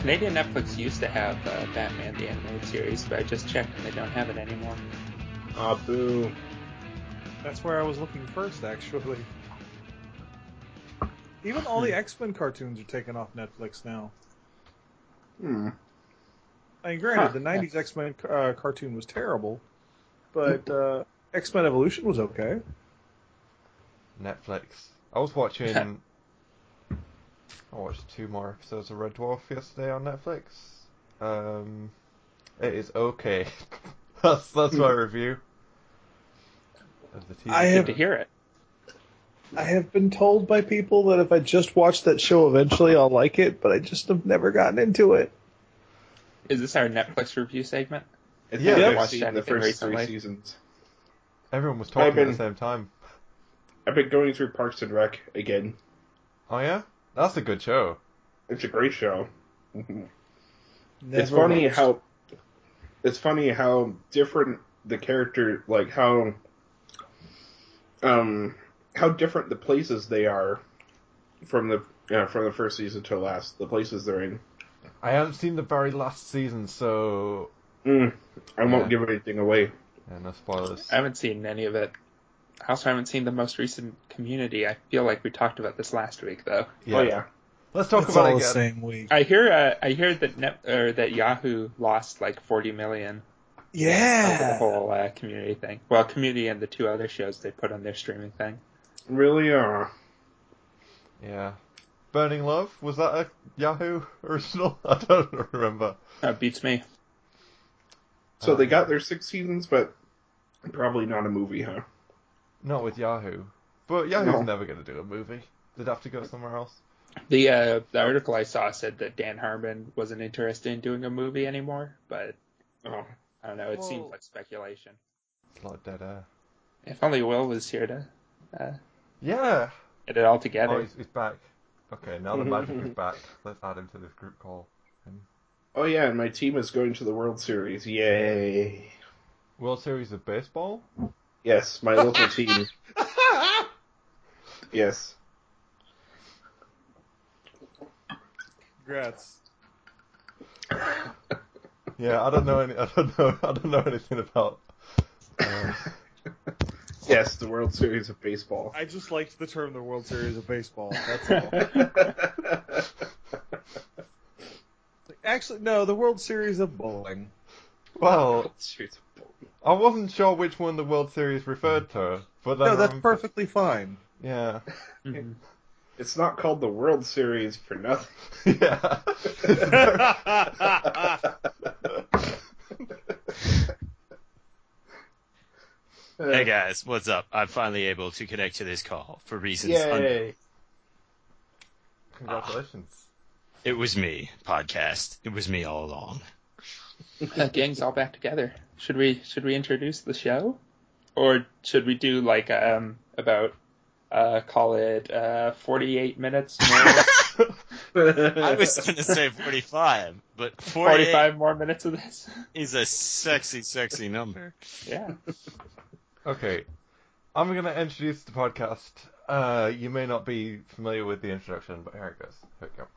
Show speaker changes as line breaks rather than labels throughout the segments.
Canadian Netflix used to have uh, Batman the animated series, but I just checked and they don't have it anymore.
Ah, boo.
That's where I was looking first, actually. Even all the X Men cartoons are taken off Netflix now.
Hmm.
I mean, granted,
Huh.
the '90s X Men uh, cartoon was terrible, but uh, X Men Evolution was okay.
Netflix. I was watching. I watched two more episodes of Red Dwarf yesterday on Netflix. Um, it is okay. that's that's my review. Of the TV
Hmm. I
Good
have-
to hear it.
I have been told by people that if I just watch that show eventually, I'll like it, but I just have never gotten into it.
Is this our Netflix review segment?
I think
Yeah,
I
I've
watched
seen
the
anything
first three
recently.
seasons.
Everyone was talking at
been-
the same time.
I've been going through Parks and Rec again.
Oh yeah, that's a good show.
It's a great show.
Never
it's funny
watched.
how it's funny how different the character like how um how different the places they are from the uh, from the first season to last the places they're in
I haven't seen the very last season, so
mm, i won't
Yeah.
give anything away
yeah, no spoilers.
Uh,
I haven't seen any of it. I also haven't seen the most recent Community. I feel like we talked about this last week, though.
oh yeah
Let's talk
it's
about
all
it
the
again.
same week.
I hear uh, I hear that Net, or that Yahoo lost like 40 million over the
Yeah,
whole uh, Community thing. Well, Community and the two other shows they put on their streaming thing.
really uh
Yeah. Burning Love was that a Yahoo original? I don't remember.
That beats me.
so
Um,
they got their six seasons but probably not a movie huh
Not with Yahoo. But Yahoo's
No.
never going to do a movie. They'd have to go somewhere else.
The uh, the article I saw said that Dan Harmon wasn't interested in doing a movie anymore, but
oh
I don't know. It
Well-
seems like speculation.
It's a lot of dead air.
If only Will was here to
Yeah!
get it all together.
Oh, he's, he's back. Okay, now the magic is back. Let's add him to this group call.
oh yeah and my team is going to the world series yay
World Series of Baseball?
yes my local team yes
congrats.
Yeah, I don't know any. I don't know. I don't know anything about. Um,
Yes, the World Series of Baseball.
I just liked the term "the World Series of Baseball." That's all. Actually, no, the World Series of Bowling.
well, I wasn't sure which one the World Series referred to, but then
No, that's
I'm-
perfectly fine.
Yeah,
Mhm.
it's not called the World Series for nothing.
yeah.
Hey guys, what's up? I'm finally able to connect to this call for reasons. un-
Yay!
Congratulations.
it was me, podcast. It was me all along.
the gang's all back together. Should we should we introduce the show, or should we do like um about uh call it uh 48 minutes more,
I was going to say 45, but 48
45 more minutes of this?
is a sexy, sexy number.
Yeah.
Okay, I'm going to introduce the podcast. Uh, you may not be familiar with the introduction, but here it goes. Here we go.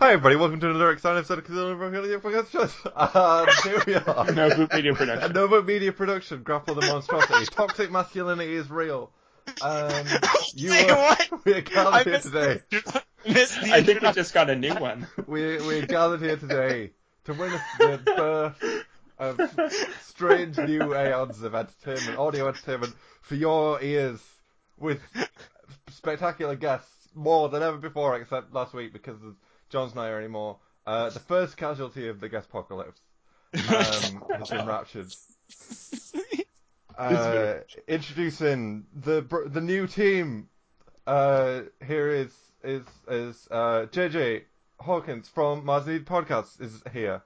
Hi everybody, welcome to another exciting episode of Casino Broken Podcast Show. Um, here we are.
No boot media
A
production.
Nova Media production, Grapple the Monstrosity. Toxic masculinity is real. Um, you
Say
are,
what?
we are gathered here
uh, missed
today.
the- missed the
I think we
introduction.
just got a new one.
We we are gathered here today to witness the birth of strange new aeons of entertainment, audio entertainment for your ears, with spectacular guests more than ever before, except last week because John's not here anymore. Uh, the first casualty of the guest apocalypse um, has been raptured. Uh, introducing the br- the new team. Uh, here is is is uh, JJ Hawkins from Mazid Podcast is here.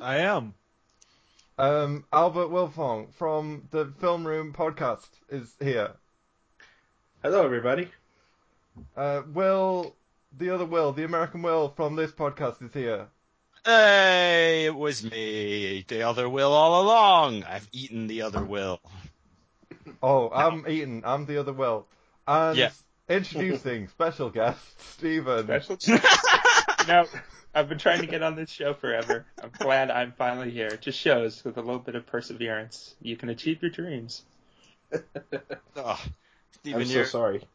I am.
Um, Albert Wilfong from the Film Room Podcast is here.
Hello, everybody.
Uh, Will, the other Will, the American Will from this podcast is here.
Hey, it was me, the other Will all along. I've eaten the other Will.
Oh, I'm Eaton. I'm the other Will. And
Yeah.
introducing special guest Stephen.
Special no, I've been trying to get on this show forever. I'm glad I'm finally here. It just shows with a little bit of perseverance, you can achieve your dreams.
Oh,
I'm
Stephen,
so
you're
sorry.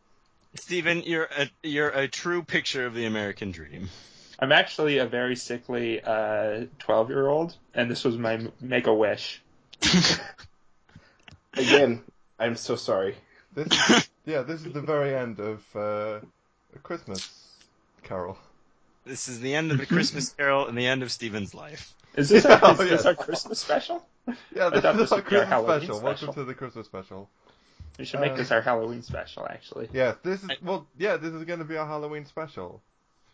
Stephen, you're a you're a true picture of the American dream.
I'm actually a very sickly uh, 12 year old, and this was my make a wish.
Again, I'm so sorry.
This is, yeah, this is the very end of uh, a Christmas Carol.
This is the end of the Christmas Carol and the end of Stephen's life.
Is this, our,
Oh,
is this
yes.
our Christmas special?
Yeah,
I
this
thought
is
this
our
would be our
Christmas
Halloween
special.
special.
Welcome to the Christmas special.
We should make
Uh,
this our Halloween special, actually.
Yes, this is
I-
well. Yeah, this is going to be our Halloween special.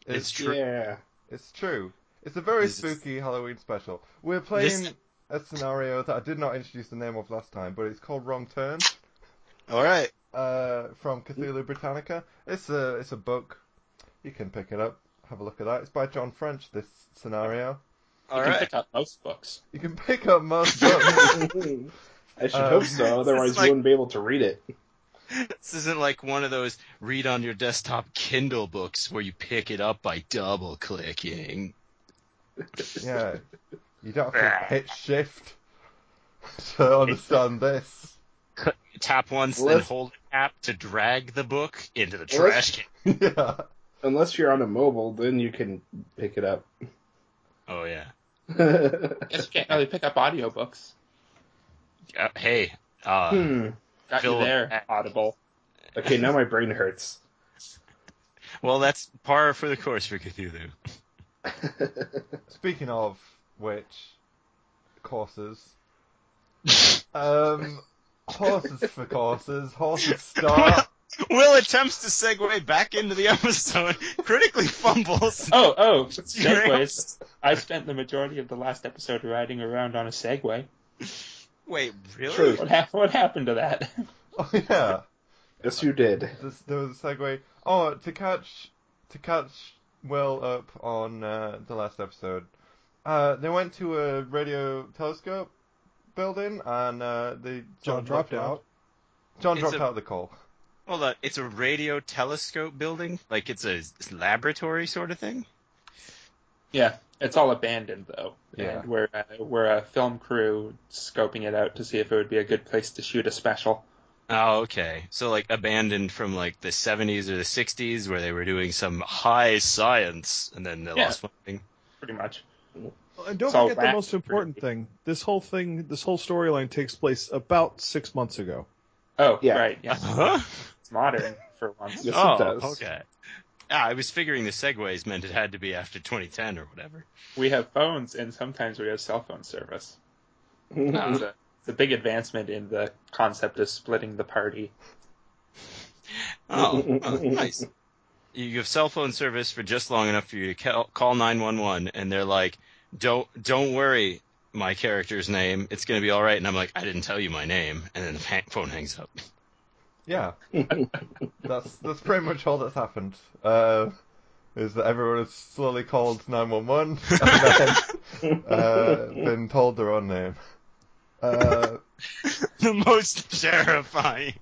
It's
It's
true.
Yeah.
it's true. It's a very
This is-
spooky Halloween special. We're playing
This-
a scenario that I did not introduce the name of last time, but it's called Wrong Turn.
All right.
uh, from Cthulhu Britannica. It's a it's a book. You can pick it up. Have a look at that. It's by John French. This scenario.
All
you can
right.
pick up most books.
You can pick up most books.
Hmm. I should
Uh,
hope so, otherwise
like-
you wouldn't be able to read it.
This isn't like one of those read on your desktop Kindle books where you pick it up by double clicking.
yeah. You don't have to hit shift to understand this.
Tap once, then
Let's-
hold tap to drag the book into the
Let's-
trash can.
yeah.
Unless you're on a mobile, then you can pick it up.
Oh yeah.
I guess you can't really pick up audiobooks.
Uh, hey, uh,
Hmm.
Got
Phil-
you there, Audible.
Okay, now my brain hurts.
well that's par for the course for Cthulhu.
Speaking of which, courses. Um, horses for courses. Horses start.
Will attempts to segue back into the episode, critically fumbles.
Oh, oh,
You're right.
segways. I spent the majority of the last episode riding around on a Segway.
Wait, really?
True.
What, hap- what happened to that?
Oh yeah.
Yes, you did.
This, there was a segue. Oh, to catch to catch well up on uh, the last episode, uh, they went to a radio telescope building and uh, they
John dropped
dropped
out.
John
It's
dropped
a-
out of the call.
Hold on, uh, it's a radio telescope building, like it's a s- laboratory sort of thing.
yeah, it's all abandoned though,
Yeah.
and we're uh, we're a film crew scoping it out to see if it would be a good place to shoot a special.
Oh, okay. So like abandoned from like the 70s or the 60s, where they were doing some high science, and then they
Yeah.
lost funding.
Pretty much.
And don't
It's all
forget the
wrapped
most
pretty.
important thing. This whole thing, this whole storyline takes place about six months ago.
Oh,
Yeah.
right. Yeah,
Huh?
it's modern for once.
Yes, it
oh,
does.
okay. Ah, I was figuring the segues meant it had to be after 2010 or whatever.
We have phones, and sometimes we have cell phone service. It's a, it's a big advancement in the concept of splitting the party.
Oh, oh, nice. You you have cell phone service for just long enough for you to ca- call 911, and they're like, "Don't don't worry, my character's name. It's gonna be all right." And I'm like, "I didn't tell you my name," and then the ha- phone hangs up.
Yeah, that's that's pretty much all that's happened. Uh, is that everyone has slowly called nine one one and then uh, been told their own name. Uh,
the most terrifying.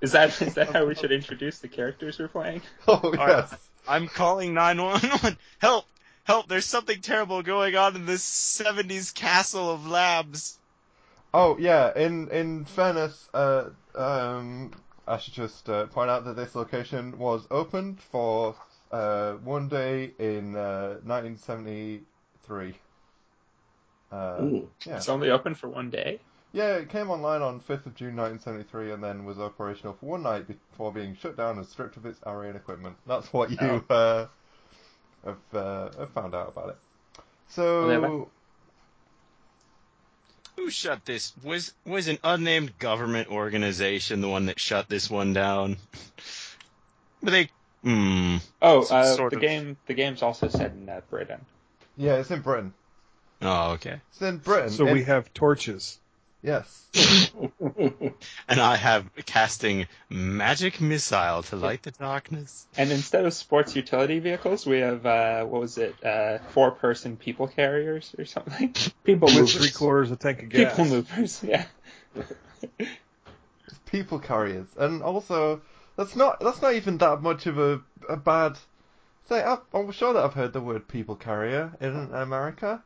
Is that is that how we should introduce the characters we're playing?
oh yes.
I'm calling 911. Help! Help! There's something terrible going on in this 70s castle of labs.
Oh yeah, in in fairness, uh, um, I should just uh, point out that this location was opened for uh, one day in uh, 1973. Uh,
Ooh.
yeah,
It's only open for one day.
yeah, it came online on 5th of June 1973, and then was operational for one night before being shut down and stripped of its array and equipment. That's what you uh, have, uh, have found out about it. So
Who shut this? Was was an unnamed government organization the one that shut this one down? But they. Hmm.
Oh,
Some
uh,
sort
the
of-
game the game's also set in uh, Britain.
yeah, it's in Britain.
Oh, okay.
It's in Britain.
So we
in-
have torches.
yes.
And I have casting magic missile to light the darkness.
And instead of sports utility vehicles, we have uh, what was it, uh, four person people carriers or something?
People
With
movers.
three quarters of tank of gas.
People movers, yeah.
people carriers, and also that's not that's not even that much of a, a bad Say, i I'm sure that I've heard the word people carrier in America.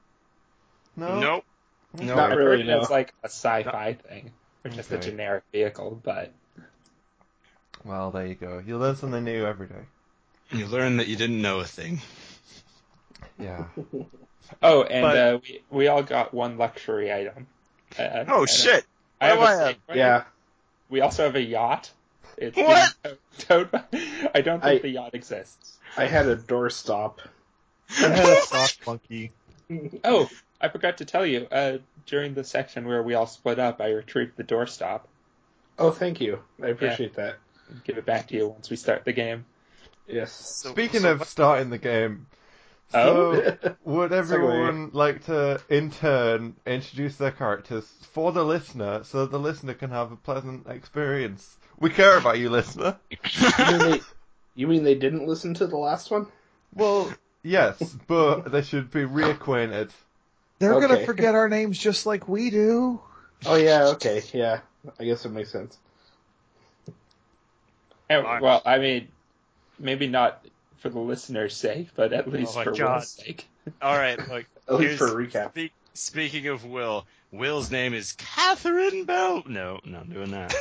No.
Nope.
No.
Not
I've
really.
heard no.
It's like a sci-fi thing, or just a
Okay.
generic vehicle. But
Well, there you go. You learn something new every day.
You learn that you didn't know a thing.
Yeah.
oh, and
But-
uh, we we all got one luxury item. Uh,
Oh
and
shit!
I
What
have
do
a
I have?
Segway.
Yeah,
We also have a yacht. It's
What?
being towed by- I don't think
I-
the yacht exists.
I had a doorstop.
I had a sock monkey.
Oh, I forgot to tell you. Uh, during the section where we all split up, I retrieved the doorstop.
Oh, thank you. I appreciate that.
and Give it back to you once we start the game.
Yes.
Speaking of starting the game,
Oh.
so would everyone like to, in turn, introduce their characters for the listener so that the listener can have a pleasant experience? We care about you, listener.
you, mean they, you mean they didn't listen to the last one?
Well, yes, but they should be reacquainted.
They're gonna
Okay.
forget our names just like we do.
Oh yeah, okay, yeah. I guess it makes sense.
And,
Fuck.
well, I mean, maybe not for the listener's sake, but at least
my
for
God.
Will's sake.
All right, look.
At least
Here's-
for a recap.
Speak, speaking of Will, Will's name is Catherine Bell. No, not doing that.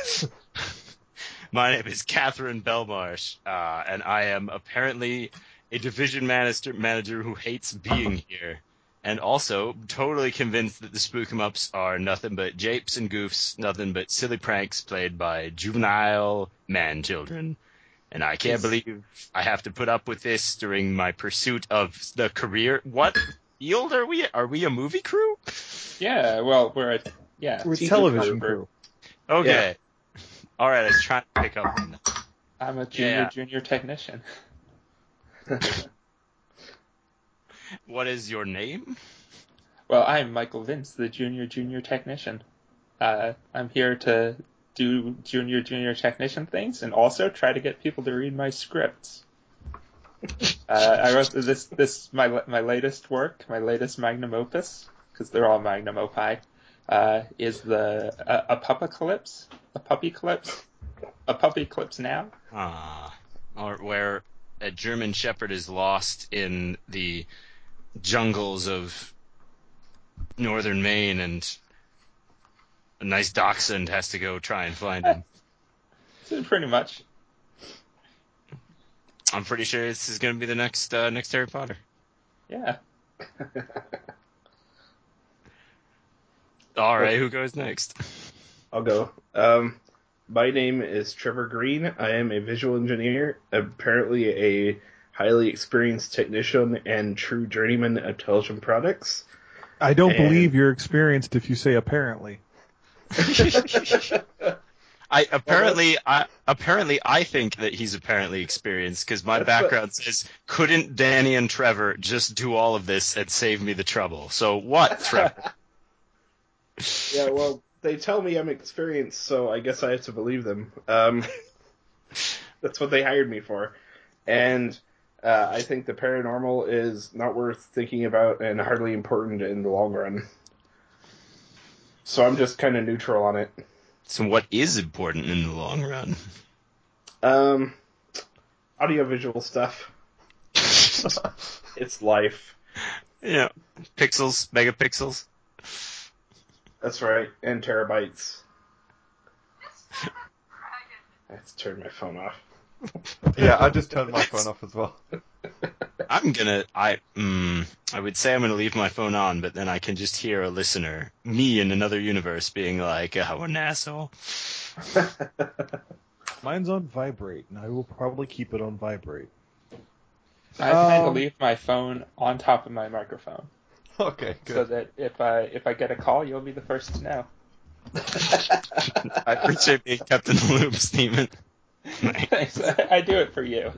My name is Catherine Belmarsh, uh, and I am apparently a division manager, manager who hates being here, and also totally convinced that the spook 'em ups are nothing but japes and goofs, nothing but silly pranks played by juvenile man children. And I can't believe I have to put up with this during my pursuit of the career. What field are we? Are we a movie crew?
Yeah, well, we're a yeah
We're a
TV
television
crew.
crew.
Okay. Oh, All right, I was trying to pick up on that.
I'm a junior
Yeah.
junior technician.
What is your name?
Well, I'm Michael Vince, the junior junior technician. Uh, I'm here to do junior junior technician things and also try to get people to read my scripts. Uh, I wrote this this my la- my latest work, my latest magnum opus, because they're all magnum opii, uh, is the uh, a pupacalypse, a puppycalypse, a puppycalypse now.
Ah, or where a German Shepherd is lost in the jungles of northern Maine, and a nice dachshund has to go try and find him.
So pretty much,
I'm pretty sure this is going to be the next uh, next Harry Potter.
yeah.
All right, who goes next?
I'll go. Um, my name is Trevor Green. I am a visual engineer, apparently a highly experienced technician and true journeyman of television products.
I don't
And-
believe you're experienced if you say apparently.
I apparently, I apparently, I think that he's apparently experienced because my
That's what-
background says, "Couldn't Danny and Trevor just do all of this and save me the trouble?" So what, Trevor?
Yeah, well, they tell me I'm experienced, so I guess I have to believe them. Um, that's what they hired me for. And uh, I think the paranormal is not worth thinking about and hardly important in the long run. So I'm just kind of neutral on it.
so what is important in the long run?
Um, audiovisual stuff. It's life.
yeah, pixels, megapixels.
That's right. And terabytes. I have to turn my phone off.
Yeah, I just turned my phone off as well.
I'm gonna, I, mm, I would say I'm gonna leave my phone on, but then I can just hear a listener, me in another universe, being like, "Oh, an asshole."
Mine's on vibrate, and I will probably keep it on vibrate.
I tend to
Um,
leave my phone on top of my microphone
Okay,
so
good.
that if I if I get a call, you'll be the first to know.
I appreciate being kept in the loop, Steven.
Thanks. I do it for you.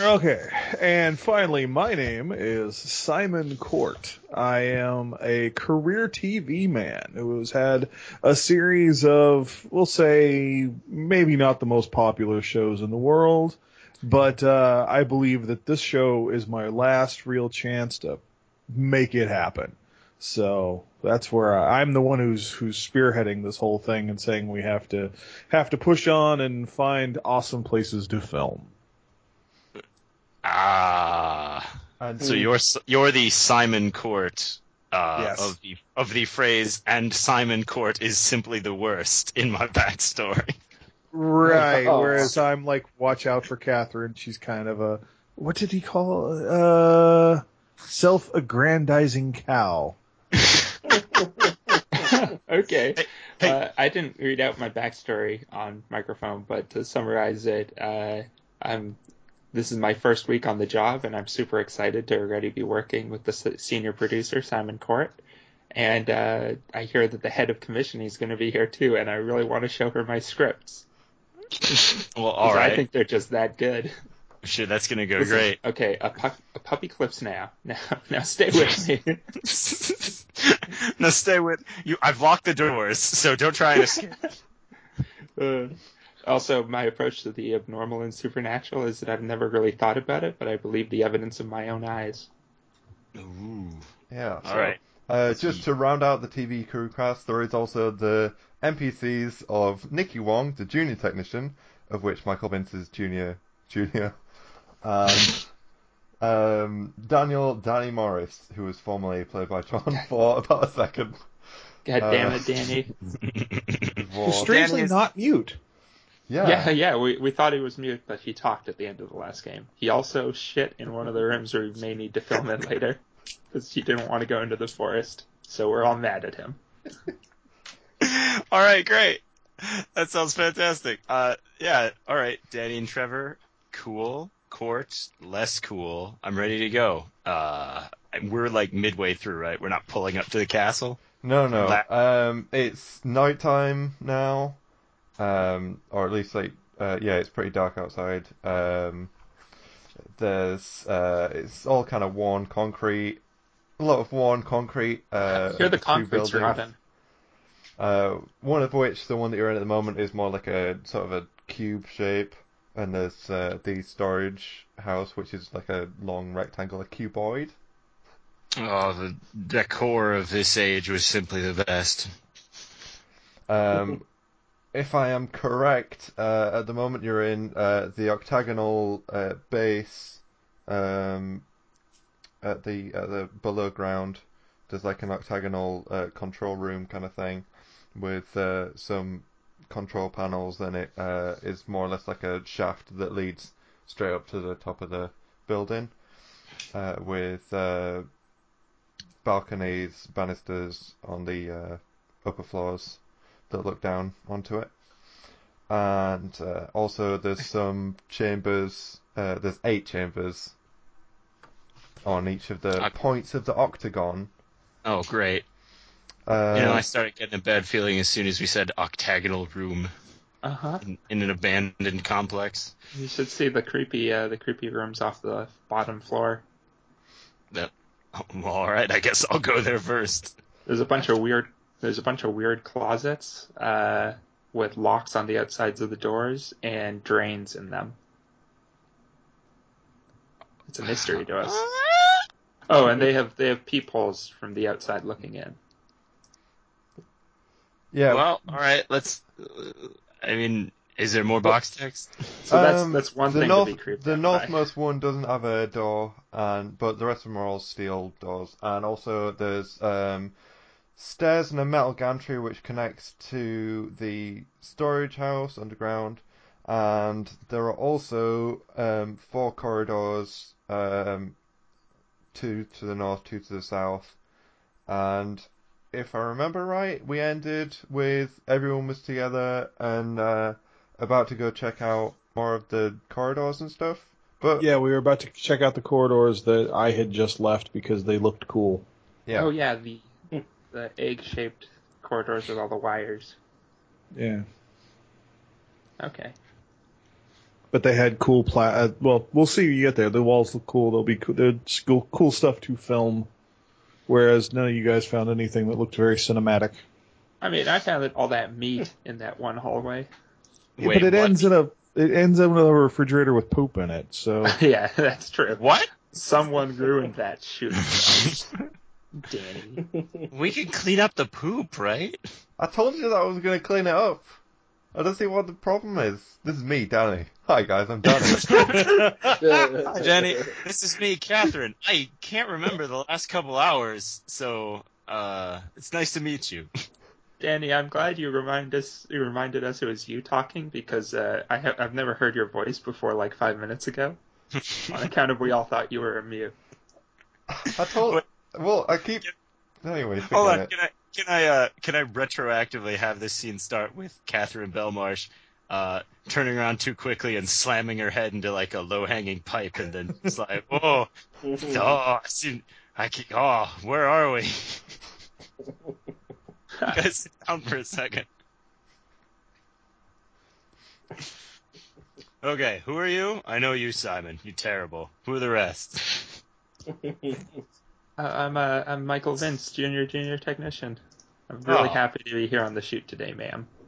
Okay, and finally, my name is Simon Court. I am a career TV man who has had a series of, we'll say, maybe not the most popular shows in the world, but uh, I believe that this show is my last real chance to make it happen. So that's where I, I'm the one who's who's spearheading this whole thing and saying we have to have to push on and find awesome places to film.
Ah.
And
So you're S- you're the Simon Court uh,
Yes.
of the of the phrase, and Simon Court is simply the worst in my backstory.
Right.
Oh.
Whereas I'm like, watch out for Catherine. She's kind of a what did he call uh self-aggrandizing cow.
okay.
Hey.
Uh, I didn't read out my backstory on microphone, but to summarize it, uh, I'm this is my first week on the job, and I'm super excited to already be working with the s- senior producer Simon Court. And uh, I hear that the head of commissioning is going to be here too, and I really want to show her my scripts.
well,
'cause
all
I
right,
think they're just that good.
shit, that's gonna go
Listen,
great.
Okay, a, pu- a puppy clips now. Now, now stay with me.
now stay with you. I've locked the doors, so don't try and escape.
Uh, also, my approach to the abnormal and supernatural is that I've never really thought about it, but I believe the evidence of my own eyes.
Ooh.
yeah.
All right.
Uh,
Let's
just
see.
to round out the TV crew cast, there is also the NPCs of Nikki Wong, the junior technician, of which Michael Vince is junior, junior, and um, Daniel Danny Morris, who was formerly played by John for about a second.
God
Uh,
damn it, Danny.
before-
Who's strangely
Danny is-
not mute.
yeah,
Yeah, yeah, we, we thought he was mute, but he talked at the end of the last game. He also shit in one of the rooms where we may need to film it later, because he didn't want to go into the forest. So we're all mad at him.
all right, great. That sounds fantastic. Uh, yeah. All right, Danny and Trevor, cool. Court, less cool. I'm ready to go. Uh, and we're like midway through, right? We're not pulling up to the castle.
No, no.
La-
Um, it's nighttime now, um, or at least like, uh, yeah, it's pretty dark outside. Um, there's, uh, it's all kind of worn concrete, a lot of worn concrete. Uh,
Here are the
two
conference
buildings.
we're not in.
Uh, one of which, the one that you're in at the moment, is more like a sort of a cube shape, and there's uh, the storage house, which is like a long rectangular cuboid.
Oh, the decor of this age was simply the best.
Um, if I am correct, uh, at the moment you're in uh, the octagonal uh, base um, at the at the below ground. There's like an octagonal uh, control room kind of thing with uh, some control panels, and it uh, is more or less like a shaft that leads straight up to the top of the building uh, with uh, balconies, banisters on the uh, upper floors that look down onto it. And uh, also, there's some chambers. Uh, there's eight chambers on each of the
Oc-
points of the octagon.
Oh, great.
Uh,
you know, I started getting a bad feeling as soon as we said octagonal room
Uh huh.
in, in an abandoned complex.
You should see the creepy uh, the creepy rooms off the bottom floor.
That, oh, well, all right, I guess I'll go there first.
There's a bunch of weird. There's a bunch of weird closets uh, with locks on the outsides of the doors and drains in them. It's a mystery to us. Oh, and they have they have peepholes from the outside looking in.
yeah,
Well, all right, let's. uh, I mean, is there more box text?
So that's
Um,
that's one
the
thing
north,
to be creeped
The
out by.
northmost one doesn't have a door, and but the rest of them are all steel doors. And also, there's um, stairs and a metal gantry which connects to the storage house underground. And there are also um, four corridors, um, two to the north, two to the south. And if I remember right, we ended with everyone was together and. Uh, about to go check out more of the corridors and stuff. But
Yeah, we were about to check out the corridors that I had just left because they looked cool.
yeah,
Oh yeah, the the egg shaped corridors with all the wires.
Yeah.
Okay.
But they had cool pla- uh, well, we'll see when you get there. The walls look cool. They'll be cool. There's cool, cool stuff to film. Whereas none of you guys found anything that looked very cinematic.
I mean, I found that all that meat in that one hallway.
Yeah,
Wait,
but it
what?
ends in a it ends in a refrigerator with poop in it. So
yeah, that's true.
What?
Someone ruined that shoot. Danny.
we can clean up the poop, right?
I told you that I was going to clean it up. I don't see what the problem is. This is me, Danny. Hi guys, I'm Danny.
Jenny, this is me, Catherine. I can't remember the last couple hours, so uh, it's nice to meet you.
Danny, I'm glad you remind us. You reminded us it was you talking because uh, I have I've never heard your voice before like five minutes ago, on account of we all thought you were a mute.
I told. Well, I keep. Anyway, forget
Hold on,
it.
can I can I uh, can I retroactively have this scene start with Catherine Belmarsh uh, turning around too quickly and slamming her head into like a low hanging pipe, and then it's like, oh, oh, I see- I can, oh, where are we? You guys sit down for a second. Okay, who are you? I know you, Simon. You terrible. Who are the rest?
Uh, I'm uh, I'm Michael Vince, junior junior technician. I'm really
Oh.
happy to be here on the shoot today, ma'am.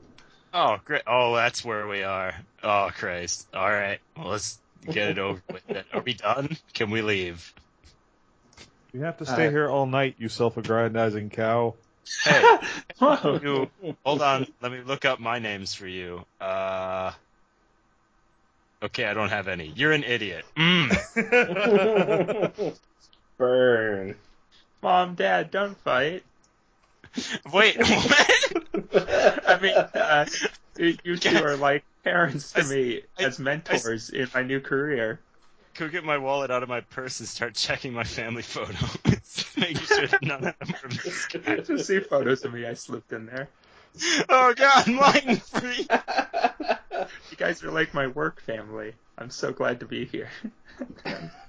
Oh, great. Oh, that's where we are. Oh, Christ. All right. Well, let's get it over with. It. Are we done? Can we leave?
You have to stay
Uh,
here all night, you self-aggrandizing cow.
Hey,
Whoa.
you, hold on. Let me look up my names for you. Uh, okay, I don't have any. You're an idiot. Mm.
Burn.
Mom, Dad, don't fight.
Wait, what?
I mean, uh, you you two are like parents to
I s-
me
I-
as mentors in my new career.
Go get my wallet out of my purse and start checking my family photos. Making sure that none of them are missing.
Just see photos of me I slipped in there.
Oh, God, mine free.
You guys are like my work family. I'm so glad to be here.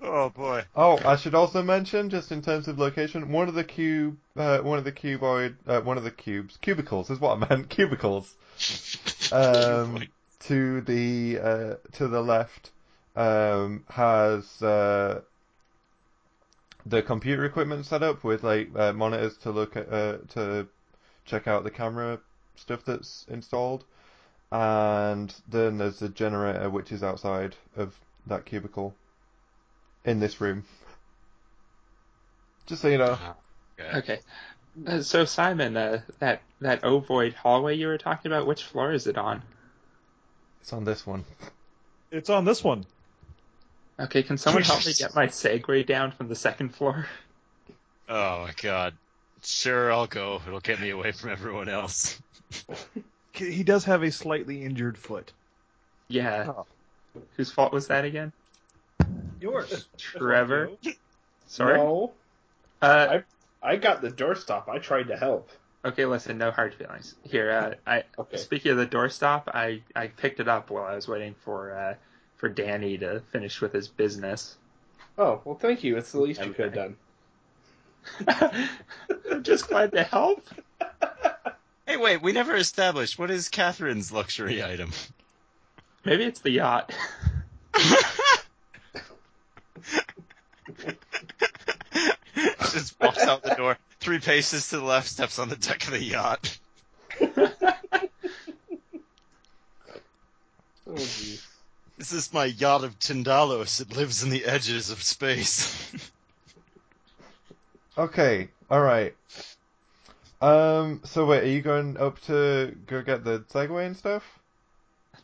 Oh, boy.
Oh, I should also mention, just in terms of location, one of the cube, uh, one of the cuboid, uh, one of the cubes, cubicles is what I meant, cubicles. Um, to the uh, to the left um, has uh, the computer equipment set up with like uh, monitors to look at uh, to check out the camera stuff that's installed, and then there's the generator which is outside of that cubicle in this room. Just so you know,
Okay.
Okay. Uh, so Simon, uh, that that ovoid hallway you were talking about, which floor is it on?
it's on this one.
It's on this one.
Okay, can someone help me get my Segway down from the second floor?
Oh my god. Sure, I'll go. It'll get me away from everyone else.
He does have a slightly injured foot.
Yeah.
Oh.
Whose fault was that again?
Yours.
Trevor. Sorry.
No,
Uh,
I got the doorstop. I tried to help.
okay, listen, no hard feelings. Here, uh, I
Okay.
speaking of the doorstop, I I picked it up while I was waiting for uh for Danny to finish with his business.
Oh well, thank you. It's the least you could have done.
I'm just glad to help.
Hey, wait, we never established what is Catherine's luxury item.
Maybe it's the yacht.
Just walks out the door, three paces to the left, steps on the deck of the yacht.
Oh, geez.
This is my yacht of Tindalos. It lives in the edges of space.
Okay, all right. Um, so wait, are you going up to go get the Segway and stuff?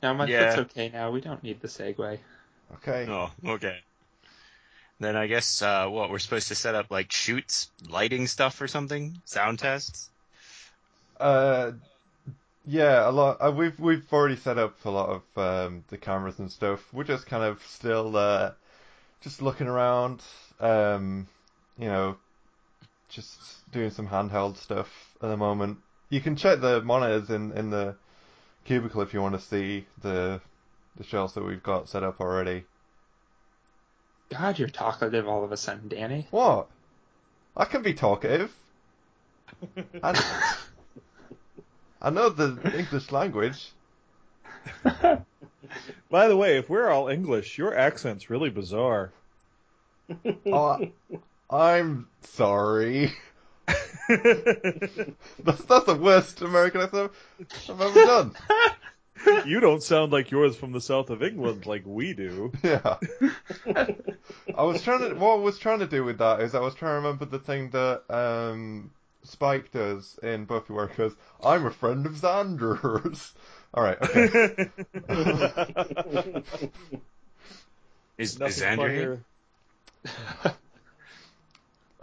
No, my
Yeah.
foot's okay now. We don't need the Segway.
Okay.
oh, okay. Then I guess, uh, what, we're supposed to set up, like, shoots, lighting stuff or something? Sound tests?
Uh, yeah, a lot. Uh, we've we've already set up a lot of um, the cameras and stuff. We're just kind of still uh, just looking around. Um, you know, just doing some handheld stuff at the moment. You can check the monitors in in the cubicle if you want to see the the shelves that we've got set up already.
God, you're talkative all of a sudden, Danny.
What? I can be talkative. I, I know the English language.
By the way, if we're all English, your accent's really bizarre.
Oh, I, am sorry.
you
That's, that's the worst American accent I've ever done.
don't sound like yours from the south of England like we do.
Yeah. I was trying to. What I was trying to do with that is I was trying to remember the thing that um Spike does in Buffy, where he goes, "I'm a friend of Xander's." All right, okay.
Is, is
Nothing
Xander here?
funnier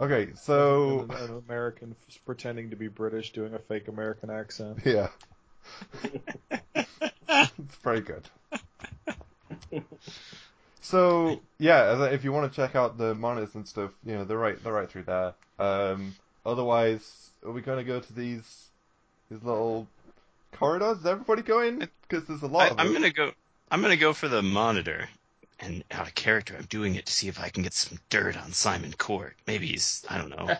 Okay,
than
so
an, an American f- pretending to be British doing a fake American accent.
yeah, it's pretty good. So yeah, as I- if you want to check out the monitors and stuff, you know they're right, they're right through there. Um, otherwise, are we going to go to these these little corridors? Is everybody going? Because there's a lot
I,
of
I'm
them.
gonna go. I'm gonna go for the monitor, and out of character, I'm doing it to see if I can get some dirt on Simon Court. Maybe he's I don't know,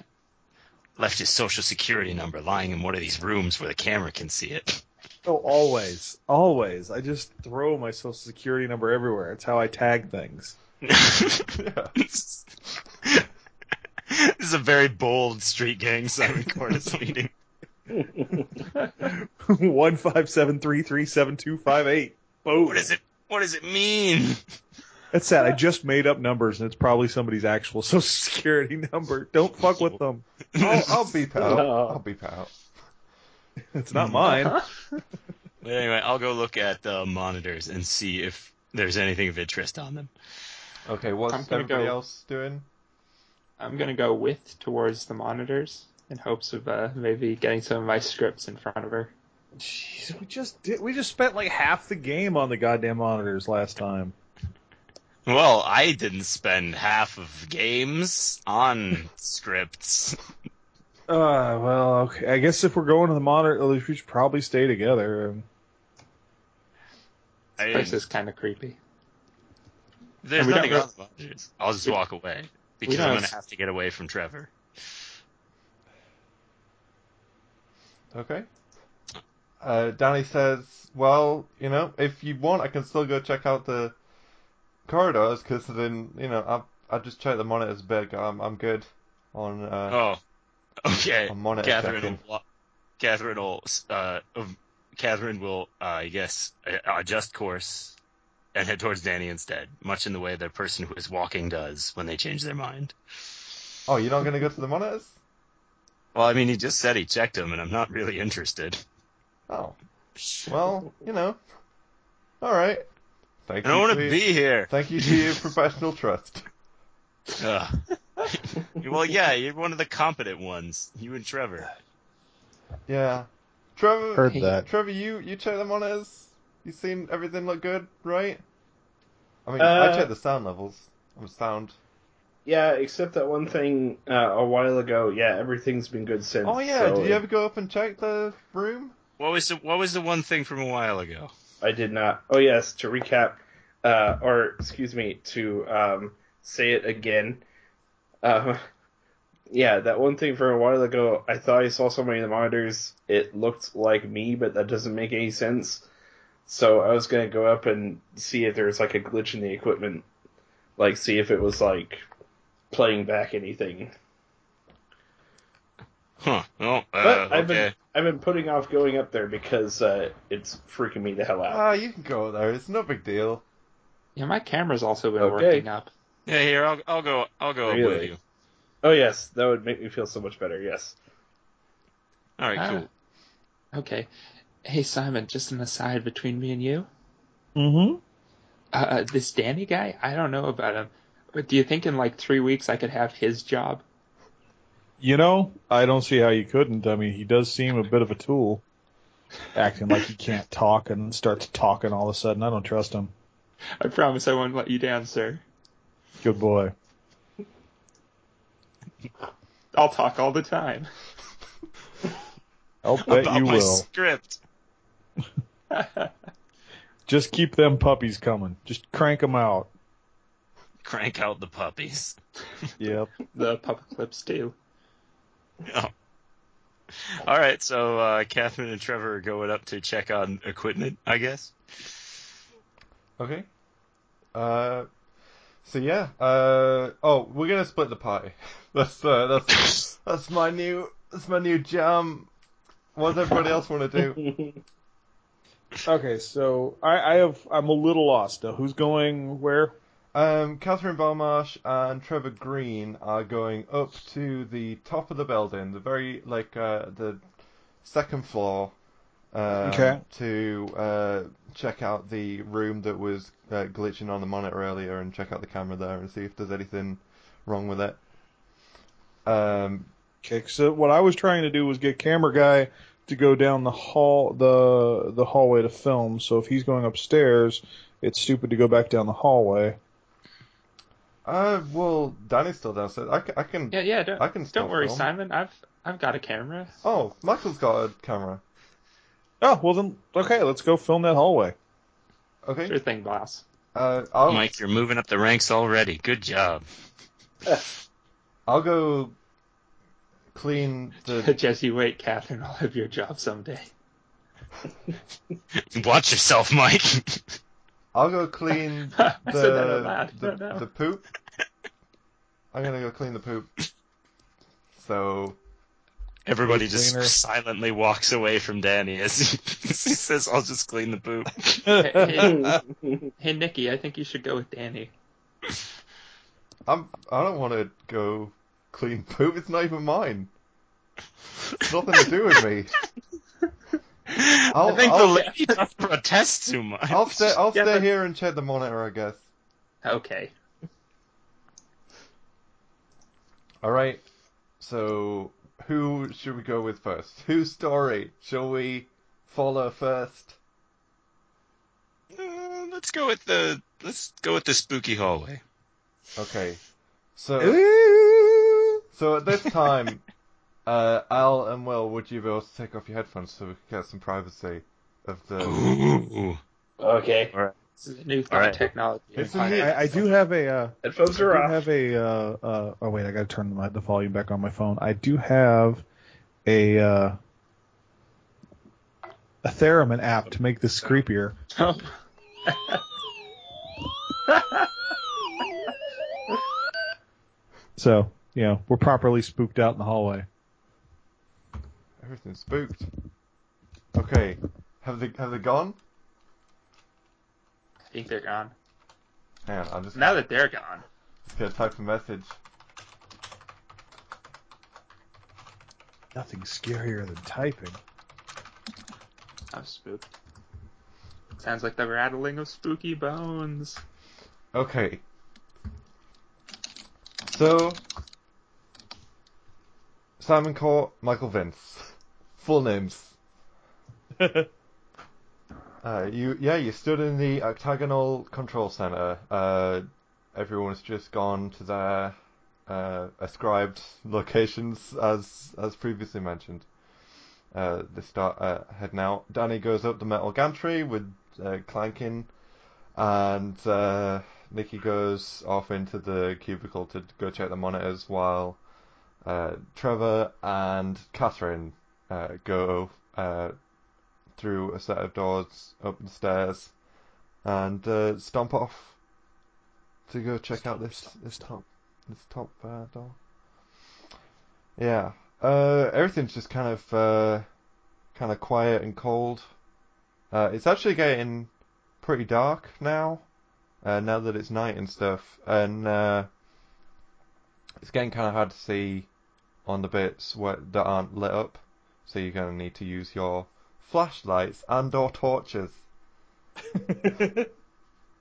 left his social security number lying in one of these rooms where the camera can see it.
Oh, always, always. I just throw my social security number everywhere. It's how I tag things.
Yeah.
this is a very bold street gang Simon Court is leading.
One five seven three three seven two five eight.
What is it? What does it mean?
That's sad. I just made up numbers, and it's probably somebody's actual social security number. Don't fuck with them.
Oh,
I'll, I'll beep it out.
No.
I'll beep it out.
It's not mine.
But anyway, I'll go look at the monitors and see if there's anything of interest on them.
Okay, what's
I'm gonna
everybody
go-
else doing?
I'm gonna go with towards the monitors in hopes of uh, maybe getting some of my scripts in front of her.
Jeez, we just did. We just spent like half the game on the goddamn monitors last time.
Well, I didn't spend half of games on scripts.
Uh, well, okay. I guess if we're going to the monitor, we should probably stay together.
I didn't-
This is kind of creepy. and
there's
we don't
nothing
go-
on the monitors. I'll just
We-
walk away because
don't
I'm gonna
have-
have to get away from Trevor.
Okay. Uh, Danny says, "Well, you know, if you want, I can still go check out the corridors because then, you know, I I just checked the monitors a bit. I'm I'm good on uh,
Oh,
um,
okay.
on monitor
Catherine
checking.
will, wa- Catherine will, uh, um, Catherine will, uh, I guess, uh, adjust course and head towards Danny instead, much in the way the person who is walking does when they change their mind.
Oh, you're not gonna go to the monitors?
Well, I mean, he just said he checked them, and I'm not really interested.
Oh, well, you know, all right. Thank
I don't
you.
want
for
to
your-
be here.
Thank you to your professional trust.
Ugh. well, yeah, you're one of the competent ones. You and Trevor.
Yeah, Trevor.
Heard that.
Trevor, you you check the monitors. You seen everything look good, right? I mean, I
Uh,
checked the sound levels. I'm sound.
Yeah, except that one thing uh, a while ago. Yeah, everything's been good since.
Oh yeah,
so
did you ever go up and check the room?
What was the What was the one thing from a while ago?
I did not. Oh yes, to recap, uh, or excuse me, to um, say it again. Um, yeah, that one thing from a while ago. I thought I saw somebody in the monitors. It looked like me, but that doesn't make any sense. So I was gonna go up and see if there was like a glitch in the equipment, like see if it was like playing back anything.
Huh? Oh, uh,
But I've been
okay.
I've been putting off going up there because uh, it's freaking me the hell out.
Ah, you can go there. It's no big deal.
Yeah, my camera's also been
Okay.
working up.
Yeah, here I'll I'll go I'll go up with
Really?
you.
Oh yes, that would make me feel so much better. Yes.
All right, cool.
Ah, okay. Hey Simon, just an aside between me and you.
Mm-hmm.
Uh, this Danny guy, I don't know about him, but do you think in like three weeks I could have his job?
You know, I don't see how you couldn't. I mean, he does seem a bit of a tool, acting like he can't talk and starts talking all of a sudden. I don't trust him.
I promise I won't let you down, sir.
Good boy.
I'll talk all the time.
I'll bet
About
you
my
will.
script.
Just keep them puppies coming. Just crank them out.
Crank out the puppies.
Yep.
The puppet clips too.
All right, so uh, Catherine and Trevor are going up to check on equipment, I guess.
Okay. Uh, so yeah. Uh, oh, we're gonna split the party. That's uh, that's that's my new that's my new jam. What does everybody else want to do?
Okay, so I, I have I'm a little lost. Now, who's going where?
Um, Catherine Balmarsh and Trevor Green are going up to the top of the building, the very like uh, the second floor, uh,
Okay.
to uh, check out the room that was uh, glitching on the monitor earlier and check out the camera there and see if there's anything wrong with it. Um,
Okay, so what I was trying to do was get camera guy to go down the hall, the the hallway to film. So if he's going upstairs, it's stupid to go back down the hallway.
uh, well, Danny's still downstairs. I, c- I can.
Yeah, yeah. Don't,
I can still
don't worry,
film.
Simon. I've I've got a camera.
Oh, Michael's got a camera.
Oh well, then okay, let's go film that hallway.
Okay.
Sure thing, boss.
Uh, I'll
Mike, you're moving up the ranks already. Good job.
I'll go clean the.
Jesse, wait, Catherine. I'll have your job someday.
Watch yourself, Mike.
I'll go clean
I
the
said that out loud.
the,
No, no.
the poop. I'm gonna go clean the poop. So
Everybody
Poop
just
cleaner.
silently walks away from Danny as he, as he says, "I'll just clean the poop."
hey, Nikki. I think you should go with Danny.
I'm. I don't want to go clean poop. It's not even mine. It's nothing to do with me.
I think the lady does protest too much.
Oh, I'll stay. I'll
Yeah,
stay
but-
here and check the monitor. I guess.
Okay.
All right. So who should we go with first? Whose story shall we follow first?
Uh, let's go with the let's go with the spooky hallway.
Okay. So
Ooh.
so at this time, uh, Al and Will, would you be able to take off your headphones so we can get some privacy of the?
Ooh.
Okay.
This is new
All right.
technology.
It's
Empire.
a new-
I, I do have a. Uh, I
Headphones
do
are off.
have a. Uh, uh, oh wait, I gotta turn my, the volume back on my phone. I do have a uh, a theremin app to make this creepier. So you know we're properly spooked out in the hallway.
Everything's spooked. Okay. Have they have they gone?
I think they're gone.
Hang on, I'm just
Now that they're gone.
gonna type a message.
Nothing scarier than typing.
I'm spooked. Sounds like the rattling of spooky bones.
Okay. So, Simon Court, Michael Vince, full names. uh, you, yeah, you stood in the octagonal control center. Uh, everyone's just gone to their uh, ascribed locations, as as previously mentioned. Uh, they start uh, heading out. Danny goes up the metal gantry with uh, clanking, and. Uh, Nikki goes off into the cubicle to go check the monitors while uh, Trevor and Catherine uh, go uh, through a set of doors up the stairs and uh, stomp off to go check out this this top this top uh, door. Yeah, uh, everything's just kind of uh, kind of quiet and cold. Uh, it's actually getting pretty dark now uh, now that it's night and stuff, and uh, it's getting kind of hard to see on the bits where, that aren't lit up. So you're gonna need to use your flashlights and/or torches,
I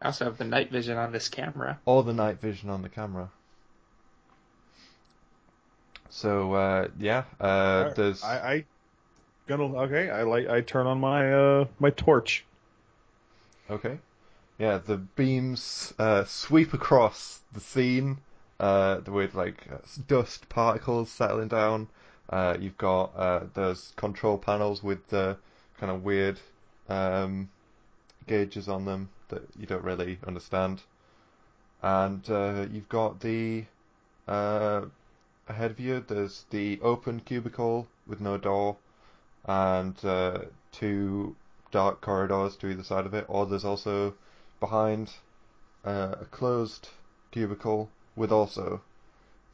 also have the night vision on this camera.
or the night vision on the camera. So uh, yeah, uh, there's
I, I gonna okay. I like. I turn on my uh my torch.
Okay. Yeah, the beams uh, sweep across the scene uh, with like uh, dust particles settling down. Uh, you've got uh, those control panels with the kind of weird um, gauges on them that you don't really understand, and uh, you've got the uh, ahead of you. There's the open cubicle with no door, and uh, two dark corridors to either side of it, or there's also behind uh, a closed cubicle with also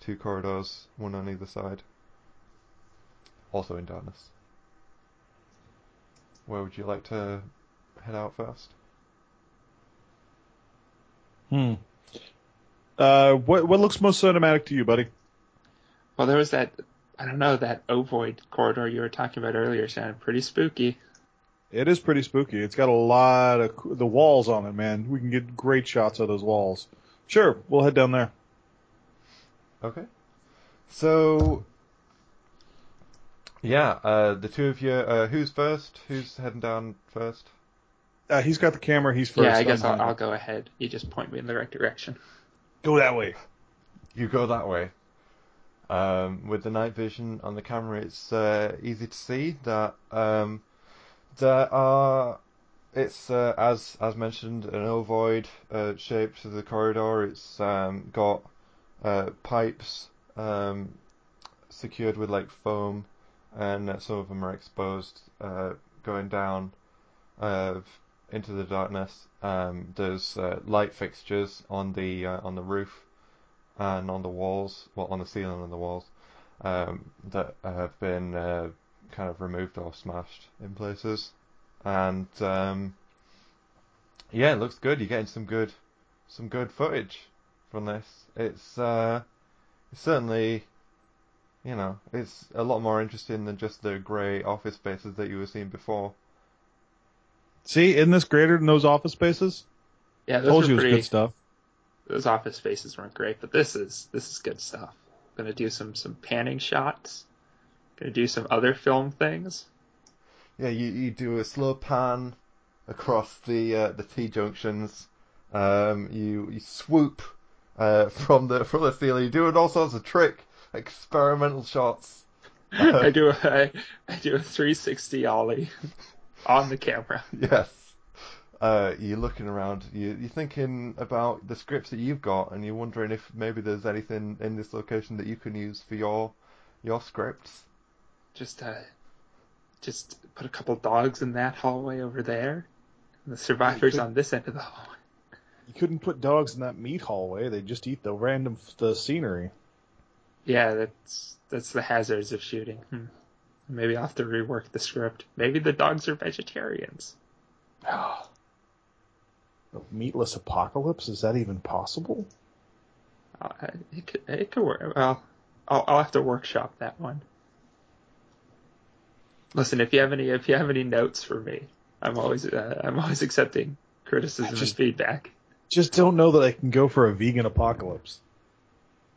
two corridors, one on either side, also in darkness. Where would you like to head out first?
Hmm. Uh, what what looks most cinematic to you, buddy?
Well, there was that I don't know that ovoid corridor you were talking about earlier. Sounded pretty spooky.
It is pretty spooky. It's got a lot of coo- the walls on it, man. We can get great shots of those walls. Sure, we'll head down there.
Okay. So, yeah, uh, the two of you, uh, who's first? Who's heading down first?
Uh, he's got the camera. He's first.
yeah, I guess
I'm
I'll,
behind
I'll
him.
go ahead. You just point me in the right direction.
go that way.
You go that way. Um, with the night vision on the camera, it's uh, easy to see that um, there are. It's uh, as as mentioned an ovoid uh, shape to the corridor. It's um, got uh, pipes um, secured with like foam, and uh, some of them are exposed, uh, going down uh, into the darkness. Um, there's uh, light fixtures on the uh, on the roof and on the walls, well, on the ceiling and the walls, um, that have been uh, kind of removed or smashed in places. And um, yeah, it looks good. You're getting some good, some good footage from this. It's uh, it's certainly, you know, it's a lot more interesting than just the grey office spaces that you were seeing before.
See, isn't this greater than those office spaces?
Yeah, those
Told
were
you it was
pretty.
good stuff.
Those office spaces weren't great, but this is this is good stuff. gonna do some some panning shots. Gonna do some other film things.
Yeah, you, you do a slow pan across the uh, the T junctions. Um, you you swoop uh, from the from the ceiling. You're doing all sorts of trick experimental shots.
I do a I, I do a 360 ollie on the camera.
Yes. Uh, you're looking around. You, you're thinking about the scripts that you've got, and you're wondering if maybe there's anything in this location that you can use for your your scripts.
Just uh, just put a couple dogs in that hallway over there. And the survivors on this end of the hallway.
You couldn't put dogs in that meat hallway. They just eat the random the scenery.
Yeah, that's that's the hazards of shooting. Hmm. Maybe I'll have to rework the script. Maybe the dogs are vegetarians.
A meatless apocalypse? Is that even possible?
Uh, it could, it could work. Well, I'll, I'll have to workshop that one. Listen, if you have any, if you have any notes for me, I'm always, uh, I'm always accepting criticism
I just-
and feedback.
Just don't know that I can go for a vegan apocalypse.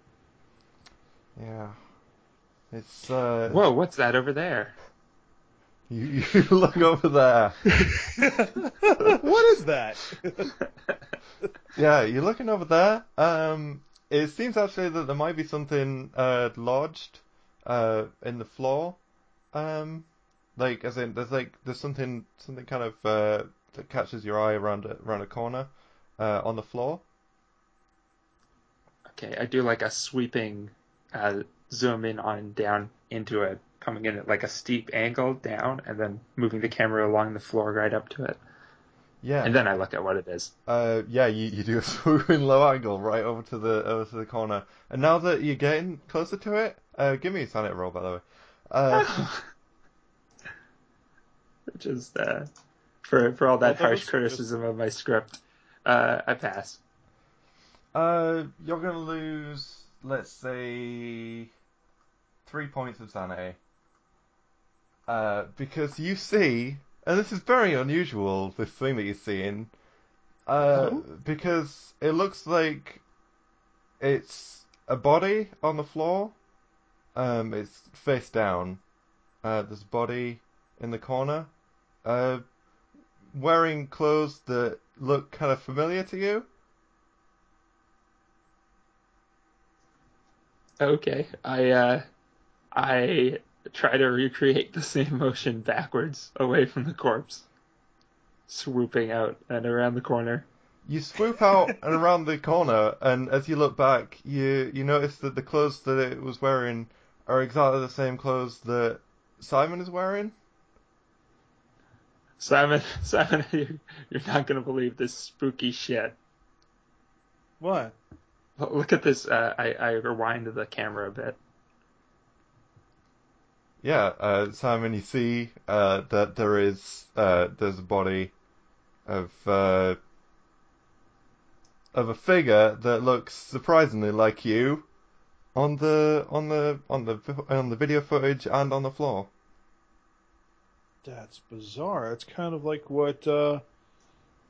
Yeah. It's uh,
Whoa, what's that over there?
you, you look over there.
what is that?
Yeah, you're looking over there. Um, it seems actually that there might be something uh, lodged uh, in the floor. Um, like as in there's like there's something something kind of uh, that catches your eye around a, around a corner uh, on the floor.
Okay, I do like a sweeping, uh, zoom in on and down into it, coming in at like a steep angle down, and then moving the camera along the floor right up to it,
Yeah.
and then I look at what it is.
Uh, yeah, you, you do a swooping low angle right over to the over to the corner. And now that you're getting closer to it, uh, give me a sanity roll by the way. Uh,
Which is uh, for for all that
Well, that
harsh
was-
criticism of my script, uh, I pass.
uh, you're gonna lose, let's say, three points of sanity. Uh, because you see, and this is very unusual, this thing that you're seeing, uh, because it looks like it's a body on the floor. Um, it's face down. Uh, there's a body in the corner, uh, wearing clothes that look kind of familiar to you.
Okay, I uh, I try to recreate the same motion backwards away from the corpse, swooping out and around the corner.
You swoop out and around the corner, and as you look back, you you notice that the clothes that it was wearing are exactly the same clothes that Simon is wearing.
Simon, Simon, you're, you're not gonna believe this spooky shit.
What?
Look- Look at this. Uh, I I rewind the camera a bit.
Yeah, uh, Simon, you see uh, that there is uh, there's a body of uh, of a figure that looks surprisingly like you on the on the on the on the video footage and on the floor.
That's bizarre. It's kind of like what uh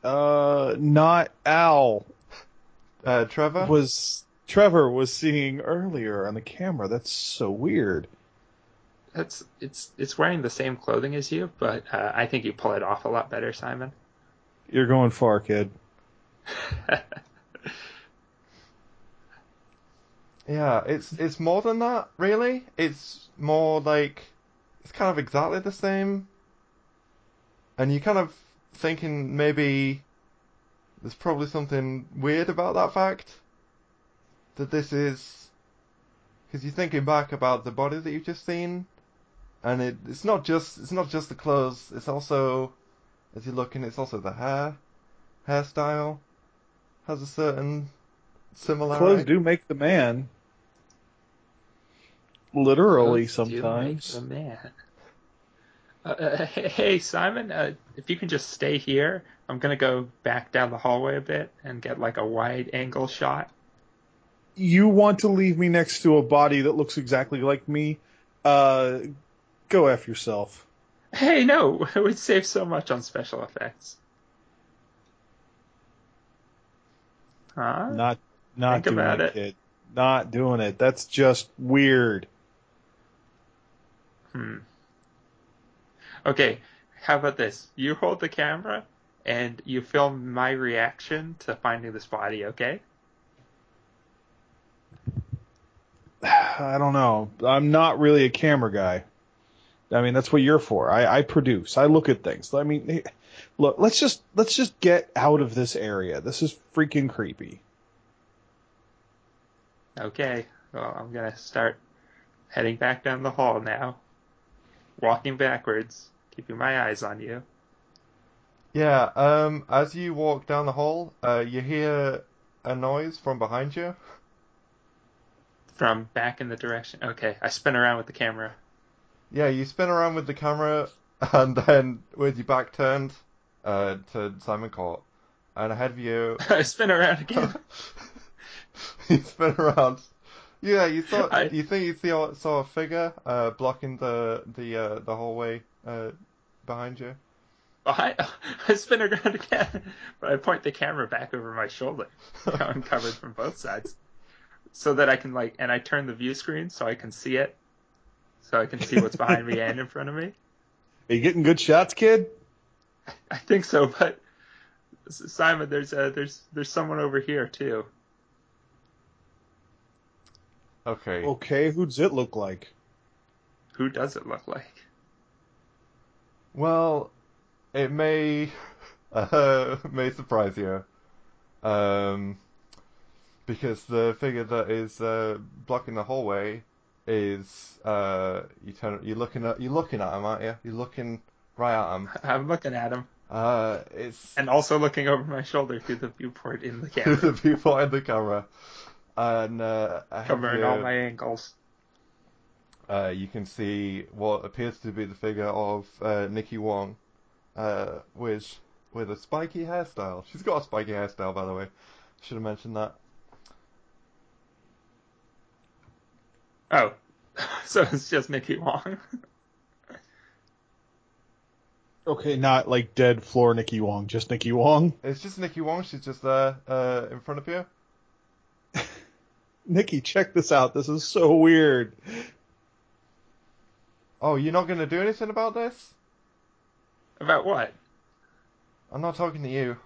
uh not Al
Uh, Trevor,
was Trevor was seeing earlier on the camera. That's so weird.
That's it's it's wearing the same clothing as you, but uh, I think you pull it off a lot better, Simon.
You're going far, kid.
yeah, it's it's more than that, really. It's more like it's kind of exactly the same, and you're kind of thinking maybe there's probably something weird about that fact that this is because you're thinking back about the body that you've just seen, and it, it's not just it's not just the clothes. It's also as you're looking, it's also the hair, hairstyle has a certain similarity.
Clothes do make the man. Literally,
Those do make
sometimes.
the man. Uh, uh, hey, hey, Simon, uh, if you can just stay here, I'm gonna go back down the hallway a bit and get like a wide angle shot.
you want to leave me next to a body that looks exactly like me, uh, go F yourself.
Hey, no, we save so much on special effects. Huh?
Not, not
Think
doing
about it.
kid. Not doing it. That's just weird.
Hmm. Okay, how about this? You hold the camera and you film my reaction to finding this body, okay?
I don't know. I'm not really a camera guy. I mean, that's what you're for. I, I produce. I look at things. I mean, hey, look. Let's just let's just get out of this area. This is freaking creepy.
Okay, well, I'm gonna start heading back down the hall now. Walking backwards, keeping my eyes on you.
Yeah, um, as you walk down the hall, uh, you hear a noise from behind you.
From back in the direction. Okay, I spin around with the camera.
Yeah, you spin around with the camera, and then with your back turned uh, to Simon Court, and ahead of you,
I spin around again.
you spin around. Yeah, you thought
I-
you think you saw, saw a figure uh, blocking the the uh, the hallway uh, behind you.
I, I spin around again, but I point the camera back over my shoulder. Now I'm covered from both sides, so that I can like, and I turn the view screen so I can see it, so I can see what's behind me and in front of me.
Are you getting good shots, kid?
I think so, but S- Simon, there's uh there's there's someone over here too.
Okay.
Okay. Who does it look like?
Who does it look like?
Well, it may uh, may surprise you, um, because the figure that is uh, blocking the hallway is uh, you turn you're looking at you're looking at him, aren't you? You're looking right at him.
I'm looking at him
Uh, it's
and also looking over my shoulder through the viewport in the
through the
camera,
viewport in the camera, and uh, I have
covering
you-
all my angles.
uh, you can see what appears to be the figure of uh, Nikki Wong uh, with with a spiky hairstyle. She's got a spiky hairstyle, by the way. Should have mentioned that.
Oh, so it's just Nikki Wong.
Okay, not like dead floor Nikki Wong, just Nikki Wong.
It's just Nikki Wong. She's just there uh, in front of you.
Nikki, check this out. This is so weird.
Oh, you're not going to do anything about this?
About what?
I'm not talking to you.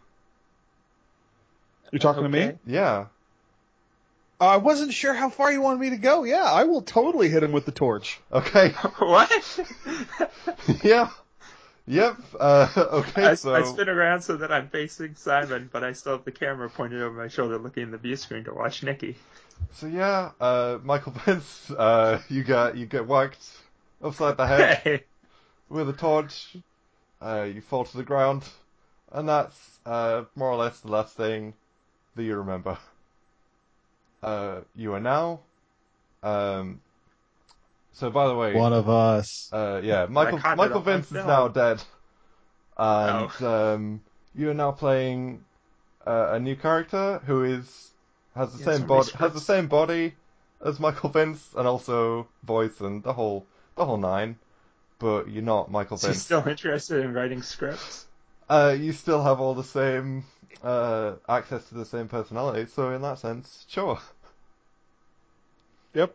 You're talking to me?
Okay.
Yeah.
I wasn't sure how far you wanted me to go. Yeah, I will totally hit him with the torch.
Okay.
what?
yeah. Yep. Uh, okay.
I, I
so
spin around so that I'm facing Simon, but I still have the camera pointed over my shoulder, looking at the view screen to watch Nikki.
so yeah. Uh, Michael Pence. Uh, you get you get whacked upside the head.
Hey,
with a torch. Uh, you fall to the ground, and that's uh, more or less the last thing that you remember. Uh, you are now. Um, so, by the way,
One of us.
uh, yeah, Michael
caught it
Michael
on my
Vince is
film.
now dead, and um, you are now playing uh, a new character who is has the
Yeah,
same
some
body
rescripts.
has the same body as Michael Vince and also voice and the whole the whole nine. But you're not Michael
She's
Vince.
still interested in writing scripts.
Uh, you still have all the same uh, access to the same personality. So in that sense, sure.
Yep.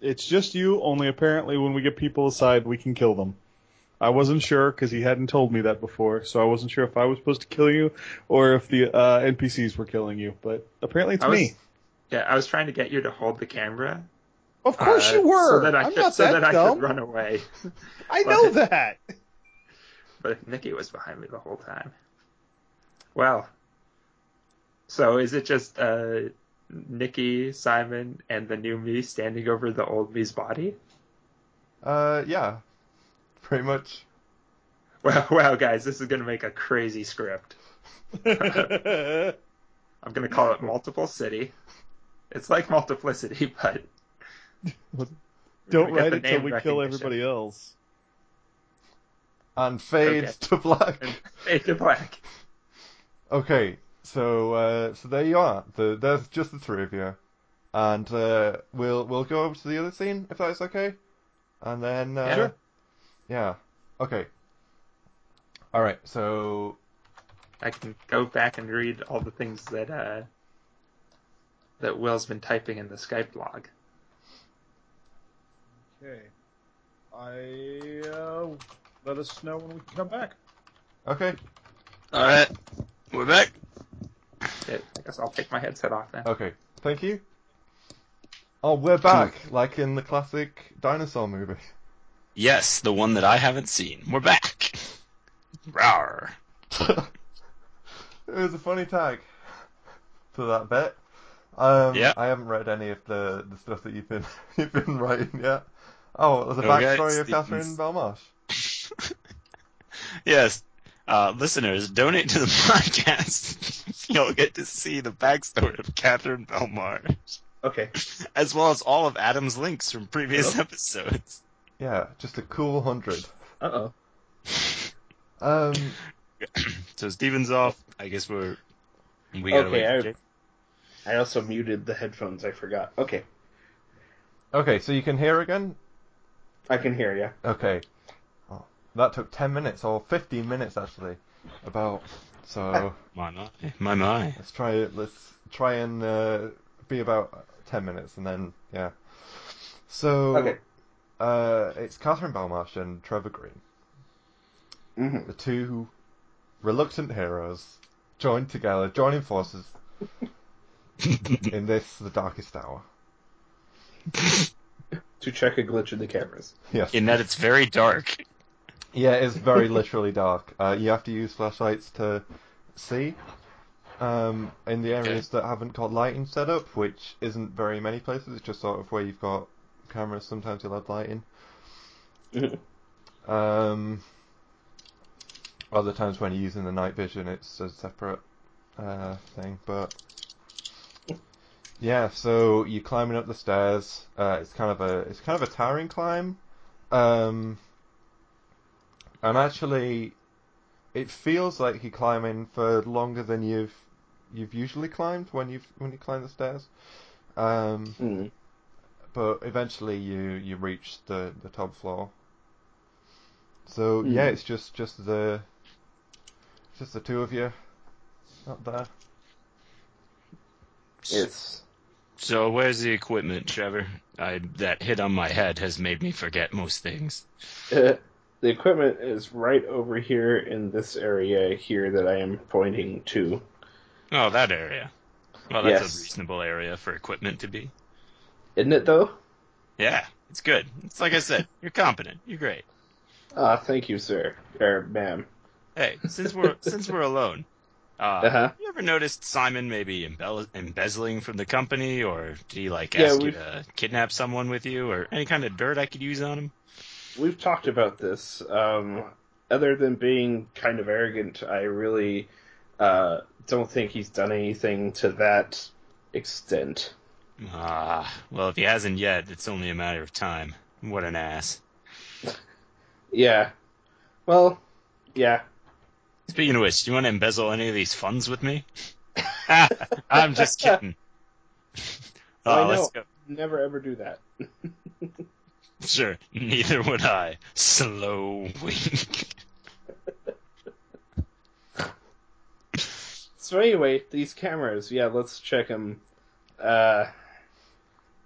It's just you, only apparently when we get people aside, we can kill them. I wasn't sure because he hadn't told me that before, so I wasn't sure if I was supposed to kill you or if the uh, NPCs were killing you, but apparently it's
I was-
me.
Yeah, I was trying to get you to hold the camera.
Of
uh,
course you
So
were!
that I
I'm
could,
not
so
that,
that, I
dumb.
could run away.
I
know
know that!
But Nikki was behind me the whole time. Well, so is it just uh, Nikki, Simon, and the new me standing over the old me's body?
Uh, yeah, pretty much.
Wow, wow, guys, this is gonna make a crazy script. I'm gonna call it Multiple City. It's like multiplicity, but
Don't
We got
write
the
it till
name
we kill
recognition.
everybody else.
And fades
Okay.
to black.
fade to black.
Okay, so uh, so there you are. The, there's just the three of you, and uh, we'll we'll go over to the other scene if that is okay, and then uh,
Yeah. Sure.
yeah, okay. All right, so
I can go back and read all the things that uh, that Will's been typing in the Skype log.
Okay. I, uh, let us know when we can come back.
okay,
All right, we're back.
I guess I'll take my headset off then.
okay, thank you. Oh, we're back, like in the classic dinosaur movie.
Yes, the one that I haven't seen. We're back. Rawr.
it was a funny tag for that bit. Um,
Yeah.
I haven't read any of the, the stuff that you've been you've been writing yet. Oh, there's a
Okay,
backstory of Catherine
Stevens.
Belmarsh.
yes. Uh, listeners, donate to the podcast. You'll get to see the backstory of Catherine Belmar,
Okay.
as well as all of Adam's links from previous episodes.
Yeah, just a cool hundred.
Uh oh.
Um,
So Steven's off. I guess we're we gotta
Okay,
wait.
I-
for Jake.
I also muted the headphones. I forgot. Okay,
okay, so you can hear again.
I can hear you.
Okay, oh, that took ten minutes or fifteen minutes actually. About so
My my my my.
let's try it. Let's try and uh, be about ten minutes and then yeah. So
Okay.
Uh, it's Catherine Balmarsh and Trevor Green,
hmm
the two reluctant heroes, joined together, joining forces in this the darkest hour.
To check a glitch in the cameras.
Yes.
In that it's very dark.
Yeah, it's very literally dark. Uh, you have to use flashlights to see. Um, in the areas that haven't got lighting set up, which isn't very many places, it's just sort of where you've got cameras. Sometimes you'll have lighting.
Mhm.
um, other times when you're using the night vision, it's a separate uh, thing. But yeah, so you're climbing up the stairs. Uh, it's kind of a it's kind of a tiring climb. Um, and actually, it feels like you're climbing for longer than you've you've usually climbed when you've when you climb the stairs. Um,
Mm.
but eventually, you you reach the the top floor. So yeah,
Mhm.
it's just just the just the two of you up there.
It's
So where's the equipment, Trevor? I that hit on my head has made me forget most things.
uh, the equipment is right over here in this area here that I am pointing to.
Oh, that area. Well, that's
Yes.
a reasonable area for equipment to be.
Isn't it though?
Yeah, it's good. It's like I said, you're competent. You're great.
Ah, thank you, sir or ma'am.
Hey, since we're since we're alone, uh,
Uh-huh.
you ever noticed Simon maybe embell- embezzling from the company, or did he like
Yeah,
ask you
we've-
to kidnap someone with you, or any kind of dirt I could use on him?
We've talked about this. Um, other than being kind of arrogant, I really uh, don't think he's done anything to that extent.
Ah, well, if he hasn't yet, it's only a matter of time. What an ass.
Yeah. Well, yeah.
Speaking of which, do you want to embezzle any of these funds with me? I'm just kidding.
I
Oh, let's
know.
go.
Never ever do that.
Sure. Neither would I. Slow wink.
So anyway, these cameras, yeah, let's check them. Uh,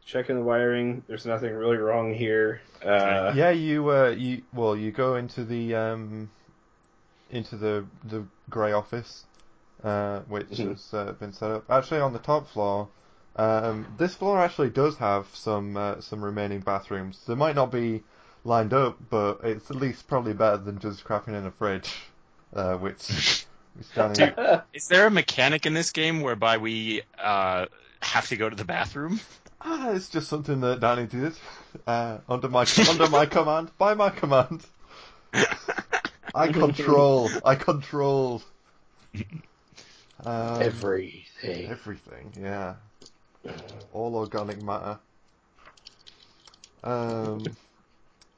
checking the wiring. There's nothing really wrong here. Uh,
Yeah, you uh, you well, you go into the um, into the the grey office, uh, which
Mhm.
has uh, been set up actually on the top floor. Um, this floor actually does have some uh, some remaining bathrooms. They might not be lined up, but it's at least probably better than just crapping in a fridge, uh, which is down in-
Is there a mechanic in this game whereby we uh, have to go to the bathroom?
Ah, it's just something that Danny did uh, under my under my command, by my command. I control. I control um,
Everything.
everything. Yeah, all organic matter. Um,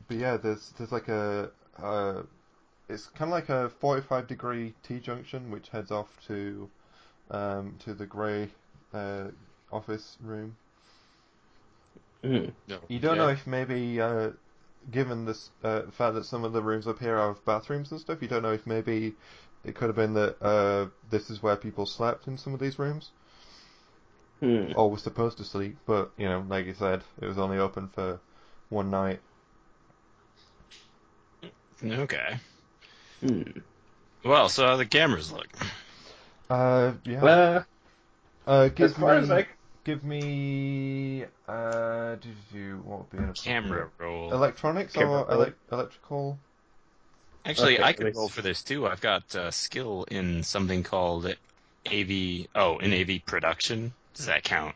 but yeah, there's there's like a uh, it's kind of like a 45 degree T junction which heads off to um to the grey uh, office room.
Mm.
No.
You don't know if maybe, uh, given this uh, fact that some of the rooms up here have bathrooms and stuff, you don't know if maybe it could have been that uh, this is where people slept in some of these rooms,
Hmm.
or were supposed to sleep. But you know, like you said, it was only open for one night.
Okay.
Hmm.
Well, so how the cameras look.
Uh, yeah.
Well,
uh,
as
give
far
me,
as I,
give me. Uh, did you what would be an
Camera roll.
Electronics
Camera
or
roll.
elec electrical?
Actually,
Okay,
I
at
could
least-
roll for this too. I've got uh, skill in something called AV. Oh, in AV production. Does that count?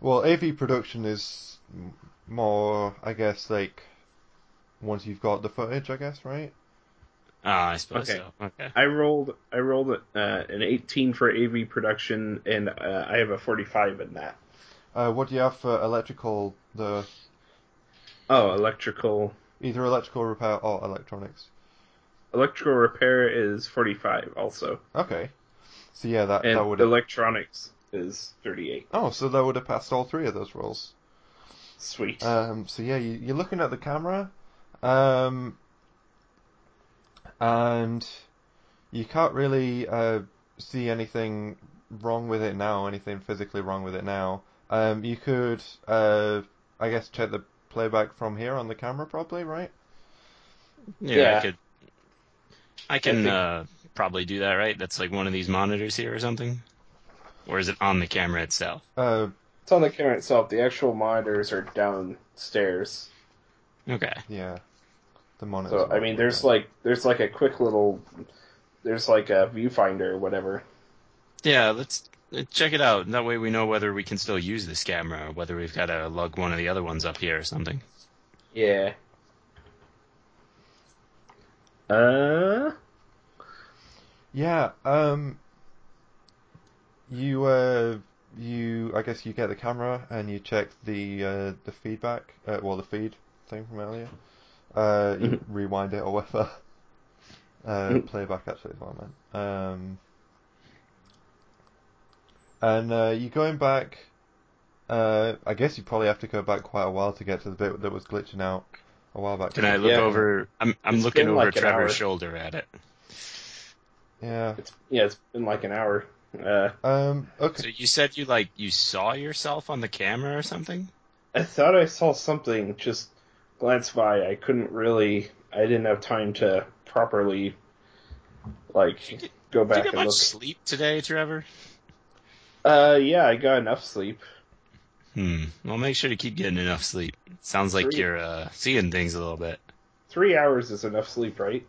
Well, AV production is m- more, I guess, like once you've got the footage, I guess, right?
Uh, I suppose
Okay.
so. Okay.
I rolled, I rolled uh, an 18 for AV production, and uh, I have a 45 in that.
Uh, what do you have for electrical? The
Oh, electrical,
either electrical repair or electronics.
electrical repair is 45 also,
Okay, so yeah, that
and
that would.
electronics is 38.
oh, so that would have passed all three of those rolls.
Sweet.
Um, so yeah, you, you're looking at the camera, um, and you can't really uh, see anything wrong with it now, anything physically wrong with it now. Um, you could, uh, I guess, check the playback from here on the camera, probably, right?
Yeah,
Yeah.
I could. I can
think-
uh, probably do that, right? That's like one of these monitors here or something, or is it on the camera itself?
Uh,
It's on the camera itself. The actual monitors are downstairs.
Okay.
yeah, the monitor.
So I mean, there's like there's like a quick little there's like a viewfinder or whatever.
Yeah, let's uh, check it out. That way we know whether we can still use this camera, or whether we've got to lug one of the other ones up here or something.
Yeah. Uh.
Yeah, um, you, uh, you, I guess you get the camera and you check the, uh, the feedback, uh, well, the feed thing from earlier. Uh, you rewind it or whatever. Uh,
Mhm.
playback actually is what I meant. Um, and, uh, you're going back, uh, I guess you probably have to go back quite a while to get to the bit that was glitching out a while back.
Can I look
Yeah.
over? I'm I'm
It's
looking
been
over
like an
Trevor's
hour.
shoulder at it.
Yeah.
It's yeah. It's been like an hour. Uh,
Um, okay.
So you said you like you saw yourself on the camera or something?
I thought I saw something. Just glance by. I couldn't really. I didn't have time to properly
Did
like
you
go
Did you
back
get
and
much
look.
sleep today, Trevor?
Uh, yeah. I got enough sleep.
Hmm. Well, make sure to keep getting enough sleep. Sounds like
Three.
you're uh, seeing things a little bit.
Three hours is enough sleep, right?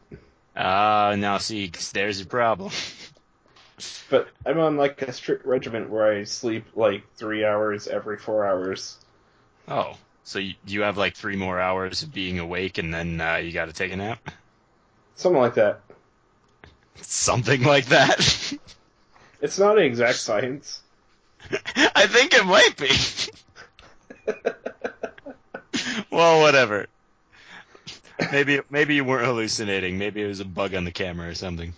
Ah, now see, there's your problem.
But I'm on like a strict regimen where I sleep like three hours every four hours.
Oh, so you, you have like three more hours of being awake, and then uh, you got to take a nap,
Something like that.
something like that.
It's not an exact science.
I think it might be. well, whatever. Maybe maybe you weren't hallucinating. Maybe it was a bug on the camera or something.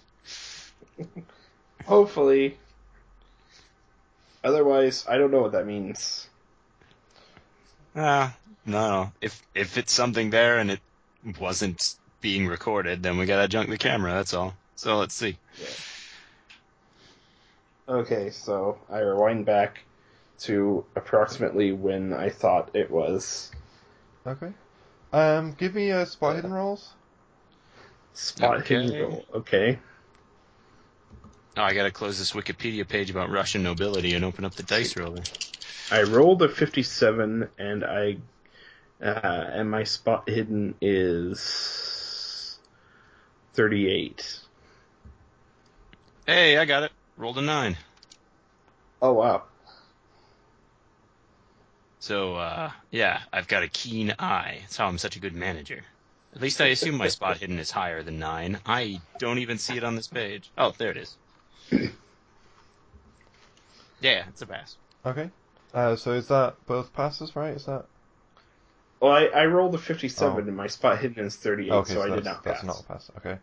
Hopefully. Otherwise, I don't know what that means.
Uh, no. If if it's something there and it wasn't being recorded, then we gotta junk the camera. That's all. So let's see.
Okay, so I rewind back to approximately when I thought it was.
Okay. Um, give me a spot hidden rolls.
Spot
Okay.
hidden roll. Okay.
Oh, I gotta close this Wikipedia page about Russian nobility and open up the dice roller.
I rolled a 57 and I uh, and my spot hidden is 38.
Hey, I got it. Rolled a nine.
Oh wow.
So uh, yeah, I've got a keen eye. That's how I'm such a good manager. At least I assume my spot hidden is higher than nine. I don't even see it on this page. Oh, there it is. Yeah, it's a pass.
Okay. Uh, so is that both passes, right? Is that
Well, I, I rolled a 57
Oh.
and my spot hidden is 38,
okay?
so, I did
that's,
not
that's
pass.
not a pass. Okay.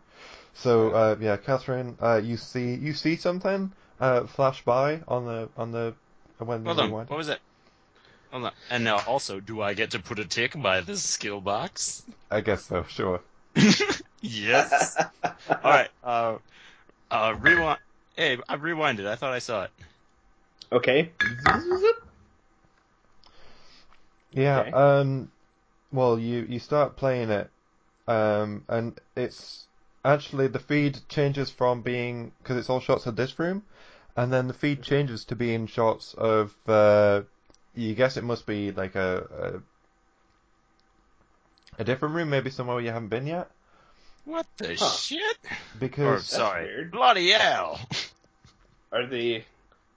So uh, yeah, Catherine, uh, you see you see something uh, flash by on the on the when
Hold
you
on.
rewind.
What was that? Hold on. And now also, do I get to put a tick by this skill box?
I guess so. Sure.
yes. All right. Uh, uh, rewind. Hey, I rewinded. I thought I saw it.
Okay.
Yeah.
Okay.
Um. Well, you you start playing it, um, and it's actually the feed changes from being because it's all shots of this room, and then the feed changes to being shots of. Uh, you guess it must be like a, a a different room, maybe somewhere you haven't been yet,
What the
Huh.
shit? Or
because
sorry,
weird.
bloody hell!
Are the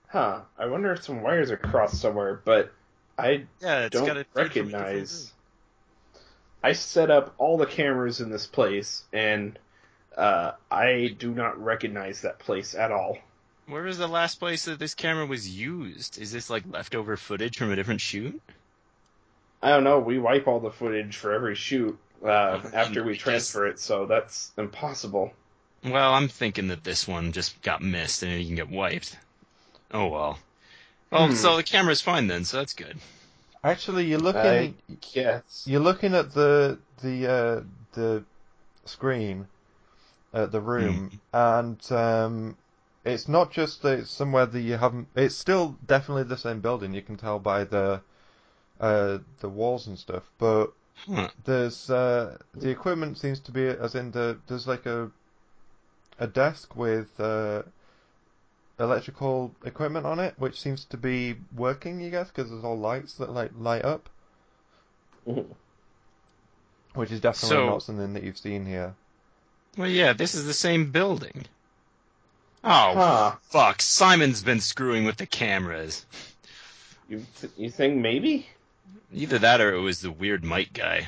huh? I wonder if some wires are crossed somewhere, but I
Yeah, it's got
don't
a
recognize. I set up all the cameras in this place, and uh, I do not recognize that place at all.
Where was the last place that this camera was used? Is this like leftover footage from a different shoot?
I don't know. We wipe all the footage for every shoot uh,
Um,
after we
because-
transfer it, so that's impossible.
Well, I'm thinking that this one just got missed and it can get wiped. Oh well. Well,
Hmm.
so the camera's fine then, so that's good.
actually you're looking.
I guess.
You're looking at the the uh, the screen at the room, and um, it's not just that it's somewhere that you haven't. It's still definitely the same building. You can tell by the uh, the walls and stuff, but
Huh.
there's uh, the equipment seems to be as in the there's like a a desk with uh, electrical equipment on it, which seems to be working. You guess because there's all lights that like light up.
Mhm.
Which is definitely
So-
not something that you've seen here.
Well, yeah, this is the same building. Oh,
Huh.
fuck. Simon's been screwing with the cameras.
You, th- you think maybe?
Either that or it was the weird Mike guy.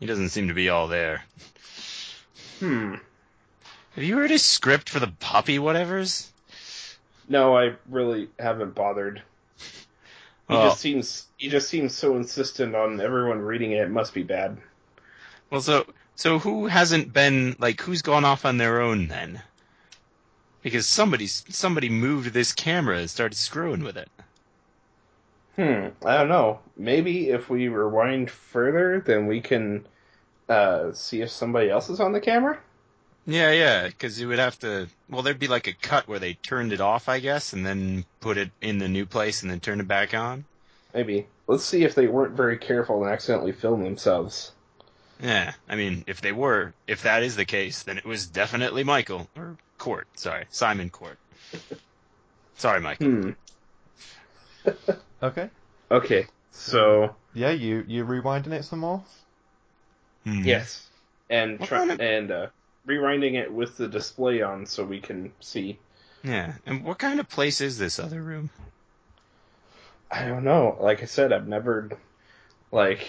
He doesn't seem to be all there.
Hmm.
Have you heard his script for the puppy whatevers?
No, I really haven't bothered. He
Well,
just seems he just seems so insistent on everyone reading it. It must be bad.
well, so so who hasn't been like who's gone off on their own then? Because somebody somebody moved this camera and started screwing with it.
Hmm. I don't know. Maybe if we rewind further, then we can uh, see if somebody else is on the camera.
Yeah, yeah, because you would have to. Well, there'd be like a cut where they turned it off, I guess, and then put it in the new place and then turned it back on.
Maybe. Let's see if they weren't very careful and accidentally filmed themselves.
Yeah, I mean, if they were, if that is the case, then it was definitely Michael or Court. Sorry, Simon Court. Sorry, Michael.
Hmm.
Okay.
Okay. So
Yeah, you you rewinding it some more.
yes, and
What
try
kind of-
and uh, rewinding it with the display on so we can see.
Yeah, and what kind of place is this other room?
I don't know. Like I said, I've never like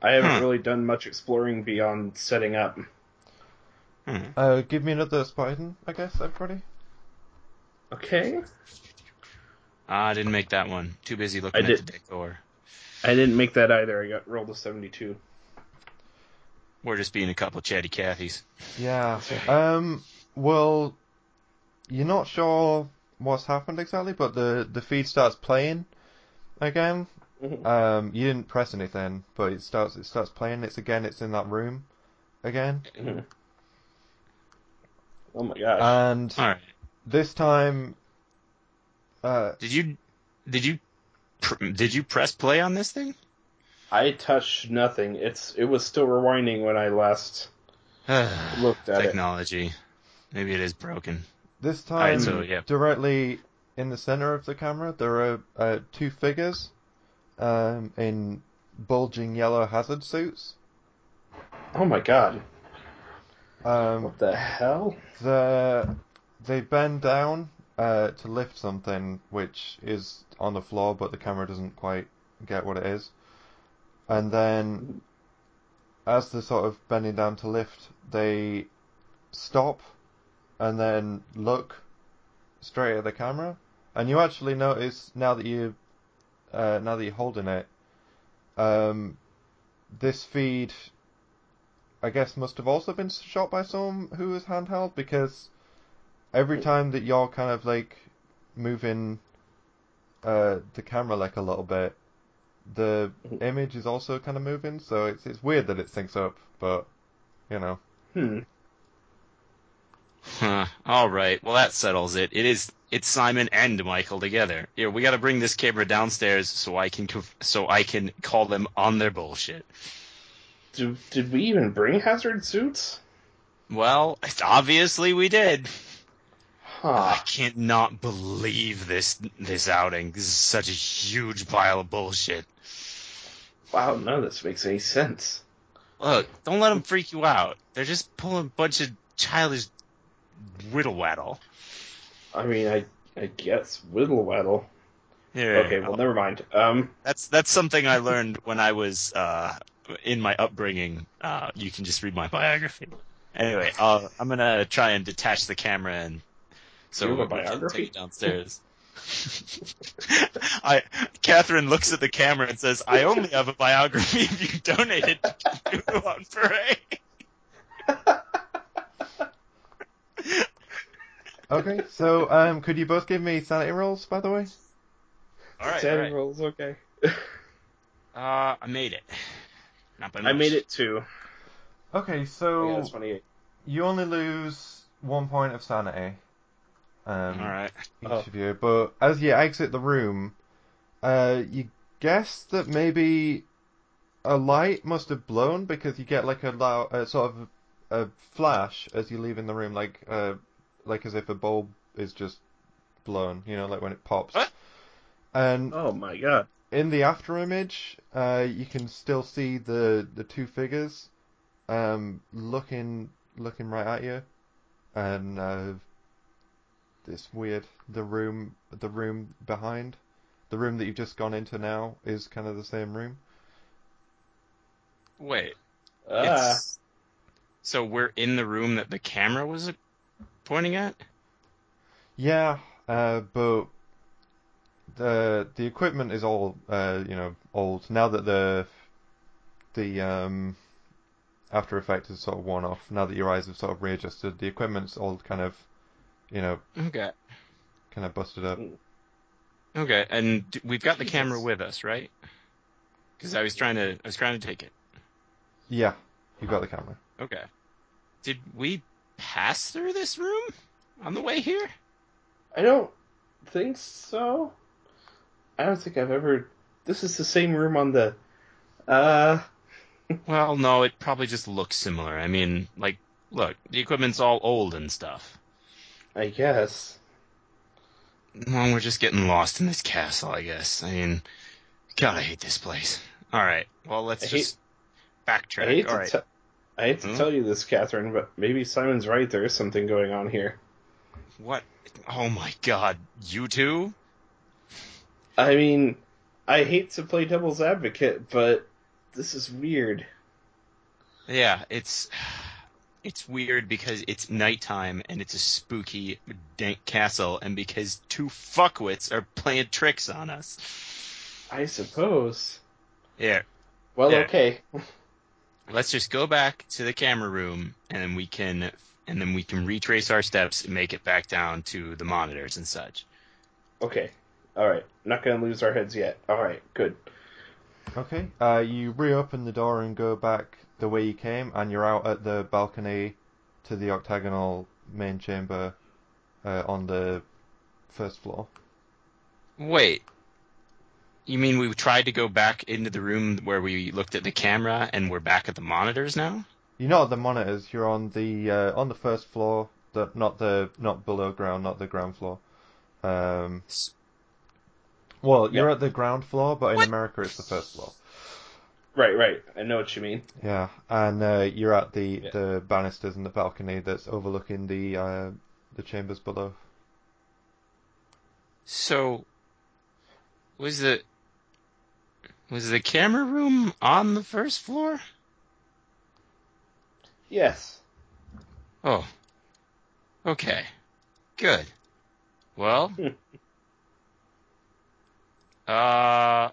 I haven't
Hmm.
really done much exploring beyond setting up.
Hmm.
Uh, give me another spot hidden, I guess, everybody.
Okay.
Ah, I didn't make that one. Too busy looking
I
at
did.
the decor.
I didn't make that either. I got rolled a seventy-two.
We're just being a couple chatty Cathys.
Yeah. Um. Well, you're not sure what's happened exactly, but the the feed starts playing again.
Mhm.
Um, you didn't press anything, but it starts it starts playing. It's again. It's in that room again,
Oh my gosh.
and
All right.
this time, uh,
Did you did you pr- did you press play on this thing?
I touched nothing. It's it was still rewinding when I last looked at it.
Technology. Maybe it is broken.
this
All right,
time
so yeah.
directly in the center of the camera, there are uh, two figures, um, in bulging yellow hazard suits.
Oh my god.
Um,
What the hell?
The they bend down uh, to lift something which is on the floor, but the camera doesn't quite get what it is. And then, as they're sort of bending down to lift, they stop and then look straight at the camera. And you actually notice now that you uh, now that you're holding it, um, this feed I guess must have also been shot by someone who was handheld because every time that you're kind of like moving uh, the camera like a little bit, the image is also kind of moving. So it's it's weird that it syncs up, but you know.
Hmm.
Huh. All right. Well, that settles it. It is. It's Simon and Michael together. Here, we got to bring this camera downstairs so I can conf- so I can call them on their bullshit.
Did, did we even bring hazard suits?
Well, obviously we did. I
Huh.
can't not believe this this outing. This is such a huge pile of bullshit.
Wow, none of this makes any sense.
Look, don't let them freak you out. They're just pulling a bunch of childish whittle waddle.
I mean, I I guess whittle waddle.
Here,
Okay, well,
I'll-
never mind. Um,
That's that's something I learned when I was uh, in my upbringing. Uh, you can just read my biography. Anyway, uh, I'm gonna try and detach the camera and so
You have a
we can
biography?
take it downstairs. I Catherine looks at the camera and says, "I only have a biography if you donate it to Blue on Parade."
Okay, so um, could you both give me sanity rolls, by the way?
All right, all
Ten
right.
rolls, okay.
Uh, I made it. Not by
I
much.
made it too.
Okay,
Oh, yeah,
so
that's funny.
you only lose one point of sanity.
All
Um,
right.
each
Oh.
of you. But as you exit the room, uh, you guess that maybe a light must have blown because you get like a loud, uh, sort of a flash as you leave in the room, like uh, like as if a bulb is just blown. You know, like when it pops.
What?
And
Oh my god.
in the after image, uh, you can still see the the two figures, um, looking looking right at you, and uh, this weird the room the room behind, the room that you've just gone into now is kind of the same room.
Wait.
Ah,
It's- So we're in the room that the camera was pointing at?
Yeah, uh, but the the equipment is all uh, you know old now that the the um, After Effects is sort of worn off. Now that your eyes have sort of readjusted, the equipment's all kind of you know
Okay.
kind of busted up.
Okay, and d- we've got the camera
Jesus.
with us, right? Because I was trying to, I was trying to take it.
Yeah, you got the camera.
Okay. Did we pass through this room on the way here?
I don't think so. I don't think I've ever. This is the same room on the. Uh,
Well, no, it probably just looks similar. I mean, like, look, the equipment's all old and stuff.
I guess.
Well, we're just getting lost in this castle, I guess. I mean, God, I hate this place. All right, well, let's
I hate-
just
I
backtrack.
hate
All
to
right.
te- I hate to
Hmm?
tell you this, Catherine, but maybe Simon's right. There is something going on here.
What? Oh my God, you two?
I mean, I hate to play devil's advocate, but this is weird.
Yeah, it's it's weird because it's nighttime and it's a spooky dank castle, and because two fuckwits are playing tricks on us.
I suppose.
Yeah,
Well,
Yeah.
okay.
let's just go back to the camera room, and we can and then we can retrace our steps and make it back down to the monitors and such.
Okay. All right. Not gonna lose our heads yet. All right. Good.
Okay. Uh, you reopen the door and go back the way you came, and you're out at the balcony to the octagonal main chamber uh, on the first floor.
Wait. You mean we tried to go back into the room where we looked at the camera and we're back at the monitors now?
You're not at the monitors. You're on the uh, on the first floor. The, not the not below ground. Not the ground floor. Um,
S-
well, you're at the ground floor, but in America it's the first floor.
Right. Right. I know what you mean.
Yeah, and uh, you're at the,
Yeah.
the banisters and the balcony that's overlooking the uh, the chambers below.
So was the was the camera room on the first floor?
Yes.
Oh. Okay. Good. Well. uh.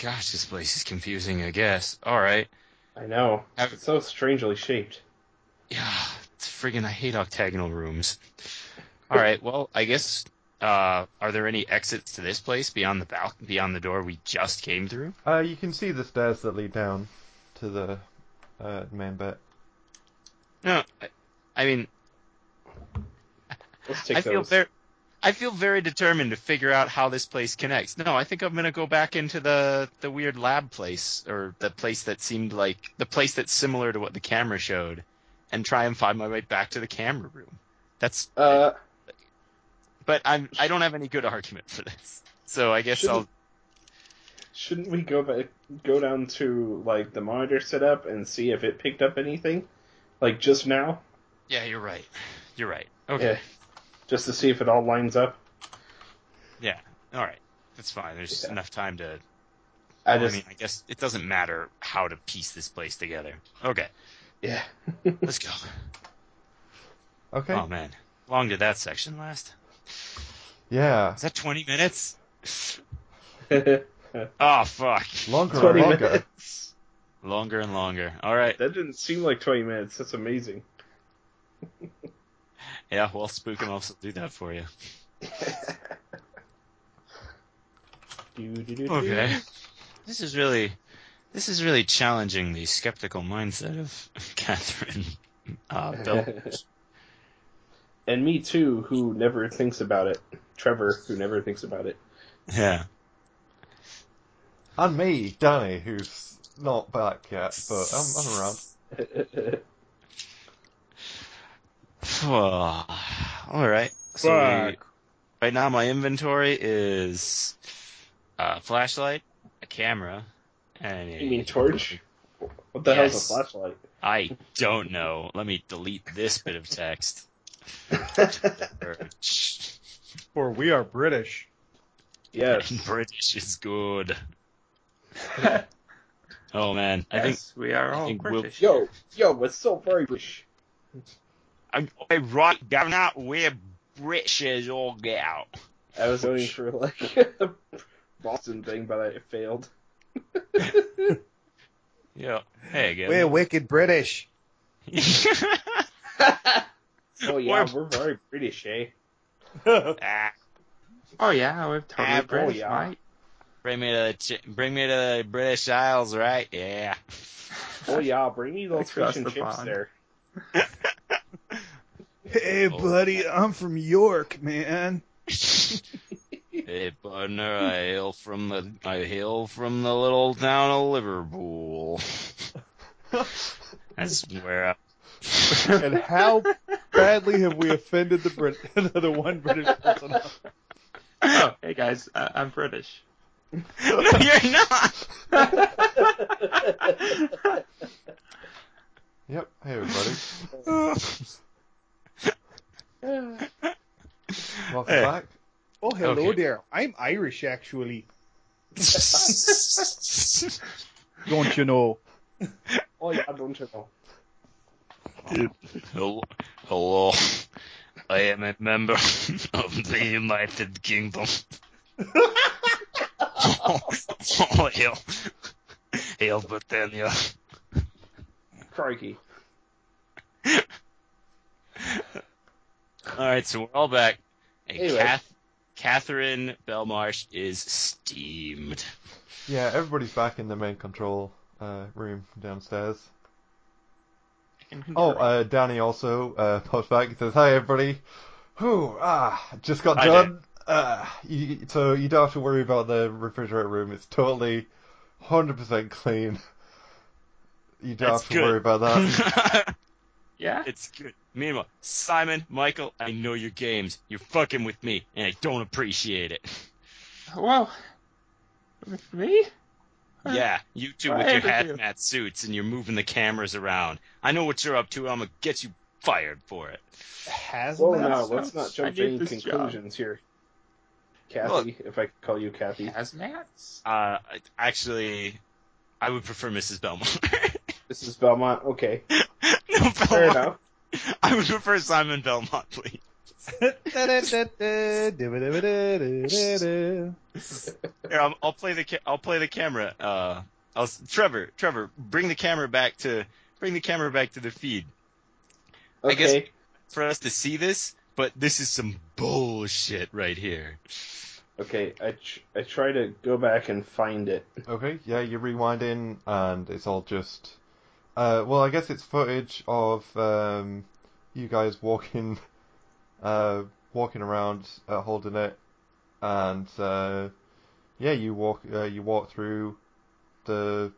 Gosh, this place is confusing, I guess. Alright.
I know.
Have-
It's so strangely shaped.
Yeah. It's friggin' I hate octagonal rooms. Alright, well, I guess. Uh, are there any exits to this place beyond the bal- beyond the door we just came through?
Uh, you can see the stairs that lead down to the uh, main bit.
No, I, I mean,
Let's take
I
those.
feel very, I feel very determined to figure out how this place connects. No, I think I'm gonna go back into the the weird lab place or the place that seemed like the place that's similar to what the camera showed, and try and find my way back to the camera room. That's,
Uh,
but I'm I don't have any good argument for this, so I guess I'll.
Shouldn't- shouldn't we go back, go down to like the monitor setup and see if it picked up anything, like just now,
Yeah, you're right. You're right. Okay.
just to see if it all lines up?
Yeah. All right. That's fine. There's
Yeah.
enough time to.
I
well, I
just
mean, I guess it doesn't matter how to piece this place together. Okay,
yeah.
let's go.
Okay.
Oh man, How long did that section last?
yeah.
Is that 20 minutes?
that
Oh, fuck.
Longer and
20
longer.
minutes.
Longer and longer. All right.
didn't seem like twenty minutes. That's amazing.
Yeah, well, Spook can also do that for you.
Doo-doo-doo-doo.
Okay. This is really, this is really challenging the skeptical mindset of Catherine uh, Bell.
And me too, who never thinks about it. Trevor, who never thinks about it.
Yeah.
And me, Danny, who's not back yet, but I'm, I'm around.
All right. So we-
Fuck.
right now my inventory is a flashlight, a camera, and a-
You mean torch? What the hell's
Yes.
a flashlight?
I don't know. Let me delete this bit of text. Torch.
For we are British.
yes.
British is good. oh man, I think
yes, we are
I
all
think we'll-
British.
Yo, yo, what's so British?
I'm I right down out. We're British as all get out.
I was going for like a Boston thing, but I failed.
Yeah. Hey again.
wicked British.
Oh yeah,
Or-
we're very British, eh?
ah,
Oh yeah, we're totally
Ah,
British,
yeah.
mate.
bring me to the ch- bring me to the British Isles, right? Yeah.
Oh yeah, bring me those
Across
fish and
the
chips
pond.
there.
Hey,
Oh.
buddy, I'm from York, man.
hey partner, I hail from the I hail from the little town of Liverpool. That's where. I...
And how badly have we offended the Brit- the one British person?
Oh, hey guys, I- I'm British.
no, you're not.
Yep. Hey everybody. Welcome
Hey.
back.
Oh, hello
Okay.
there. I'm Irish, actually. Don't you know?
Oh yeah, don't you know?
hello, hello. I am a member of the United Kingdom. oh, hail, hail Britannia.
Crikey.
All right, so we're all back. And
Anyway.
Kath, Catherine Belmarsh is steamed.
Yeah, everybody's back in the main control uh, room downstairs. Oh, uh, Danny also uh, pops back and says, "Hey, everybody. Whew, ah, just got
Hi,
done. Uh, you, so you don't have to worry about the refrigerator room. It's totally, hundred percent clean. You don't
That's
have to
good.
worry about that.
yeah.
Uh, it's good. Meanwhile, Simon, Michael, I know your games. You're fucking with me, and I don't appreciate it.
Whoa. With me?
Yeah, you two with
Why
your
did you-
hazmat suits and you're moving the cameras around. I know what you're up to. I'm gonna get you fired for it.
Hazmat.
Well, no, let's not
I
jump to
need
any
this
conclusions here. Kathy,
Look.
if I could call you Kathy.
Job. Hazmats?
Uh, I- actually, I would prefer Mrs. Belmont.
This is Belmont. Okay,
no,
fair
Belmont.
enough.
I would prefer Simon Belmont, please. Here, I'll, I'll play the ca- I'll play the camera. Uh, I'll s- Trevor, Trevor, bring the camera back to bring the camera back to the feed
Okay.
I guess- for us to see this. But this is some bullshit right here.
Okay, I, tr- I try to go back and find it.
Okay, yeah, you rewind in, and it's all just. Uh, well, I guess it's footage of um, you guys walking, uh, walking around, uh, holding it, and uh, yeah, you walk, uh, you walk through the.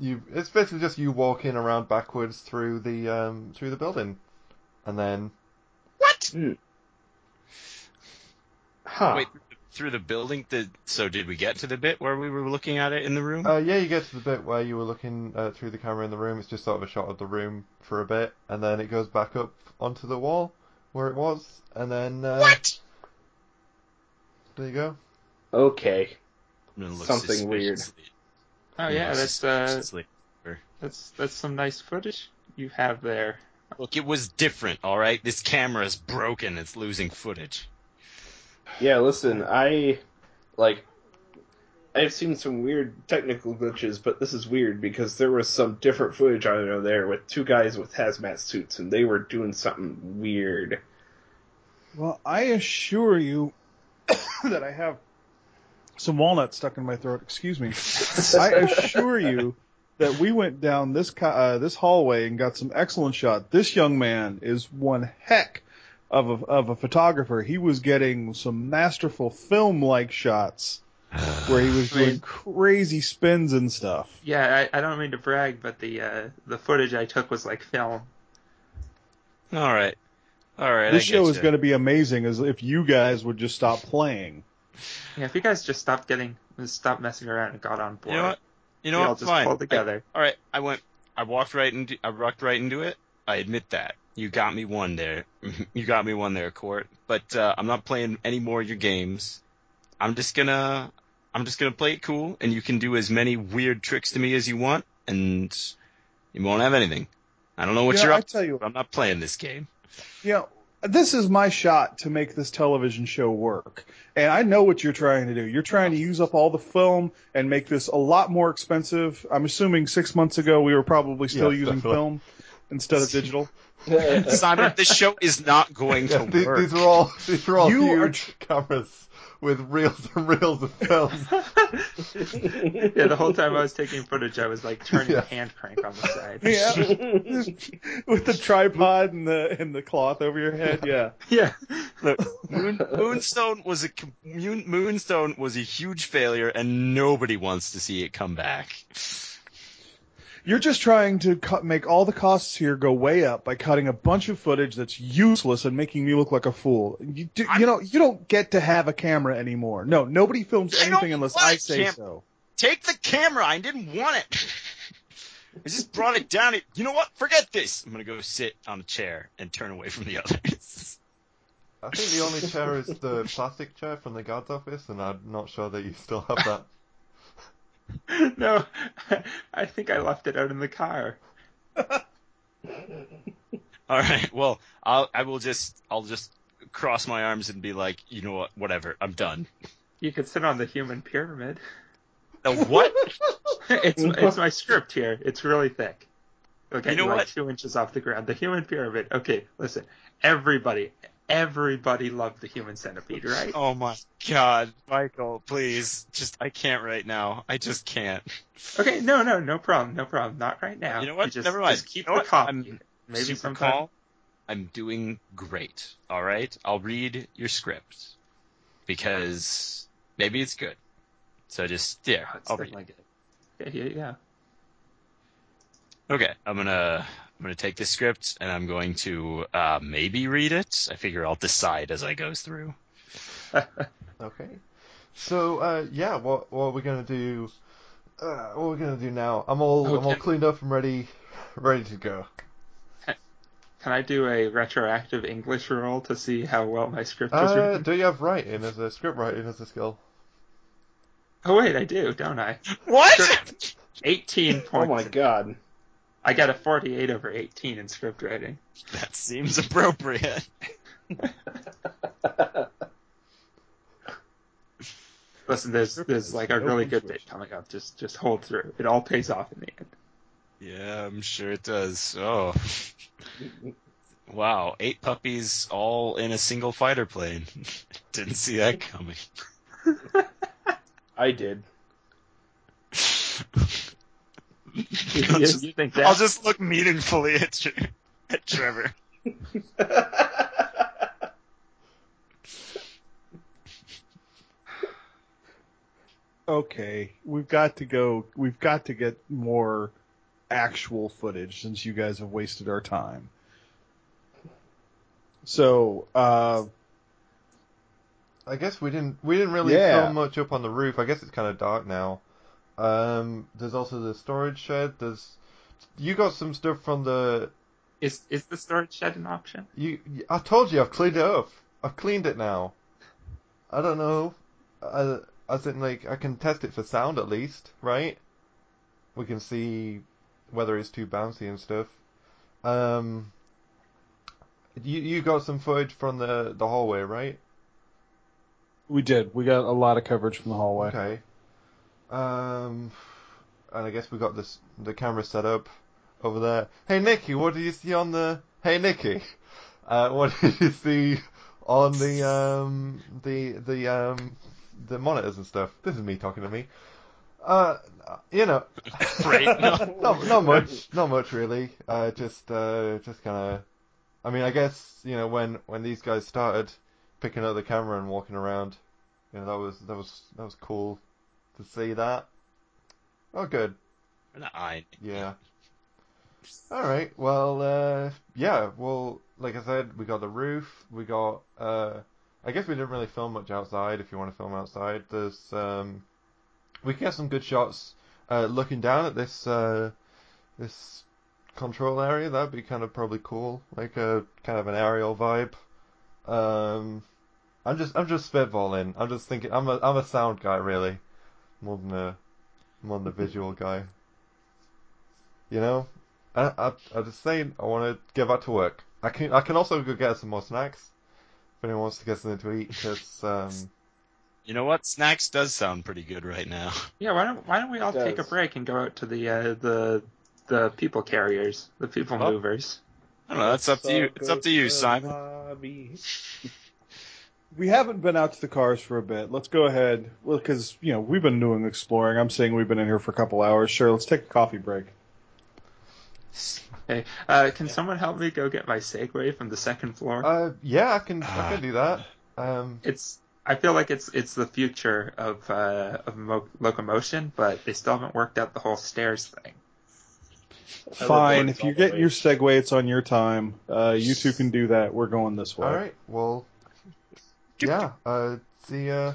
You it's basically just you walking around backwards through the um, through the building, and then
Hmm. Huh.
Wait, through the building. The, so did we get to the bit where we were looking at it in the room?
Uh, yeah, you get to the bit where you were looking uh, through the camera in the room. It's just sort of a shot of the room for a bit, and then it goes back up onto the wall where it was, and then uh,
What?
There you go.
Okay.
I'm gonna look
Something weird.
suspiciously-
Oh yeah,
look
that's uh,
suspiciously.
that's that's some nice footage you have there.
Look, it was different. All right, this camera is broken. It's losing footage.
Yeah, listen, I like I've seen some weird technical glitches, but this is weird because there was some different footage I know there with two guys with hazmat suits and they were doing something weird.
Well, I assure you that I have some walnut stuck in my throat. Excuse me. I assure you that we went down this co- uh, this hallway and got some excellent shot. This young man is one heck of a, of a photographer. He was getting some masterful film like shots where he was doing crazy spins and stuff.
Yeah, I, I don't mean to brag, but the uh, the footage I took was like film.
All right, all right.
This
I
show
get
is
ya.
going to be amazing as if you guys would just stop playing.
Yeah, if you guys just stopped getting stopped messing around and got on
You
board,
know what? You know
we
what?
all just
Fine.
pulled
I-
together.
All right, I went. I walked right into. I walked right into it. I admit that. You got me one there. you got me one there, Court. But uh, I'm not playing any more of your games. I'm just gonna. I'm just gonna play it cool, and you can do as many weird tricks to me as you want, and you won't have anything. I don't know what
You know,
you're
I
up
tell you-
to. but I'm not playing this game.
Yeah, this is my shot to make this television show work. And I know what you're trying to do. You're trying to use up all the film and make this a lot more expensive. I'm assuming six months ago we were probably still
Yes,
using
definitely.
film instead of digital.
Simon, this show is not going
Yeah,
to
these,
work.
these are all these are all
You are
huge cameras with reels and reels of film.
yeah, the whole time I was taking footage, I was like turning
Yeah.
the hand crank on the side.
with the tripod and the and the cloth over your head. Yeah,
yeah.
Moon, Moonstone was a com- Moon, Moonstone was a huge failure, and nobody wants to see it come back.
you're just trying to cut, make all the costs here go way up by cutting a bunch of footage that's useless and making me look like a fool. You, do, you know, you don't get to have a camera anymore. No, nobody films
I don't
anything unless
want
I
a
say
cam-
so.
Take the camera. I didn't want it. I just brought it down. It, you know what? Forget this. I'm gonna go sit on a chair and turn away from the others.
I think the only chair is the plastic chair from the guard's office, and I'm not sure that you still have that.
No, I think I left it out in the car.
All right. Well, I'll I will just I'll just cross my arms and be like, you know what? Whatever. I'm done.
You could sit on the human pyramid.
The what?
it's it's my script here. It's really thick. Okay,
You know
like
what?
two inches off the ground. The human pyramid. Okay, listen, everybody, everybody loved the Human Centipede, right?
Oh my god, Michael, please, just I can't right now. I just can't.
Okay, no, no, no problem, no problem. Not right now.
You know what?
Just,
Never mind.
Just keep
You know
the
what?
copy.
I'm
Maybe
Super
sometime.
Call, I'm doing great. All right, I'll read your script because maybe it's good. So just yeah,
Oh, it's
I'll read.
definitely good. Yeah, yeah, yeah.
Okay, I'm gonna I'm gonna take this script and I'm going to uh, maybe read it. I figure I'll decide as I goes through.
Okay. So uh, yeah, what what we're gonna do? Uh, what we're gonna do now? I'm all I'm all
Okay.
cleaned up and ready, ready to go.
Can I do a retroactive English roll to see how well my script was
Uh,
written?
do you have writing as a script writing as a skill?
Oh wait, I do, don't I?
What?
Eighteen
Oh
points.
my god.
I got a forty-eight over eighteen in script writing.
that seems appropriate.
Listen, there's there's like a really good bit coming up. Just just hold through. It all pays off in the end.
Yeah, I'm sure it does. Oh. Wow, eight puppies all in a single fighter plane. Didn't see that coming.
I did.
You,
I'll, just,
you think that?
I'll just look meaningfully at, Tre- at Trevor.
Okay, we've got to go. We've got to get more actual footage since you guys have wasted our time. So, uh,
I guess we didn't we didn't really
Yeah.
film much up on the roof. I guess it's kind of dark now. Um, there's also the storage shed. There's you got some stuff from the
Is is the storage shed an option?
you. I told you I've cleaned it up. I've cleaned it now. I don't know. I I think like I can test it for sound at least, right? We can see whether it's too bouncy and stuff. Um, you you got some footage from the the hallway, right?
we did. We got a lot of coverage from the hallway.
Okay. Um, and I guess we got this the camera set up over there. Hey Nikki, what did you see on the? Hey Nikki, uh, what did you see on the um the the um the monitors and stuff? This is me talking to me. Uh, you know,
Right? No.
not not much, not much really. Uh, just uh, just kind of. I mean, I guess you know when when these guys started picking up the camera and walking around, you know that was that was that was cool to see that. Oh, good.
I,
Yeah. All right. Well, uh, yeah. Well, like I said, we got the roof. We got. Uh, I guess we didn't really film much outside. If you want to film outside, there's. Um, we can get some good shots uh, looking down at this uh, this control area. That'd be kind of probably cool, like a kind of an aerial vibe. Um, I'm just I'm just spitballing. I'm just thinking. I'm a I'm a sound guy really, more than a more than a visual guy. You know, I, I, I'm just saying I want to get back to work. I can I can also go get some more snacks if anyone wants to get something to eat. Because um,
you know what? Snacks does sound pretty good right now.
Yeah. Why don't Why don't we all
It
take a
does.
break and go out to the uh, the the people carriers, the people
Oh.
movers?
I don't know. That's up to you. It's up to you,
Suckers,
Simon.
Bobby.
We haven't been out to the cars for a bit. Let's go ahead. Well, because you know we've been doing exploring. I'm saying we've been in here for a couple hours. Sure, let's take a coffee break.
Hey, uh, can someone help me go get my Segway from the second floor?
uh, yeah, I can I can do that. Um,
it's I feel like it's it's the future of uh, of mo- locomotion, but they still haven't worked out the whole stairs thing.
Fine.
works
If you
all the
get
way.
your Segway, it's on your time. Uh, you two can do that. We're going this way.
all right. Well, yeah. Uh, see. Uh,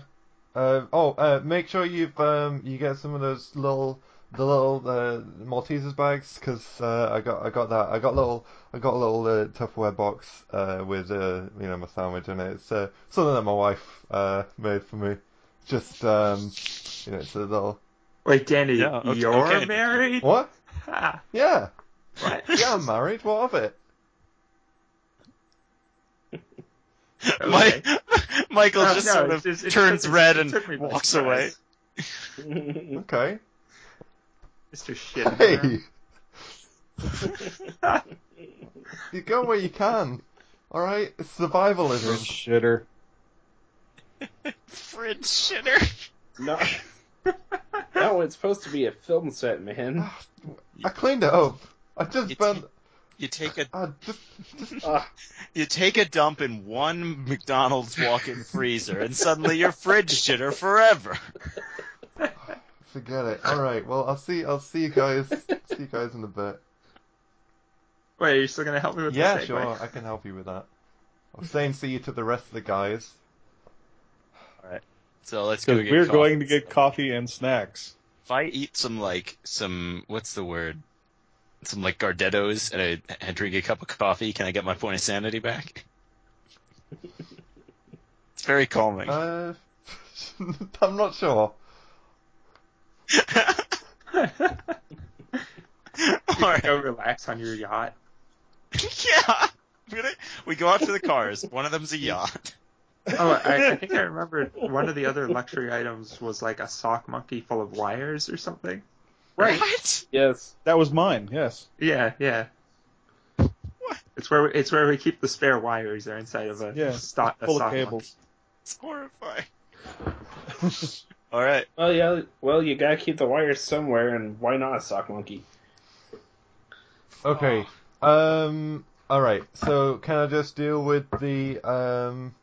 uh, oh, uh, make sure you've um, you get some of those little the little uh, Maltesers bags because uh, I got I got that I got little I got a little uh, Tupperware box uh, with uh, you know my sandwich in it. It's uh, something that my wife uh, made for me. Just um, you know, it's a little
Wait, Danny,
Yeah, okay-
you're
okay.
married?
what?
Ha.
Yeah, yeah, I'm married. What of it?
Mike,
Okay.
Michael
Oh, No,
just
no,
sort
it
of
just- it
turns
took me-
red
it
and
took me by
walks
surprise.
away.
Okay.
Mr. Shit.
Hey, you go where you can. All right, it's survivalism.
Shitter.
Fred Shitter.
No. no, it's supposed to be a film set, man.
I cleaned it up. I just
It's-
spent.
You take a
I just, just
you take a dump in one McDonald's walk-in freezer, and suddenly you're fridge shitter forever.
forget it. All right. Well, I'll see. I'll see you guys. see you guys in a bit.
Wait, are you still gonna help me with
Yeah,
the segue?
sure. I can help you with that. I was saying see you to the rest of the guys.
So let's go.
Because
Get
we're
coffee.
going to get coffee and snacks.
If I eat some like some what's the word? Some like Gardettos and I and drink a cup of coffee, can I get my point of sanity back? it's very calming.
Uh, I'm not sure.
All
Go relax on your yacht.
yeah. We're gonna- we go out to the cars. One of them's a yacht.
Oh, I, I think I remember one of the other luxury items was like a sock monkey full of wires or something.
Right.
What?
Yes.
That was mine. Yes.
Yeah, yeah.
What?
It's where we, it's where we keep the spare wires. They're inside of a,
Yeah,
stock, a
Full
sock
of
monkey.
cables.
It's horrifying. All right.
Well, yeah. Well, you gotta keep the wires somewhere, and why not a sock monkey?
Okay.
Oh.
Um. All right. So can I just deal with the um,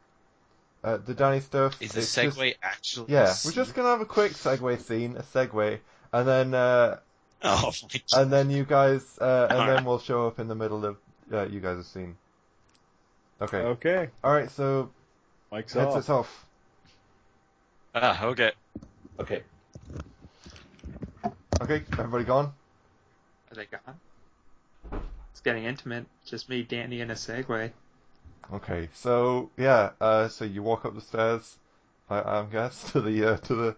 uh, the Danny stuff?
Is the
It's just-
segue actually?
Yeah, we're just gonna have a quick segue scene, a segue, and then uh,
Oh my god.
and then you guys, uh, and
Alright.
then we'll show up in the middle of uh, you guys' scene. Okay.
Okay.
All right. So
Mike's
headsets
off.
off.
Ah, okay.
Okay.
Okay. Everybody gone?
Are they gone? It's getting intimate. Just me, Danny, and a Segway.
Okay. So yeah. Uh, so you walk up the stairs. I, I guess to the uh, to the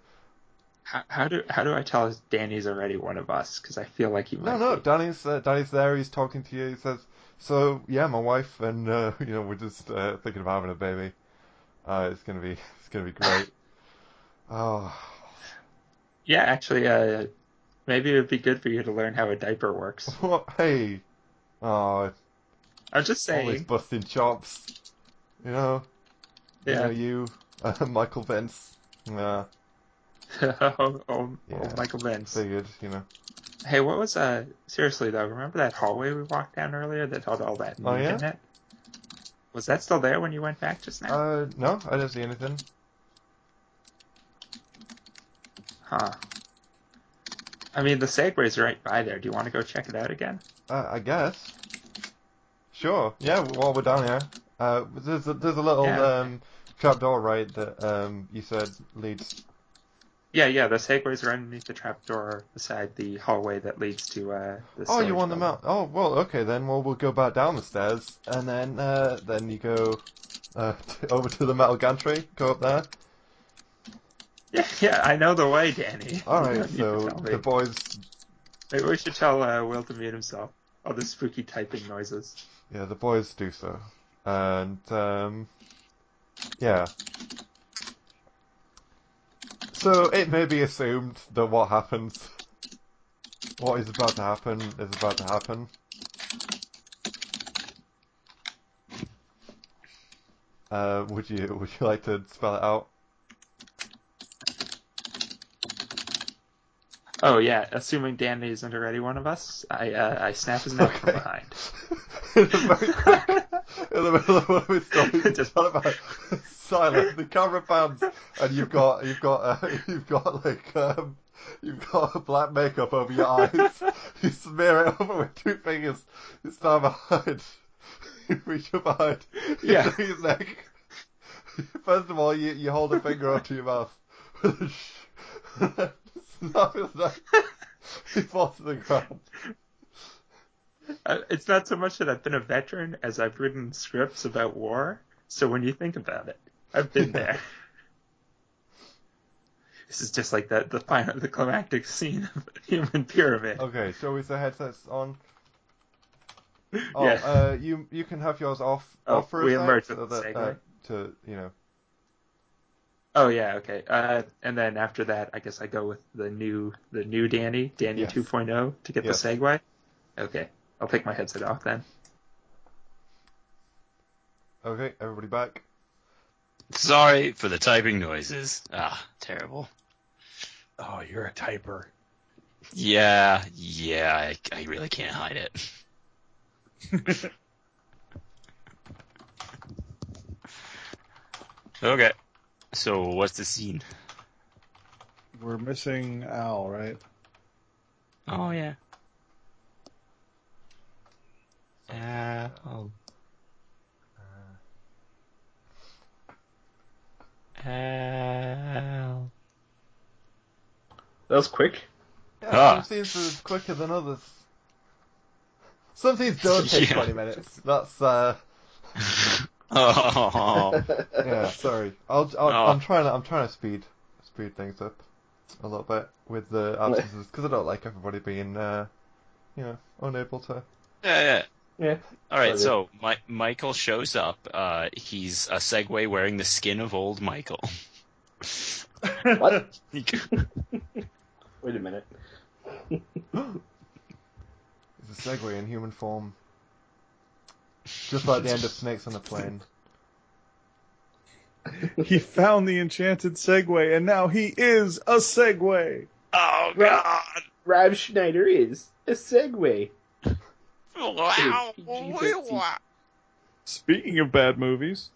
How, how do how do I tell if Danny's already one of us? Because I feel like he might.
no no
be.
Danny's uh, Danny's there. He's talking to you. He says, "So yeah, my wife and uh, you know we're just uh, thinking of having a baby. Uh, it's gonna be it's gonna be great." oh.
Yeah, actually, uh, maybe it would be good for you to learn how a diaper works.
What? Hey. Oh,
I'm just
always
saying.
busting chops. You know, you know
Yeah.
you, uh, Michael Vince. Yeah,
oh, oh, oh,
Yeah.
Michael Vince.
figured, you know.
Hey, what was uh? Seriously though, remember that hallway we walked down earlier that held all that
Oh, yeah?
internet? Was that still there when you went back just now?
Uh, no, I didn't see anything.
huh. I mean, the Segway's right by there. Do you want to go check it out again?
Uh, I guess. Sure. Yeah. While we're down here, uh, there's a, there's a little
Yeah.
um trapdoor, right? That um you said leads.
Yeah, yeah. The Segway's right underneath the trapdoor beside the hallway that leads to uh. The
Oh,
storage
you want them
building.
out? Oh, well, okay then. Well, we'll go back down the stairs, and then uh then you go uh over to the metal gantry. Go up there.
Yeah, yeah. I know the way, Danny.
All
You don't need
right.
to
So
tell me.
the boys
Maybe we should tell uh, Will to mute himself. All the spooky typing noises.
Yeah, the boys do so. And, um, yeah. So it may be assumed that what happens, what is about to happen, is about to happen. Uh, would you would you like to spell it out?
Oh yeah, assuming Danny isn't already one of us, I uh, I snap his neck from
Okay.
behind.
in the middle of one of his stories,
Just-
just all about silence. The camera pans, and you've got you've got uh, you've got like um, you've got a black makeup over your eyes. you smear it over with two fingers. You stand behind. You reach up behind. You
Yeah.
see His neck. First of all, you, you hold a finger up to your mouth. Snap his neck. He falls to the ground.
Uh, it's not so much that I've been a veteran as I've written scripts about war. So when you think about it, I've been there. this is just like that the final the climactic scene of the Human Pyramid.
Okay, shall we say headsets on? Oh,
Yeah.
uh, you you can have yours off,
Oh,
off for a
we
sec,
emerged
so
with the
that, uh,
segue.
to you know.
Oh yeah, okay. Uh, and then after that, I guess I go with the new the new Danny Danny
Yes.
2.0 to get
Yes.
the segue. Okay, I'll take my headset off then.
Okay, everybody back.
Sorry for the typing noises. Ah, terrible.
Oh, you're a typer.
Yeah, yeah, I, I really can't hide it. okay, so what's the scene?
We're missing Al, right?
Oh, yeah. Uh, oh. Al.
That was quick.
Yeah,
Ah.
some scenes are quicker than others. Some scenes don't take
Yeah.
20 minutes. That's, uh,
Oh.
yeah, sorry. I'll, I'll,
Ah.
Oh.
I'm trying to, I'm trying to speed, speed things up a little bit with the absences, because I don't like everybody being, uh, you know, unable to.
Yeah, yeah.
Yeah.
All right,
Okay.
so Mi- Michael shows up. Uh, he's a Segway wearing the skin of old Michael.
What? Wait a minute.
It's a Segway in human form. Just like the end of Snakes on a Plane.
he found the enchanted Segway, and now he is a Segway.
oh God!
Rob Schneider is a segue.
Wow!
PG-13.
Wow.
Speaking of bad movies,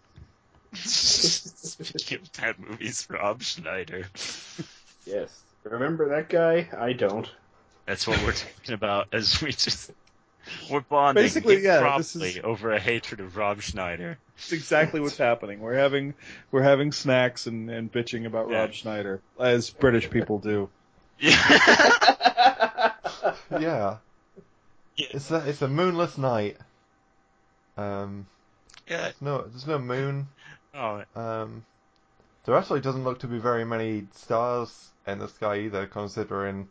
Speaking of bad movies, Rob Schneider.
Yes. Remember that guy? I don't.
That's what we're talking about as we just we're bonding
Basically, yeah, this
improperly
is-
over a hatred of Rob Schneider.
it's exactly what's happening. We're having we're having snacks and, and bitching about
Yeah.
Rob Schneider, as British people do.
Yeah.
Yeah.
Yeah.
It's a, it's a moonless night. Um,
yeah.
no, there's no moon.
Oh,
Um, there actually doesn't look to be very many stars in the sky either, considering.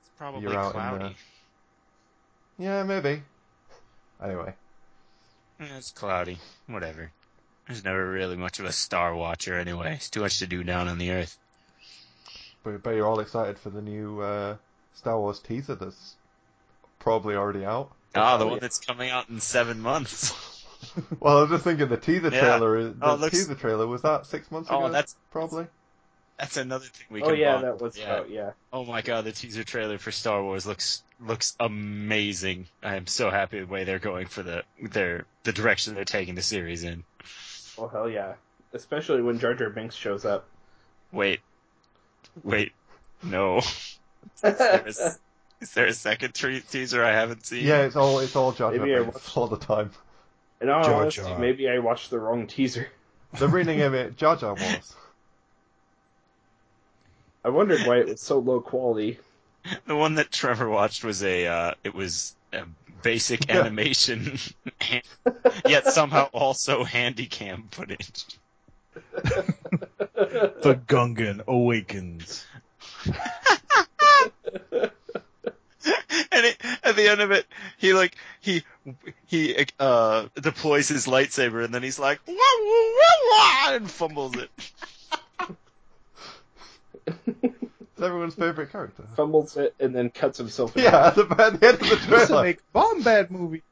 it's probably
You're out in
cloudy.
Yeah, maybe. Anyway,
Yeah, It's cloudy. Whatever. There's never really much of a star watcher anyway. It's too much to do down on the earth.
but, but you're all excited for the new uh, Star Wars teaser that's probably already out.
Ah, the
Oh,
one
yeah.
that's coming out in seven months.
Well, I was just thinking the teaser
Yeah.
trailer. Is, the
Oh, it looks-
teaser trailer was that six months ago?
oh, that's
probably.
that's another thing we
oh
can.
yeah,
bond.
that was
yeah.
about yeah.
Oh my god, the teaser trailer for Star Wars looks looks amazing. I am so happy the way they're going for the their the direction they're taking the series in.
Oh hell yeah. Especially when Jar Jar Binks shows up.
Wait, wait, no.
Maybe
Is, is there a second tre- teaser I haven't seen?
Yeah, it's all it's all Jar Jar
Maybe I
Binks all the time.
In all
Jar
honesty,
Jar.
maybe I watched the wrong teaser.
They're renaming it Jar Jar Wars.
I wondered why it was so low quality.
The one that Trevor watched was a uh, it was a basic
Yeah.
animation, yet somehow also handycam footage.
The Gungan awakens.
and it, at the end of it, he like he he uh deploys his lightsaber, and then he's like wah, wah, wah, wah, and fumbles it.
It's everyone's favorite character.
Fumbles it and then cuts himself. in
Yeah, at the, at the end of the trailer.
bomb bad movie.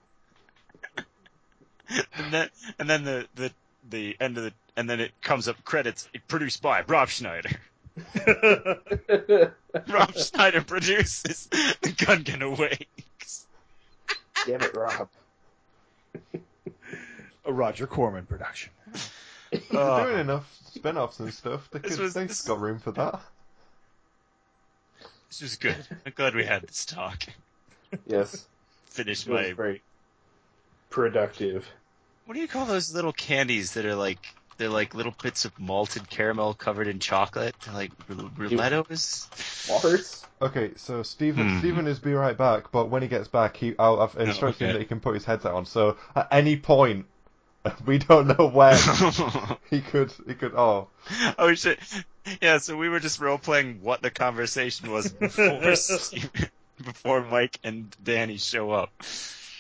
And then and then the the the end of the and then it comes up credits produced by Rob Schneider.
half.
Rob Schneider produces the Gungan Awakes.
Damn it, Rob.
A Roger Corman production.
They're doing
Oh,
enough spin-offs and stuff. They
This
could,
was-
they've
this-
got room for that.
this was good. I'm glad we had this talk.
Yes,
Finish
it was
my
very productive.
what do you call those little candies that are like they're like little bits of malted caramel covered in chocolate? They're like r- roulettos.
Walrus?
Okay, so Stephen
Hmm.
Stephen is be right back, but when he gets back, he oh, I've instructed him
okay.
that he can put his headset on. So at any point, we don't know when he could he could. Oh,
oh shit! Yeah, so we were just role playing what the conversation was before Steve- before Mike and Danny show up.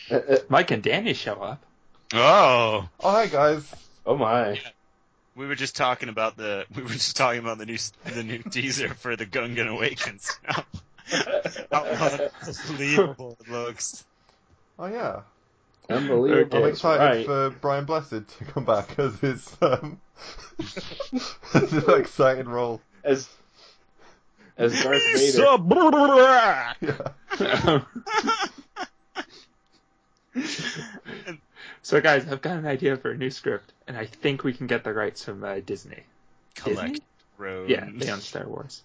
Uh, uh,
Mike and Danny show up.
Oh,
oh hi guys.
oh my.
we were just talking about the we were just talking about the new s- the new teaser for the Gungan Awakens. How unbelievable it looks!
Oh yeah,
Unbelievable.
I'm
That's
excited
right.
for Brian Blessed to come back as his um, as his exciting role.
as as Darth Vader.
Yeah.
So-
so, guys, I've got an idea for a new script, and I think we can get the rights from uh, Disney.
Collect
Disney?
drones.
Yeah, they own Star Wars.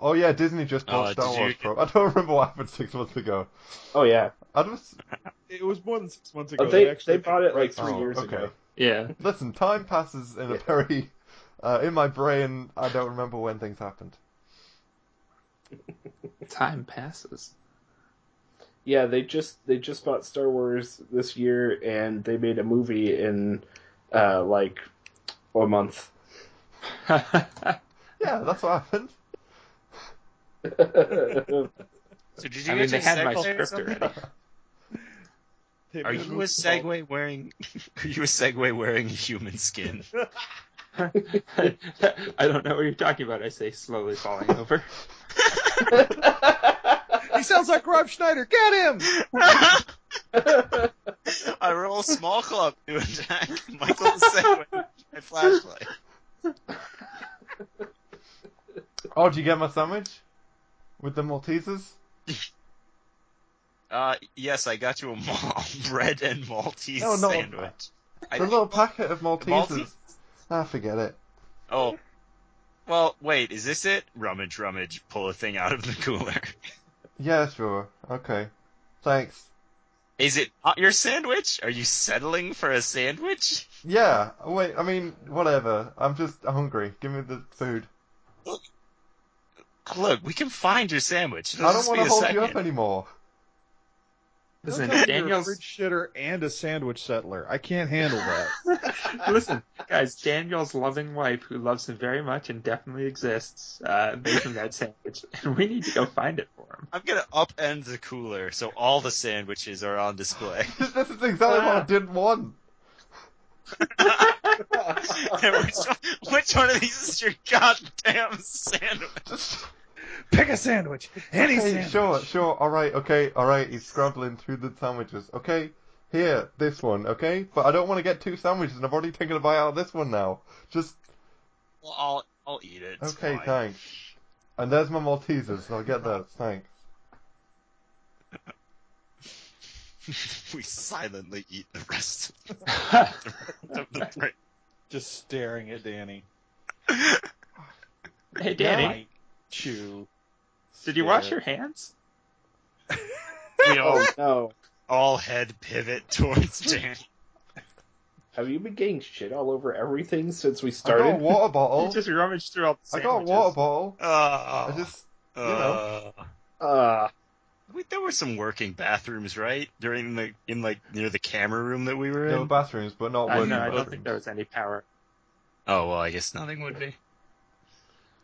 Oh yeah, Disney just bought
Oh,
Star
did
Wars.
you-
Pro. I don't remember what happened six months ago.
Oh yeah,
I just
it was more than six months ago.
oh, they
actually
they bought it like three
Oh,
years
okay.
ago.
Yeah.
listen. Time passes in a very uh, in my brain. I don't remember when things happened.
Time passes.
Yeah, they just they just bought Star Wars this year, and they made a movie in uh, like a month.
Yeah, that's what happened.
So did you
I mean,
get
they
to
had my
segue or
script
something?
already.
They
Are
moved
you a
the ball.
Segway wearing? Are you a Segway wearing human skin?
I don't know what you're talking about. I say slowly falling over.
He sounds like Rob Schneider. Get him!
I roll small club to attack Michael the Segway with my flashlight.
Oh, did you get my sandwich with the Maltesers?
Uh, yes, I got you a mal- bread and Maltese
No, no.
sandwich. I
The little packet of Maltesers.
Maltese?
Ah, forget it.
Oh. Well, wait, is this it? Rummage, rummage, pull a thing out of the cooler.
Yeah, sure. Okay. Thanks.
Is it not your sandwich? Are you settling for a sandwich?
Yeah. Wait. I mean, whatever. I'm just hungry. Give me the food.
Look, we can find your sandwich. It'll
I don't
just
want
be
to
a
hold
second.
you up anymore.
Listen,
Don't tell me you're a
Daniel's
fridge shitter and a sandwich settler. I can't handle that.
Listen, guys, Daniel's loving wife, who loves him very much and definitely exists, uh, made him that sandwich, and we need to go find it for him.
I'm gonna upend the cooler so all the sandwiches are on display.
this is exactly what I didn't want.
And which, one, which one of these is your goddamn sandwich?
Just
Pick a sandwich. Any
hey,
sandwich.
sure, sure. All right, okay, all right. He's scrambling through the sandwiches. Okay, here, this one. Okay, but I don't want to get two sandwiches, and I've already taken a bite out of this one now. Just
Well, I'll I'll eat it. It's
okay,
fine.
thanks. And there's my Maltesers. I'll get that. Thanks.
we silently eat the rest of the, of the bread.
Just staring at Danny.
hey, Danny,
Night. Chew.
did you
Yeah.
wash your hands?
We all
oh no,
all head pivot towards Dan.
have you been getting shit all over everything since we
I
started?
got a water
You
bottle.
just rummaged through all the
Oh. I
sandwiches.
got a water bottle.
Oh,
I just
uh,
Uh,
wait, there were some working bathrooms, right? During the in like near the camera room that we were in.
no bathrooms, but not
I
working
know. I
bathrooms.
don't think there was any power.
Oh well, I guess nothing would be.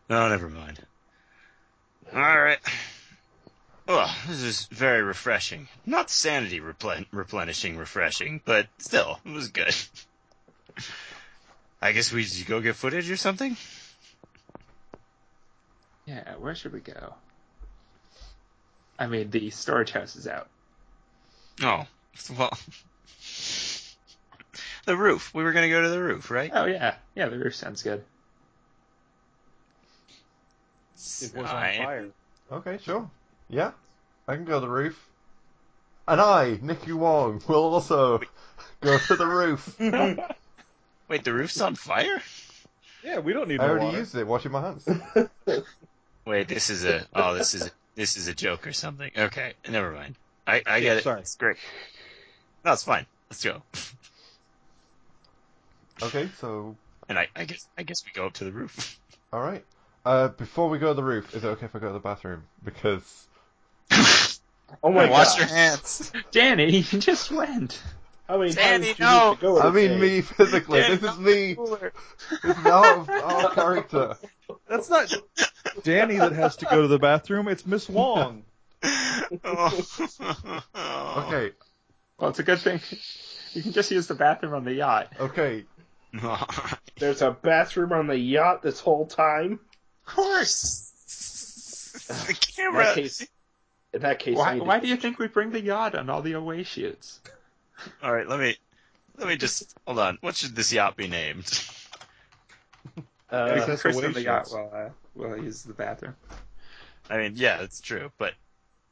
No, never mind. All right. Well, this is very refreshing. Not sanity replen- replenishing, refreshing, but still, it was good. I guess we should go get footage or something.
Yeah, where should we go? I mean, the storage house is out.
Oh, well, the roof. We were gonna go to the roof, right?
Oh yeah, yeah, the roof sounds good.
It was on
I-
fire.
Okay, sure. Yeah, I can go to the roof. And I, Nicky Wong, will also go to the roof. I
Wait, the roof's on fire?
Yeah, we don't need no
already
water.
used it, washing my hands.
Wait, this is a oh, this is a, this is a joke or something. Okay, never mind. I I get it.
Sorry.
It's great. No, it's fine. Let's go.
Okay, so
And I, I guess I guess we go up to the roof.
all right. Uh, before we go to the roof, is it okay if I go to the bathroom? Because
oh my
Wash
gosh.
your hands.
Danny, you just went.
How many
Danny,
times do you
no.
need to go?
I mean,
today?
me physically.
Yeah,
This is me. This is out of our character.
That's not Danny that has to go to the bathroom. It's Miss Wong.
Okay,
Well, it's a good thing. You can just use the bathroom on the yacht.
okay.
of
There's a bathroom on the yacht this whole time.
course. The
In that
camera.
case, In that case, I
Why,
need to-
why do you think we bring the yacht on all the away shoots?
All right, let me let me just hold on. What should this yacht be named?
We
uh,
can
that's
christen
away
the yacht
shoots.
while I, while I use the bathroom.
I mean, yeah, it's true, but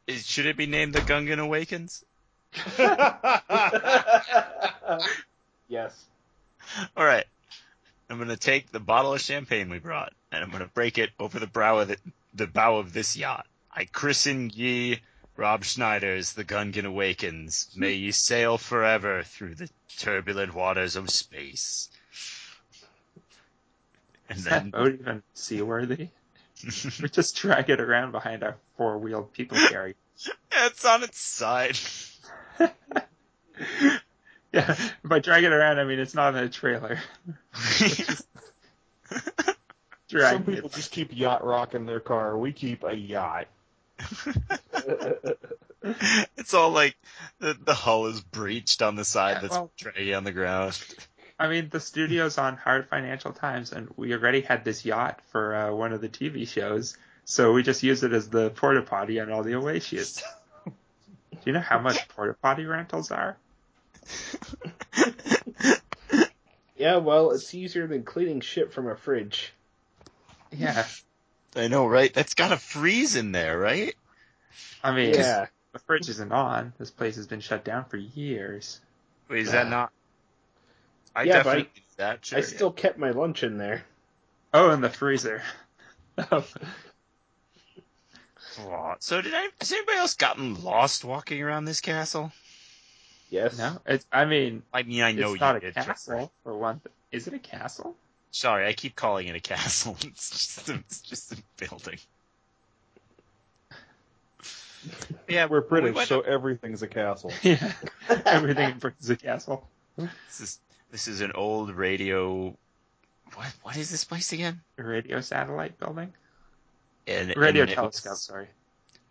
is, should it be named the Gungan Awakens?
yes.
All right, I'm gonna take the bottle of champagne we brought and I'm gonna break it over the brow of the, the bow of this yacht. I christen ye Rob Schneider's The Gungan Awakens. May ye sail forever through the turbulent waters of space. And
Is that
then
boat even seaworthy? we just drag it around behind our four wheeled people carrier.
it's on its side.
yeah, by drag it around, I mean it's not in a trailer.
Some
Drag
people
it.
just keep yacht rock in their car. We keep a yacht.
it's all like the, the hull is breached on the side
Yeah,
that's
well-
draggy on the ground.
I mean, the studio's on hard financial times, and we already had this yacht for uh, one of the TV shows, so we just use it as the porta potty on all the away shoots. Do you know how much porta potty rentals are?
Yeah, well, it's easier than cleaning shit from a fridge.
Yeah,
I know, right? That's got a freeze in there, right?
I mean,
Yeah.
the fridge isn't on. This place has been shut down for years.
Wait, is that not? I
Yeah, but I-
definitely did that. Sure.
I still kept my lunch in there.
Oh, and the freezer.
Aw, So did I? Has anybody else gotten lost walking around this castle?
Yes.
no, it's. I mean,
I mean, I know
it's
you
not a
did.
castle for one. Th- is it a castle?
Sorry, I keep calling it a castle. It's just a, it's just a building. Yeah,
We're British,
went
so everything's a castle.
Yeah, everything in Britain's a castle.
This is this is an old radio. What what is this place again?
A radio satellite building,
And,
radio
and it was-
telescope. Sorry.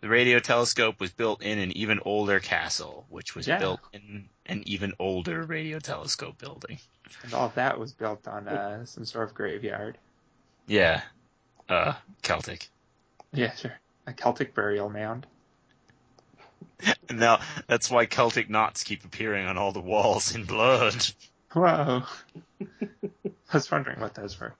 the radio telescope was built in an even older castle, which was
Yeah.
built in an even older radio telescope building.
And all that was built on uh, some sort of graveyard.
Yeah, uh, Celtic.
Yeah, sure. A Celtic burial mound.
And now that's why Celtic knots keep appearing on all the walls in blood.
Whoa. I was wondering what those were.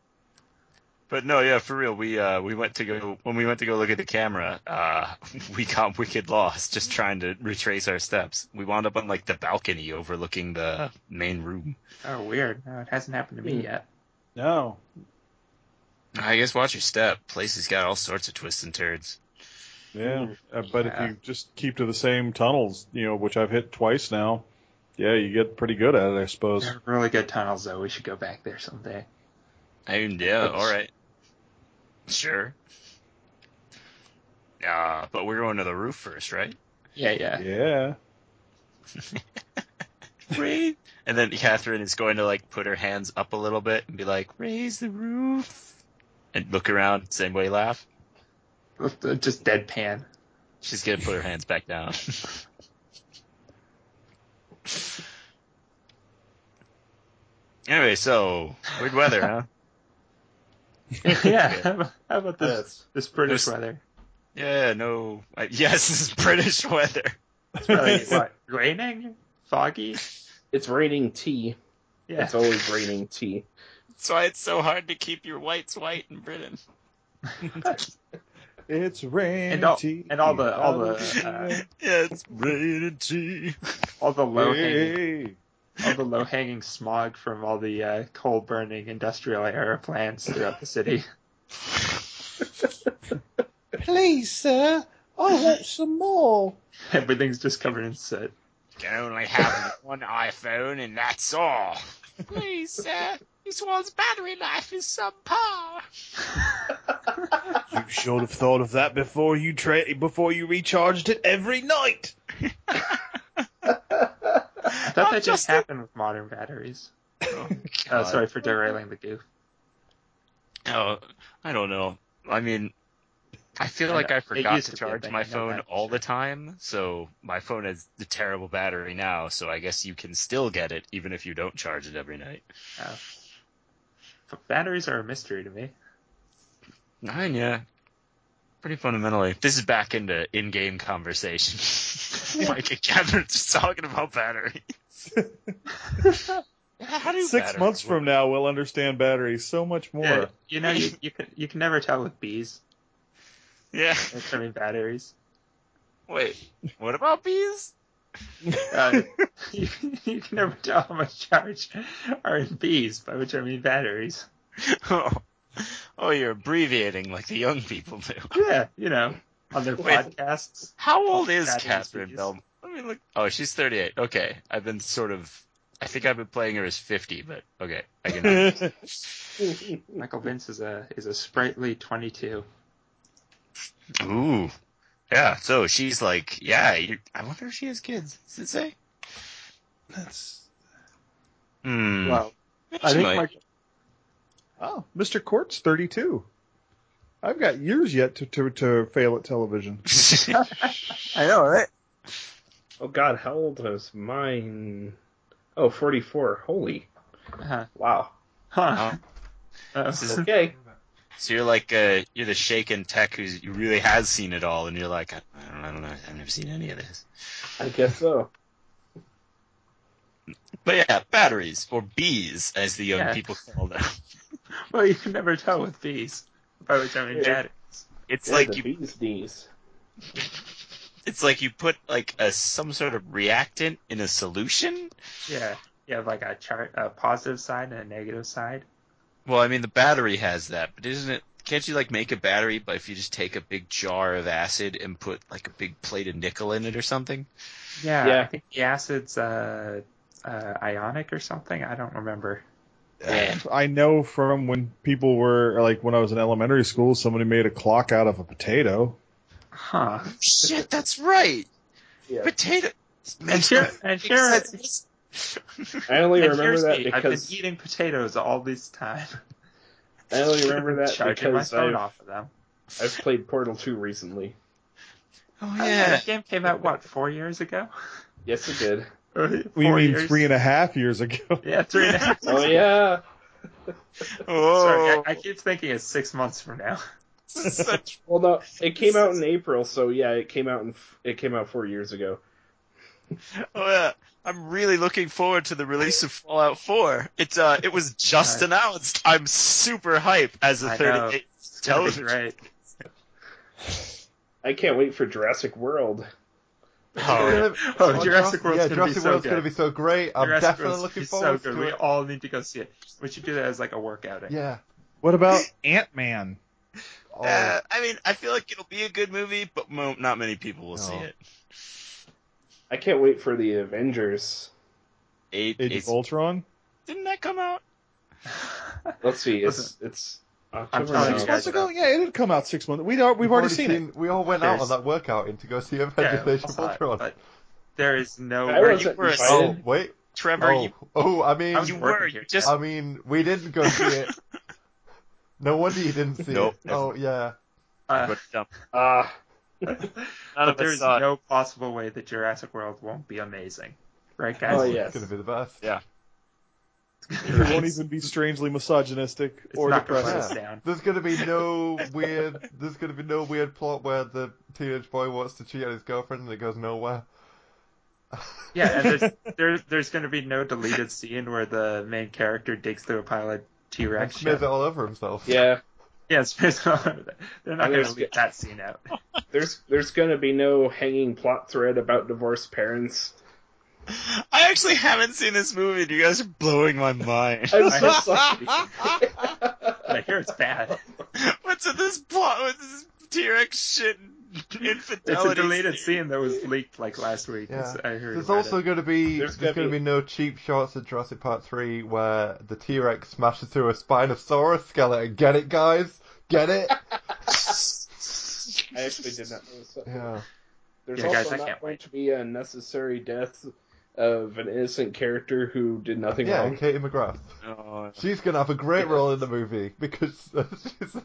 But no, yeah, for real. We uh we went to go when we went to go look at the camera, uh we got wicked lost just trying to retrace our steps. We wound up on like the balcony overlooking the main room.
Oh, weird. No, it hasn't happened to me yet.
No,
I guess watch your step. Place has got all sorts of twists and turns.
yeah, Uh, but if
Hmm. Yeah.
you just keep to the same tunnels, you know, which I've hit twice now, yeah, you get pretty good at it, I suppose.
They're really good tunnels, though. We should go back there someday.
I mean, yeah, all right. Sure. Uh, but we're going to the roof first, right?
Yeah, yeah.
Yeah,
Right. and then Catherine is going to like put her hands up a little bit and be like, "Raise the roof," and look around, same way, laugh.
uh, Just deadpan.
She's gonna put her hands back down. anyway, so weird weather, huh?
yeah. How about, how about this
Yes.
this British
There's-
weather?
Yeah, no. I, yes, this is British weather.
It's really what raining, foggy.
It's raining tea.
Yeah.
It's always raining tea.
That's why it's so hard to keep your whites white in Britain.
it's rain
And all- and all the- all the, uh,
Yeah, it's raining tea.
all the low hanging,
hey,
all the low hanging smog from all the uh, coal burning industrial era plants throughout the city.
Please, sir, I want some more.
Everything's just covered in soot.
Can only have one iPhone, and that's all. Please, sir. This one's battery life is subpar.
You should have thought of that before you tra- before you recharged it every night.
I thought
I'm
that just
just a-
happened with modern batteries. Uh, sorry for derailing the goof.
Oh, I don't know. I mean, I feel
I
like
know.
I
It
forgot
used to
to
be a
charge
thing, I
my
know
phone
that for
all
sure.
the time, so my phone has the terrible battery now. So I guess you can still get it even if you don't charge it every night.
But batteries are a mystery to me.
Nine, yeah. pretty fundamentally, this is back into in-game conversation. like again, just talking about batteries. How do
Six
batteries
months
work?
from now, we'll understand batteries so much more.
Yeah, you know, you you can you can never tell with bees.
Yeah.
They're turning batteries.
Wait. What about bees?
Uh, you, you can never tell how much charge are in bees, by which I mean batteries.
Oh. oh, you're abbreviating like the young people do.
Yeah, you know, on their
Wait.
podcasts.
How old is
Oh, That is
Catherine
bees.
Bell? Let me look. Oh, she's 38. Okay, I've been sort of. I think I've been playing her as 50, but okay, I can.
Michael Vince is a is a sprightly 22.
Ooh. Yeah, so she's like, yeah, you I wonder if she has kids. Does it say?
That's
Hmm.
Well,
Maybe
I
she
think
might.
Michael,
oh, Mr. Court's thirty-two. I've got years yet to to, to fail at television.
I know, right?
Oh God, how old was mine? Oh, 44. Holy
uh,
wow.
huh? Uh,
This is-
Okay.
So you're like, uh, you're the shaken tech who really has seen it all, and you're like, I I don't, I don't know, I've never seen any of this.
I guess so.
But yeah, batteries or bees, as the young
Yeah.
people call them.
well, you can never tell with bees, by which I mean
Yeah.
batteries.
It's
Yeah,
like
the
you,
bees knees.
it's like you put like a some sort of reactant in a solution.
Yeah, you have like a chart, a positive side and a negative side.
Well, I mean, the battery has that, but isn't it? Can't you like make a battery, but if you just take a big jar of acid and put like a big plate of nickel in it or something?
Yeah,
Yeah.
I think the acid's uh, uh, ionic or something. I don't remember.
Yeah.
I know from when people were like when I was in elementary school, somebody made a clock out of a potato.
Huh.
Shit, that's right.
Yeah.
Potato.
And here, and here,
I only
and
remember
here's
that
me. I've
because
been eating potatoes all this time.
I only remember that
charging my
because
phone
I've,
off of them.
I've played Portal 2 recently.
Oh
I-
yeah.
that game came out what four years ago?
Yes, it did.
Or
We
four
mean
years?
three and a half years ago.
Yeah, three and a half.
Oh yeah.
Oh,
Sorry, I, I keep thinking it's six months from now.
such
Well, no, it came out in April, so yeah, it came out in f- it came out four years ago.
oh, yeah. I'm really looking forward to the release of Fallout 4. It uh, it was just
Right.
announced. I'm super hype as a
I know.
38.
It's gonna be
Television.
great.
I can't wait for Jurassic World.
Oh, yeah.
Oh, Jurassic World's
yeah,
gonna
Jurassic
be so
World's
good.
gonna be so great. I'm
Jurassic
definitely
World's
looking
is
forward
so good.
to
We
it.
all need to go see it. We should do that as like a workout.
Yeah.
What about Ant Man?
Oh,
Ah.
Uh, I mean, I feel like it'll be a good movie, but mo- not many people will see
No.
it.
I can't wait for the Avengers.
Eight,
Age
it's-
of Ultron?
didn't that come out?
Let's see, it's Oh, it's
I'm
October
telling
now.
you
Months
guys.
ago? Yeah, it had come out six months. We'd, al- we've already, seen, it.
We all went out on
There's-
that workout in to go see
Yeah,
Avengers Age of
I'll try it,
Ultron.
but there is no.
I
way-
Were
was-
you
wasn't
were a-
Oh
invited.
wait.
Trevor?
Oh,
you,
oh, I mean,
I was
you
working
were.
here,
You just
I mean, we didn't go see it. No wonder you didn't see
Nope.
it. Oh yeah.
uh,
Ah,
none
but there's no possible way that Jurassic World won't be amazing, right, guys?
Oh,
It's
yes.
gonna be the best.
Yeah.
It won't even be strangely misogynistic
It's
or
not gonna let
depressing.
us down.
There's gonna be no weird. There's gonna be no weird plot where the teenage boy wants to cheat on his girlfriend and it goes nowhere.
Yeah, and there's there, there's going to be no deleted scene where the main character digs through a pile of T
And
Rex
smears
shit.
it all over himself.
yeah.
Yeah, smears it all over there. They're not going
And
to
there's-
leave that scene out.
There's there's gonna be no hanging plot thread about divorced parents.
I actually haven't seen this movie. and You guys are blowing my mind.
I'm so
I-
sorry.
But I hear it's bad.
What's with this plot? What's this T-Rex shit? and
It's a
Infidelity.
deleted scene that was leaked like last week.
Yeah.
I heard.
There's
about
also
it.
going to be
There's
there's, going
gonna
to
be-
be... no cheap shots of Jurassic Park 3 where the T-Rex smashes through a Spinosaurus skeleton. Get it, guys? Get it?
I actually did not notice that.
yeah.
There's
Yeah,
also
guys, I
not
can't
going to be a necessary death of an innocent character who did nothing
Yeah,
wrong.
Katie McGrath.
Oh,
She's going to have a great role in the movie because uh, she's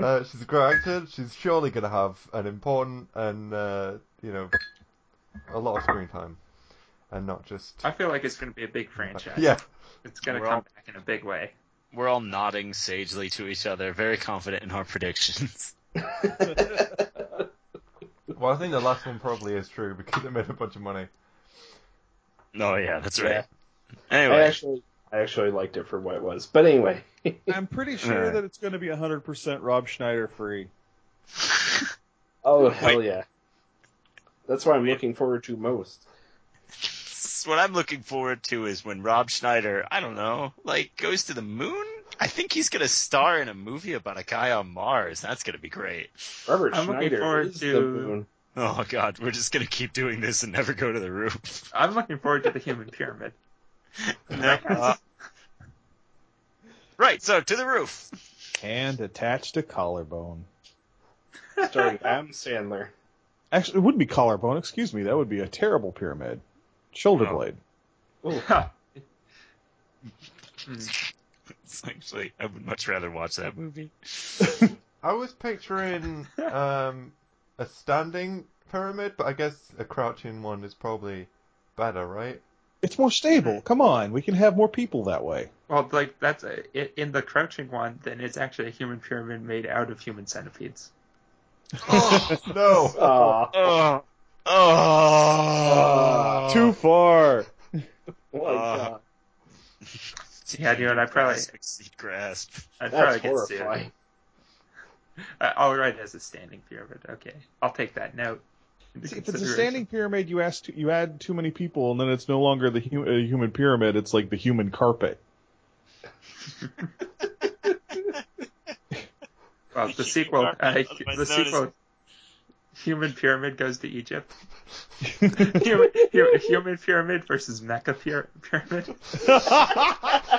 uh, she's a great actor. She's surely going to have an important and uh, you know a lot of screen time and not just
I feel like it's going to be a big franchise.
yeah.
It's going to
We're
come
all-
back in a big way.
we're all nodding sagely to each other, very confident in our predictions.
Well, I think the last one probably is true because it made a bunch of money.
Oh yeah, that's
Yeah.
right.
I
Anyway,
actually, I actually liked it for what it was. But anyway,
I'm pretty sure
Alright.
that it's going to be 100% Rob Schneider free.
oh hell yeah, that's what I'm looking forward to most.
what I'm looking forward to is when Rob Schneider, I don't know, like goes to the moon. I think he's gonna star in a movie about a guy on Mars. That's gonna be great.
Robert
I'm looking
Schneider
forward
is
to-
the moon.
Oh god, we're just gonna keep doing this and never go to the roof.
I'm looking forward to the human pyramid.
No. Uh, right, so to the roof.
And attached to collarbone.
starring Adam Sandler.
Actually, it wouldn't be collarbone. Excuse me. That would be a terrible pyramid. Shoulder
Oh.
blade.
Huh.
It's actually, I would much rather watch that movie.
I was picturing um, a standing pyramid, but I guess a crouching one is probably better, right?
It's more stable. Come on. We can have more people that way.
Well, like that's a, i- in the crouching one. Then it's actually a human pyramid made out of human centipedes.
No.
Aw,
Oh, oh,
Too far.
Oh my
Uh,
God.
Yeah, dude, I probably-
grasp.
I'd
That's
probably get sued.
horrifying.
I- I'll write it as a standing pyramid. Okay, I'll take that note. into
See, if it's a
consideration.
standing pyramid, you ask too, you add too many people, and then it's no longer the hu- uh, human pyramid. It's like the human carpet.
Well, the sequel,
Or-
uh,
otherwise
the
known as-
sequel, Human Pyramid goes to Egypt. human, hu- human Pyramid versus Mecha pyra- Pyramid.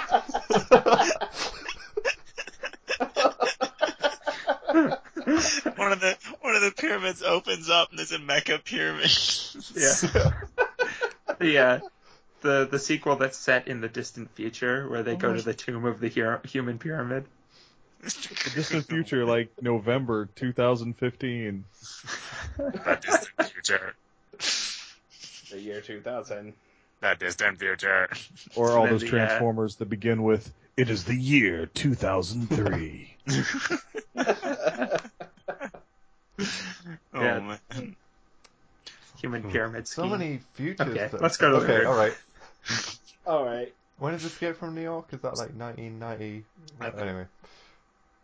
One of the one of the pyramids opens up and there's a mecha pyramid.
Yeah. the uh, the the sequel that's set in the distant future, where they go to the tomb of the hero, Human Pyramid.
Distant future, like November 2015.
That distant future.
the year 2000.
That distant future.
Or all
Then
those
the, uh,
Transformers that begin with "It is the year 2003."
Oh
Yeah.
man.
Human Pyramid
So
scheme.
many futures.
Okay,
though.
let's go to the
Okay,
roof.
all right.
All right.
When did Escape from New York? Is that like 1990? Anyway,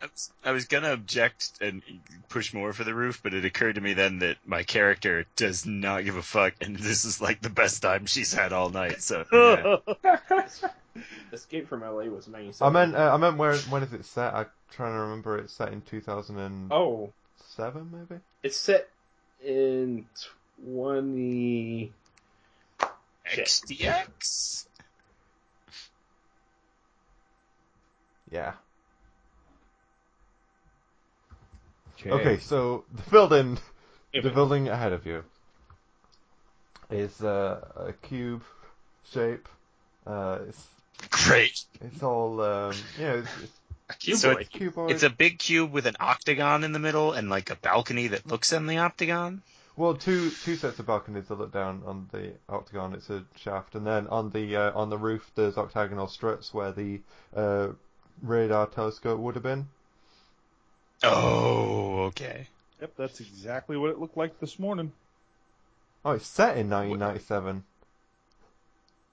I was, I was gonna object and push more for the roof, but it occurred to me then that my character does not give a fuck, and this is like the best time she's had all night. So yeah.
Escape from LA was 97.
I meant uh, I meant where when is it set? I'm trying to remember. It's set in 2007,
Oh,
maybe.
it's set in 20. Shit.
XDX.
Yeah.
Okay.
Okay, so the building, the building ahead of you, is uh, a cube shape. Uh, it's
Great.
it's all um, you know, it's, it's
So
Cuboid.
it-
cuboid.
It's a big cube with an octagon in the middle and like a balcony that looks on the octagon.
Well, two two sets of balconies that look down on the octagon. It's a shaft, and then on the uh, on the roof, there's octagonal struts where the uh, radar telescope would have been.
Oh, okay.
Yep, that's exactly what it looked like this morning.
Oh, it's set in 1997.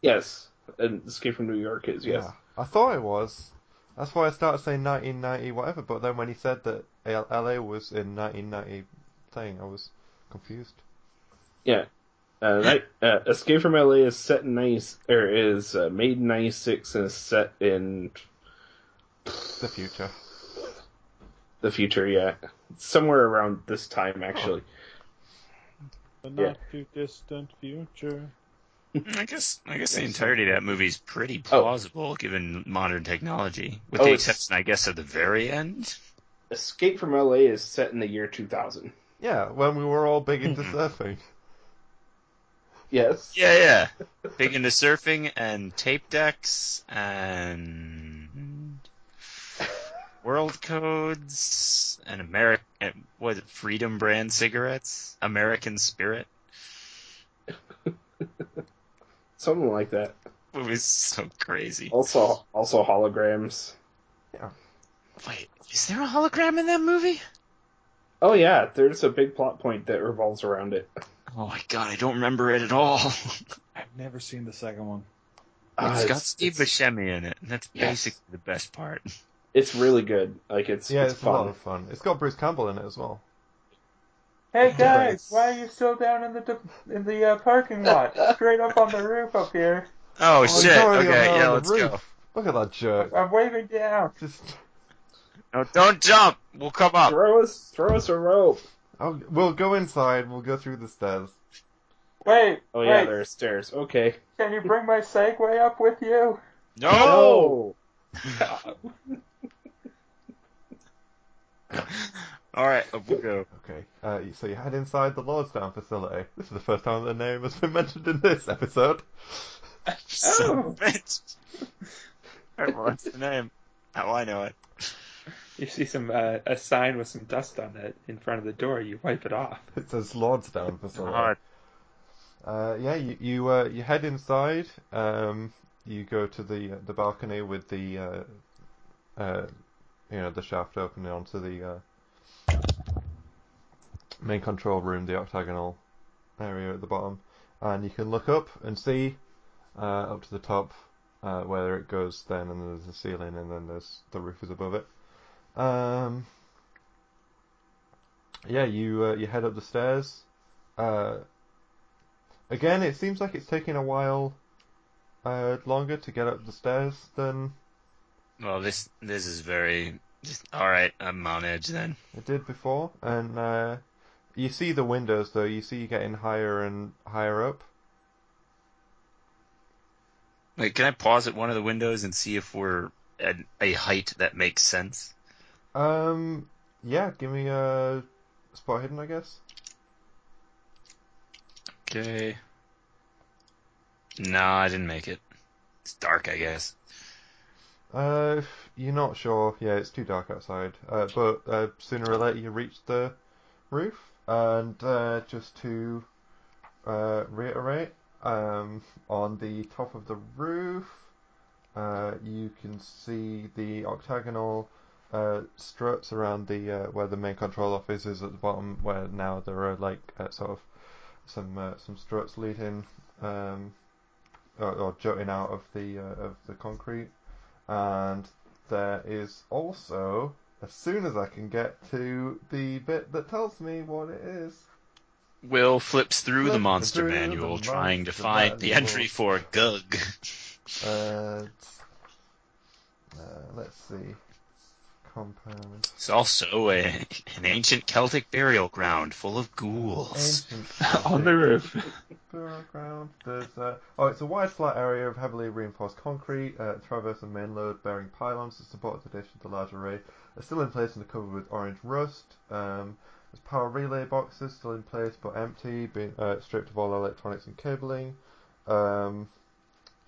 Yes. And Escape from New York is, yes.
I thought it was. That's why I started saying 1990 whatever. But then when he said that L- LA was in 1990 thing, I was confused.
Uh, that, uh, Escape from LA is set in 90, or is uh, made in 96 and is set in
The future.
the future, yeah. Somewhere around this time, actually.
The not
Yeah.
too distant future.
I guess I guess the entirety of that movie is pretty
Oh.
plausible given modern technology, with
Oh,
the
it's-
exception, I guess, of the very end.
Escape from LA is set in the year 2000.
Yeah, when we were all big into surfing.
Yes.
Yeah, yeah. Big into surfing and tape decks and world codes and American was it Freedom brand cigarettes, American Spirit.
Something like that.
It was so crazy.
Also, also holograms.
Wait, is there a hologram in that movie?
Oh yeah, there's a big plot point that revolves around it.
Oh my god, I don't remember it at all.
I've never seen the second one.
Uh,
it's got
it's-
Steve
It's,
Buscemi in it, and that's
Yes.
basically the best part.
it's really good. Like it's
Yeah,
it's,
it's, a lot
fun.
of fun. It's got Bruce Campbell in it as well.
Hey
guys,
why are you still down in the in the uh, parking lot? Straight up on the roof up here.
Oh,
Oh, he's
shit.
already
Okay,
on
yeah,
the
let's
roof.
go.
Look at that jerk.
I'm waving down.
Just
No, don't jump. We'll come up.
Throw us throw us a rope.
I'll, we'll go inside. We'll go through the stairs.
Wait,
Oh yeah,
wait.
there are stairs. Okay.
Can you bring my Segway up with you?
No.
Oh!
All right, up we go.
Okay. Uh, so you head inside the Lordstown facility. This is the first time the name has been mentioned in this episode.
Son of a bitch. All right, well, that's the name. How I know it.
You see some uh, a sign with some dust on it in front of the door. You wipe it off.
It says Lordstown
God.
facility. Uh, yeah, you you, uh, you head inside. Um, you go to the the balcony with the uh, uh, you know the shaft opening onto the uh, main control room, the octagonal area at the bottom, and you can look up and see uh, up to the top uh, where it goes. Then and there's the ceiling, and then there's the roof is above it. Um, yeah, you uh, you head up the stairs. Uh, again, it seems like it's taking a while uh, longer to get up the stairs than
Well, this this is very. This, all right, I'm on edge then.
it did before, and uh, you see the windows though. You see you getting higher and higher up.
Wait, can I pause at one of the windows and see if we're at a height that makes sense?
Um, yeah, give me a spot hidden, I guess.
Okay. No, I didn't make it. It's dark, I guess.
Uh, if you're not sure. Yeah, it's too dark outside. Uh, but uh, sooner or later you reach the roof. And uh, just to uh, reiterate, um, on the top of the roof, uh, you can see the octagonal uh, struts around the uh, where the main control office is at the bottom. Where now there are like uh, sort of some uh, some struts leading um, or, or jutting out of the uh, of the concrete and there is also, as soon as I can get to the bit that tells me what it is,
Will flips through the
Flips
monster
through the
manual trying to
monster
find the
manual.
entry for Gug.
uh, uh, let's see, compound,
It's also a, an ancient Celtic burial ground full of ghouls.
ancient
on the roof.
burial ground. There's uh, oh, it's a wide flat area of heavily reinforced concrete, uh, traverse and main load bearing pylons to support the dish of the large array are still in place and are covered with orange rust. Um, there's power relay boxes still in place but empty, being uh, stripped of all electronics and cabling. Um,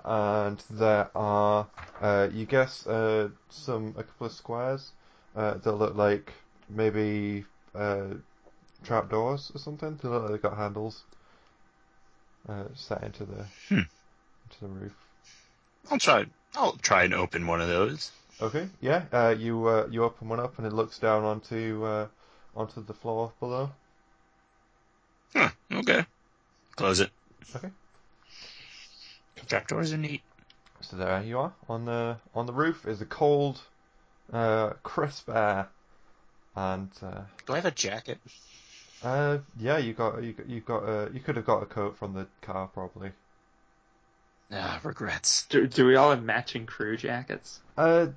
and there are, uh, you guess, uh, some a couple of squares uh, that look like maybe uh, trapdoors or something. They look like they've got handles uh, set into the
Hmm.
into the roof.
I'll try. I'll try and open one of those.
Okay, yeah. Uh, you uh, you open one up and it looks down onto uh, onto the floor below.
Huh, okay. Close it.
Okay.
Trapdoors are neat.
So there you are. On the on the roof is the cold, uh, crisp air, and uh,
Do I have a jacket?
uh, yeah, you got you got you got uh, you could have got a coat from the car probably.
Ah, regrets.
Do, do we all have matching crew jackets
Uh,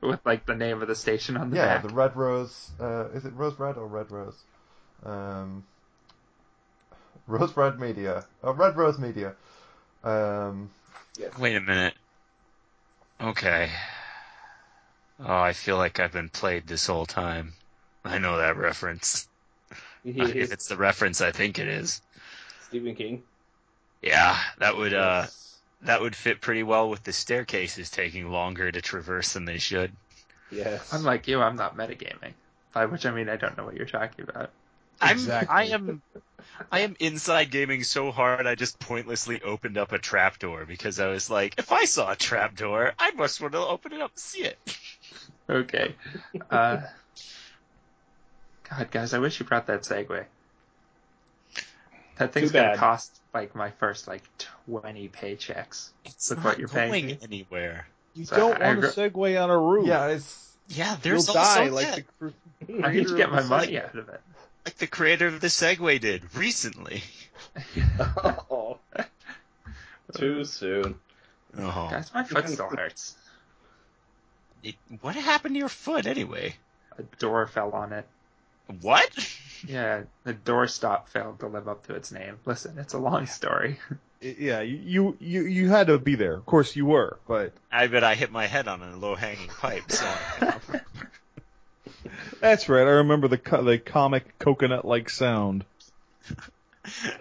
with like the name of the station on the
yeah,
back?
the red rose. Uh, is it rose red or red rose? Um, rose red media. Oh, red rose media. Um,
Wait a minute. Okay. Oh, I feel like I've been played this whole time. I know that reference.
He
if
is
it's the reference I think it is.
Stephen King.
Yeah, that would uh that would fit pretty well with the staircases taking longer to traverse than they should.
Yes.
I'm like you. I'm not metagaming. By which I mean I don't know what you're talking about.
Exactly.
I'm I am I am inside gaming so hard I just pointlessly opened up a trapdoor because I was like, if I saw a trapdoor, I must want to open it up and see it.
Okay. Uh, God, guys, I wish you brought that segue. That thing's
Too
gonna
bad.
cost like my first like twenty paychecks.
It's
Look what
not
you're paying
going
me.
anywhere.
You
So
don't
I
want to segue on a roof.
Yeah, it's
Yeah,
You'll
there's also
die like
that.
the cr-
I need
creator
to get
of
my
the
money out of it.
like the creator of the Segway did recently.
Oh, too soon.
Uh-huh.
Oh.
Guys, my foot still hurts.
What happened to your foot anyway?
A door fell on it.
What?
Yeah, the doorstop failed to live up to its name. Listen, it's a long story.
Yeah, you, you you had to be there. Of course you were, but
I bet I hit my head on a low hanging pipe. So
that's right. I remember the co- the comic coconut like sound.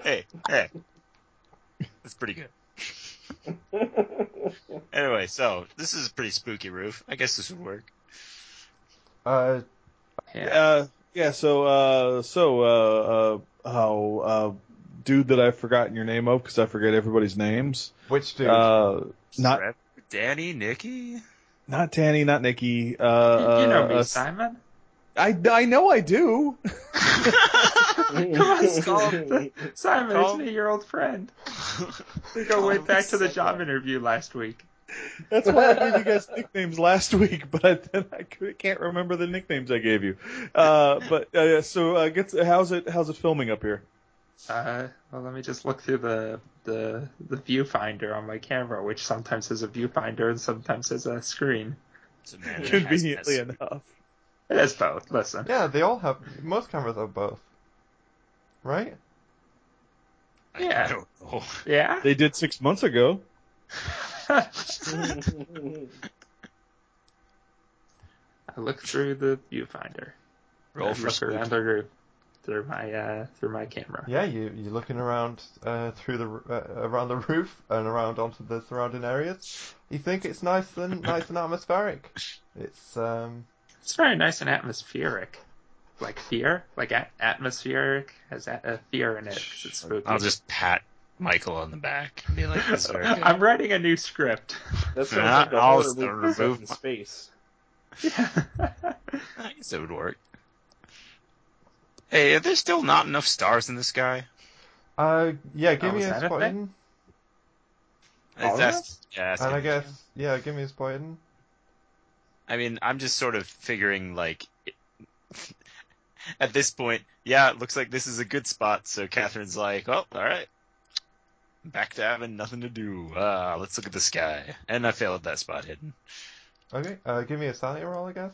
hey, hey, that's pretty good. Anyway, so this is a pretty spooky roof. I guess this would work.
uh,
Yeah.
Uh, yeah. So, uh, so, uh, uh, oh, uh, dude that I've forgotten your name of because I forget everybody's names.
which dude?
Uh, not
Strap- Danny, Nikki.
not Tanny, not Nikki. Uh,
You- you know
uh,
me,
uh,
Simon.
I I know I do.
Come on, Skull. Simon, it's me, your old friend. We go way back to the job interview last week.
That's why I gave you guys nicknames last week, but I, then I cou- can't remember the nicknames I gave you. Uh, but uh, yeah, so uh, gets, how's it how's it filming up here?
Uh, well, let me just look through the the the viewfinder on my camera, which sometimes has a viewfinder and sometimes has a screen.
Conveniently enough.
It has both. Listen,
yeah, they all have most cameras have both, right?
Yeah.
I don't know.
yeah.
They did six months ago.
I look through the viewfinder.
Roll
I
for
look
spook.
around the group through my uh through my camera.
Yeah, you you're looking around uh, through the uh, around the roof and around onto the surrounding areas. You think it's nice and nice and atmospheric. It's um
It's very nice and atmospheric. Like fear, like a- atmospheric has a- a fear in it 'cause it's spooky.
I'll just pat Michael on the back and be like, "This is very good."
I'm writing a new script.
That sounds
Yeah,
like a
I'll
horror movie
remove
set in
my-
space.
I guess it would work. Hey, are there still not enough stars in the sky?
uh yeah, give
Oh,
me
is
a
that a
spot
thing?
in.
All of
That's- yeah, that's
And I
gonna be-
guess yeah, give me a spot in.
I mean, I'm just sort of figuring like, at this point, yeah, it looks like this is a good spot. So Catherine's like, "Well, all right, back to having nothing to do. Ah, let's look at the sky." And I failed that spot hidden.
Okay, uh, give me a sanity roll, I guess.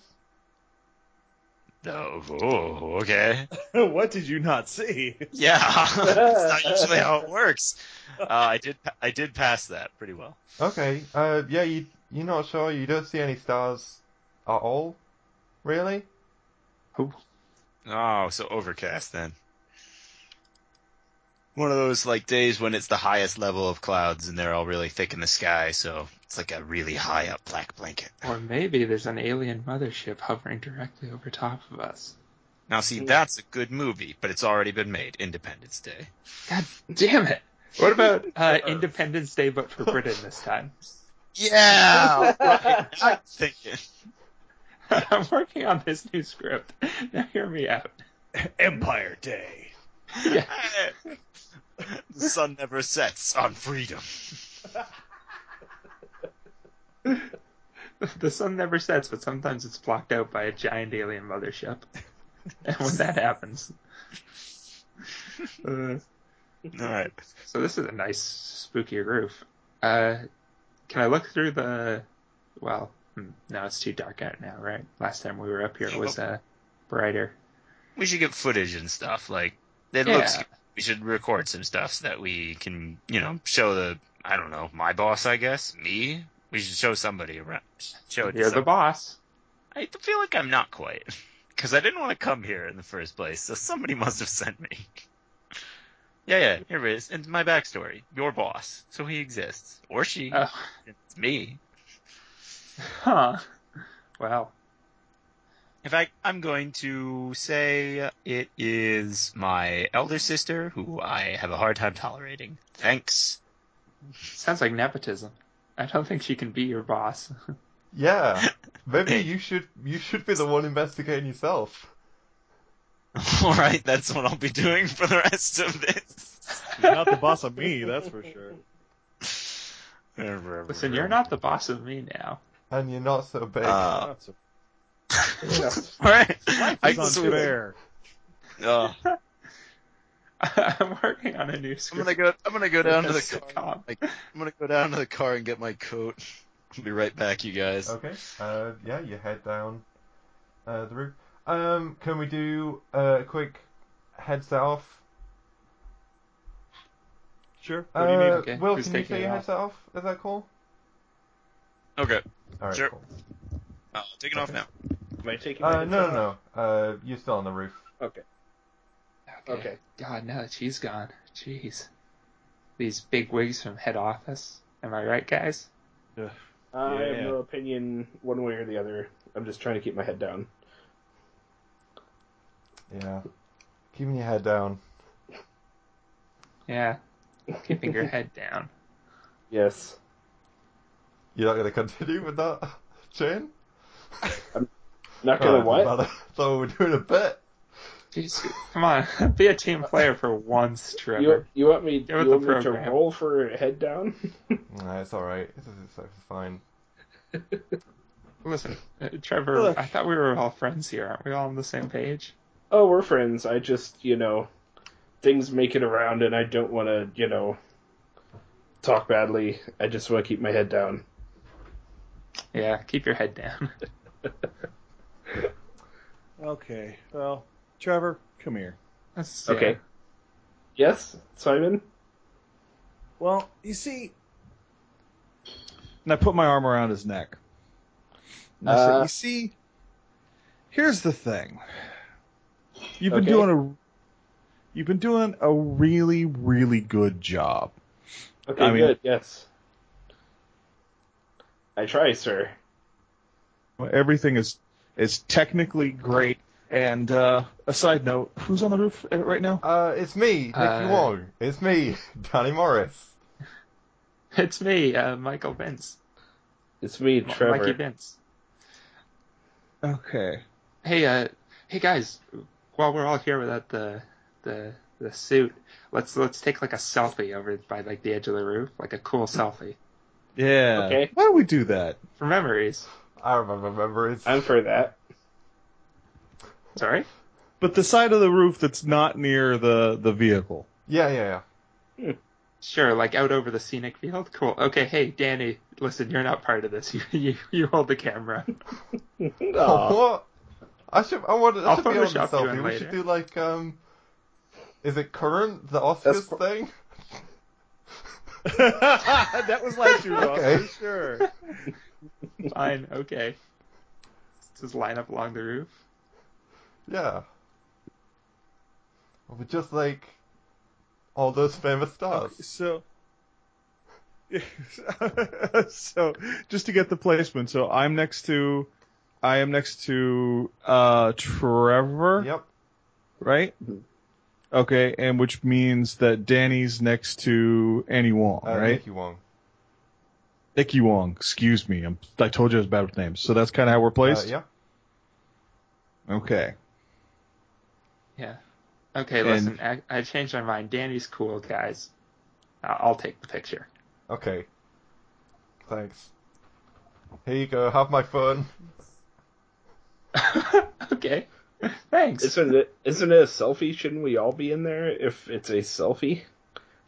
No, oh, okay.
what did you not see?
Yeah, that's not usually how it works. Uh, I did, pa- I did pass that pretty well.
Okay, uh yeah, you you're not sure. You don't see any stars at all, really.
Oh, so overcast then. One of those like days when it's the highest level of clouds and they're all really thick in the sky, so it's like a really high up black blanket.
Or maybe there's an alien mothership hovering directly over top of us.
Now see, that's a good movie, but it's already been made, Independence Day.
God damn it! What about uh, Independence Day, but for Britain this time?
Yeah, right. I'm thinking.
I'm working on this new script. Now hear me out.
Empire Day.
the sun never sets on freedom.
The sun never sets, but sometimes it's blocked out by a giant alien mothership. And when that happens, uh,
All right.
so this is a nice spooky roof. Uh, can I look through the? Well, hmm, no, it's too dark out now, right? Last time we were up here, it was uh, brighter.
We should get footage and stuff. Like it
Yeah.
looks. We should record some stuff so that we can, you know, show the. I don't know, my boss. I guess me. We should show somebody around. Show it. to
You're the
some-
boss.
I feel like I'm not quite because I didn't want to come here in the first place. So somebody must have sent me. yeah, yeah. Here it is. It's my backstory. Your boss. So he exists, or she.
Oh,
It's me.
huh. Well,
In fact, I'm going to say it is my elder sister who I have a hard time tolerating. Thanks.
sounds like nepotism. I don't think she can be your boss.
Yeah, maybe you should you should be the one investigating yourself.
All right, that's what I'll be doing for the rest of this.
He's not the boss of me, that's for sure.
Listen, you're not the boss of me now.
And you're not so big.
Uh,
That's a
all right. I
it's unfair.
uh,
I'm working on a new
I'm
script.
gonna go. I'm gonna go down to the
for
car.
sitcom.
Like, I'm gonna go down to the car and get my coat. I'll be right back, you guys.
Okay. Uh, yeah, you head down uh, the roof. Um, can we do uh, a quick head south?
Sure.
Uh,
What do you need?
Okay,
Will,
who's
can you
taking
say
it
your head
off?
south? Is that cool?
Okay.
All right.
Sure.
Cool.
Uh, taking off now.
Am I taking?
Uh,
my
no,
headset
no, no. Uh, you're still on the roof.
Okay.
God, now that she's gone, jeez. These big wigs from head office. Am I right, guys?
off? I
Yeah.
have no opinion one way or the other. I'm just trying to keep my head down.
Yeah. Keeping your head down.
Yeah, keeping your head down.
Yes.
You're not gonna continue with that, Shane?
Not gonna
Alright,
what?
brother. Thought we were doing a bit.
Jeez, come on, be a
Uh,
team player for once,
You
Trevor.
you want me?
Give it
you
the
want me to
program.
roll for head down?
Nah, it's all right. It's, it's, it's fine.
Listen, uh, Trevor,
Look.
I thought we were all friends here. Aren't we all on the same page?
oh, we're friends. I just you know, things make it around, and I don't want to you know, talk badly. I just want to keep my head down.
Yeah, keep your head down.
Okay. Well, Trevor, come here.
That's-
Okay.
yeah.
Yes, Simon.
Well, you see, and I put my arm around his neck. And I said,
Uh.
"You see, here's the thing. You've been
Okay.
doing a, you've been doing a really, really good job.
Okay,
I mean-
good. Yes. I try, sir.
Everything is is technically great. And uh, a side note, who's on the roof uh, right now?
Uh, it's me, Nicky
Uh,
Wong. It's me, Danny Morris.
It's me, uh, Michael Vince.
It's me,
M-
Trevor.
Mikey Vince.
Okay.
Hey, uh, hey guys, while we're all here without the the the suit, let's let's take like a selfie over by like the edge of the roof, like a cool selfie
Yeah.
Okay.
Why don't we do that?
for memories.
I remember, remember it's.
I'm for that.
Sorry.
But the side of the roof that's not near the the vehicle.
Yeah, yeah, yeah.
Sure, like out over the scenic field. Cool. Okay, hey Danny, listen, you're not part of this. You you, you hold the camera.
Aw.
What? I should. I want. I
I'll
should be on the
Photoshop you in
selfie. We
later.
should do like um. Is it current the Oscars
That's pro-
thing?
that was last year, Ross,
Okay.
for sure.
Fine. Okay. Just line up along the roof.
Yeah. Well, we're just like all those famous stars.
So, so just to get the placement, so I'm next to, I am next to uh Trevor,
Yep. Mm-hmm.
right? Okay, and which means that Danny's next to Annie Wong,
Uh,
right?
Nicky Wong.
Nicky Wong, excuse me. I'm, I told you I was bad with names. So that's kind of how we're
Uh,
placed.
yeah.
Okay.
Yeah. Okay,
And-
listen, I, I changed my mind. Danny's cool, guys. I- I'll take the picture.
Okay. Thanks. Here you go. Have my phone.
okay. Thanks.
Isn't it? Isn't it a selfie? Shouldn't we all be in there if it's a selfie?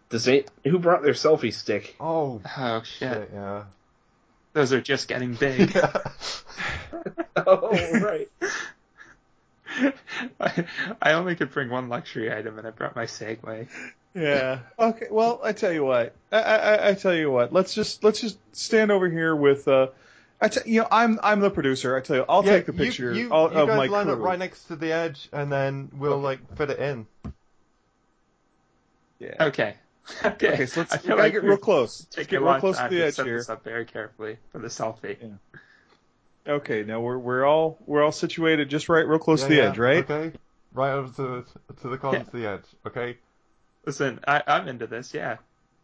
Does it? Who brought their selfie stick?
Oh.
Oh shit.
shit, Yeah.
Those are just getting big.
Oh, right.
I, I only could bring one luxury item and I brought my Segway.
Yeah. Okay. Well, I tell you what. I, I, I- I tell you what. Let's just let's just stand over here with. Uh, I tell you know I'm I'm the producer. I tell you I'll
Yeah,
take the
you-
picture
You,
of,
you
of
guys
my
line
crew.
up right next to the edge, and then we'll like fit it in.
yeah. okay.
Okay. Okay.
So let's
I
I
feel
gotta
like
get
we're
real close. Let's
taking
get
a
real
lot
close
of time
to the
to
edge
set
here.
this up very carefully for the selfie.
Yeah. Okay. Now we're we're all we're all situated just right, real close
Yeah,
to the
yeah,
edge, right?
Okay. Right up to to the corner to the edge. Okay.
Listen, I, I'm into this. Yeah.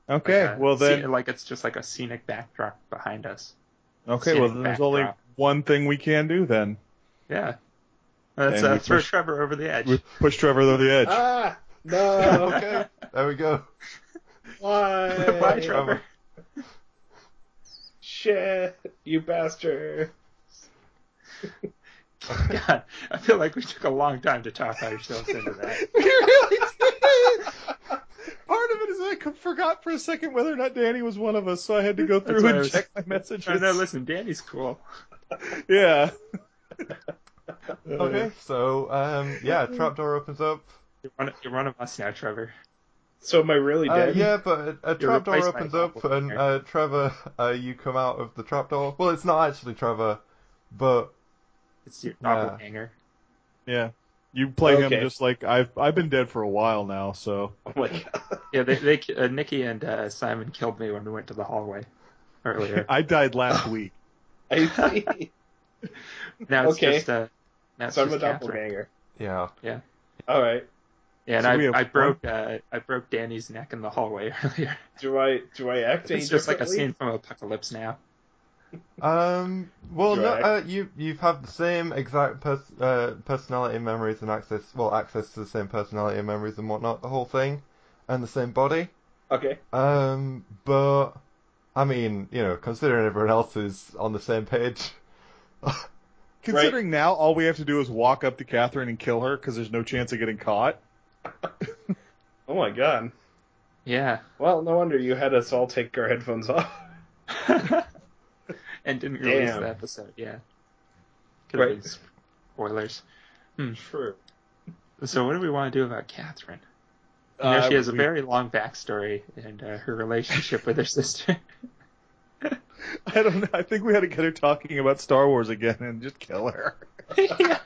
Like
Okay.
a
well then.
sce- like it's just like a scenic backdrop behind us.
okay. Well
scenic
then. There's only
backdrop.
one thing we can do then.
Yeah. That's
And we
uh, throw
push-
Trevor over the edge.
We Oh, push Trevor over the edge.
Ah, no.
Okay, there we go.
Why?
Bye, Trevor.
Shit, you bastard.
God, I feel like we took a long time to talk ourselves into that.
We really did. Part of it is I co- forgot for a second whether or not Danny was one of us, so I had to go through
That's what I
and
was-
check my messages.
Oh, no, listen, Danny's cool.
Yeah.
Uh,
Okay, so um, yeah, trapdoor opens up.
You're one, you're one of us now, Trevor.
So am I really
Uh,
dead?
yeah, but a, a trapdoor
replaced by
opens
a
up,
couple
and
here.
uh, Trevor, uh, you come out of the trapdoor. Well, it's not actually Trevor, but
It's your
Yeah.
doppelganger.
Yeah. You play
Okay.
him just like I've I've been dead for a while now, so
Oh my god.
Yeah, they, they uh, Nikki and uh, Simon killed me when we went to the hallway earlier.
I died last week.
I see.
Now it's
Okay.
just uh, now it's
so I'm a
just Catherine.
doppelganger.
yeah,
All right.
Yeah, and
So we have
I, I
one-
broke uh, I broke Danny's neck in the hallway earlier.
Do I do I act any
It's just like a
differently?
scene from Apocalypse Now.
Um. Well, no,
Drag.
uh, you you've had the same exact pers- uh, personality and memories and access. Well, access to the same personality and memories and whatnot. The whole thing, and the same body.
Okay.
Um. But I mean, you know, considering everyone else is on the same page.
Considering now all we have to do is walk up to Catherine and kill her because there's no chance of getting caught.
Oh my god.
Yeah,
Well, no wonder you had us all take our headphones off.
and didn't release
Damn.
the episode. Yeah,
Right.
right. spoilers.
True.
So what do we want to do about Catherine? You know,
Uh,
she has a
we-
very long backstory and uh, her relationship with her sister.
I don't know. I think we had to get her talking about Star Wars again and just kill her.
yeah.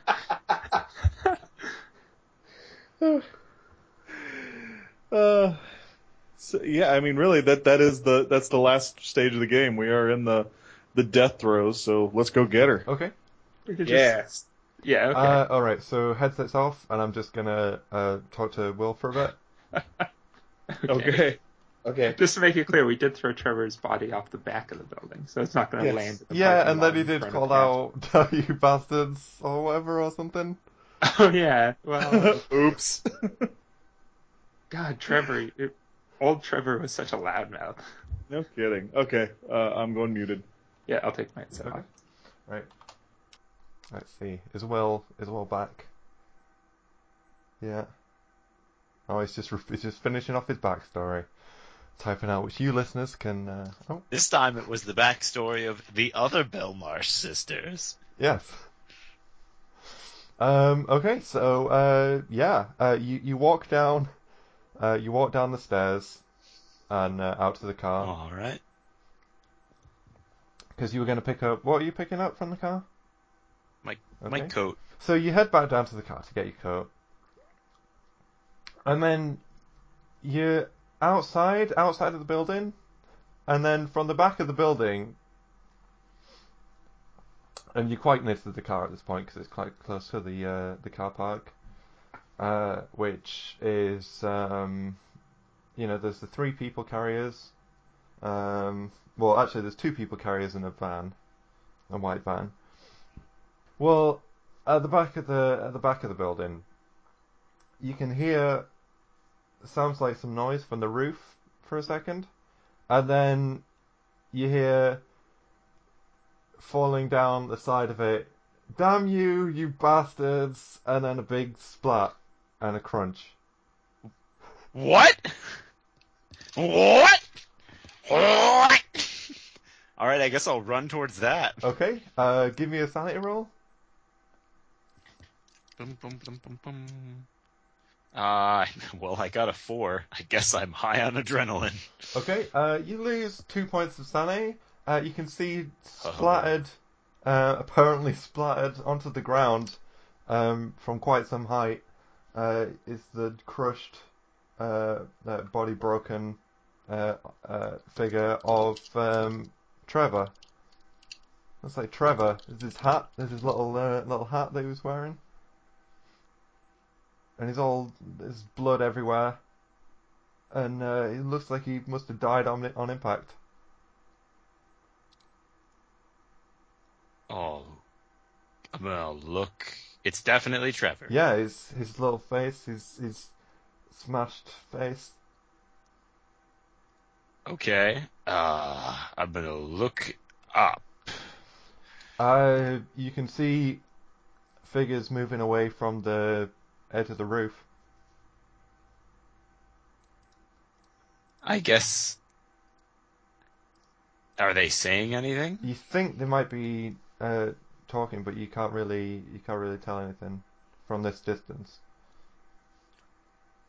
Uh, so, yeah, I mean, really, that that is the that's the last stage of the game. We are in the the death throes, so let's go get her.
Okay.
We could
Yeah.
just- yeah. Okay.
Uh. All right. So headsets off, and I'm just gonna uh talk to Will for a bit.
Uh, okay.
Okay.
Just to make it clear, we did throw Trevor's body off the back of the building, so it's not going to
Yes.
land. at the
Yeah,
parking
and
lot
then he
in
did
front of
call out, "Are you bastards?" or whatever or
Catherine.
something.
Oh yeah. Well,
Oops.
God, Trevor, it- old Trevor was such a loudmouth.
no kidding. Okay, uh, I'm going muted.
Yeah, I'll take my headset
Okay.
off.
Let's see. Is Will is Will back? Yeah. Oh, he's just re- he's just finishing off his backstory, typing out which you listeners can. Uh, oh,
This time it was the backstory of the other Belmarsh sisters.
yes. Um. Okay. So. Uh. Yeah. Uh. You you walk down. Uh. You walk down the stairs, and uh, out to the
Oh.
car
All right.
because you were going to pick up. What are you picking up from the car?
My-
Okay.
My coat.
So you head back down to the car to get your coat. And then you're outside, outside of the building. And then from the back of the building. And you're quite near to the car at this point because it's quite close to the uh, the car park. Uh, which is, um, you know, there's the three people carriers. Um, well, actually, there's two people carriers and a van, a white van. Well, at the back of the at the back of the building, you can hear sounds like some noise from the roof for a second, and then you hear falling down the side of it. Damn you, you bastards! And then a big splat and a crunch.
What? What? What? All right, I guess I'll run towards that.
Okay, uh, give me a sanity roll.
Boom, boom, boom, boom, boom. Uh, well, I got a four. I guess I'm high on adrenaline.
Okay, uh, you lose two points of sanity. Uh, you can see splattered, uh, apparently splattered onto the ground um, from quite some height uh, is the crushed, uh, uh, body broken uh, uh, figure of um, Trevor. Let's say Trevor. There's his hat. There's his little uh, little hat that he was wearing, and he's all there's blood everywhere and uh, it looks like he must have died on on impact.
Oh, I'm gonna look
It's definitely Trevor.
Yeah, his his little face, his his smashed face.
Okay. Uh,
Ah,
I'm gonna look up.
Uh, you can see figures moving away from the edge of the roof.
I guess. Are they saying anything?
You think they might be uh, talking, but you can't really you can't really tell anything from this distance.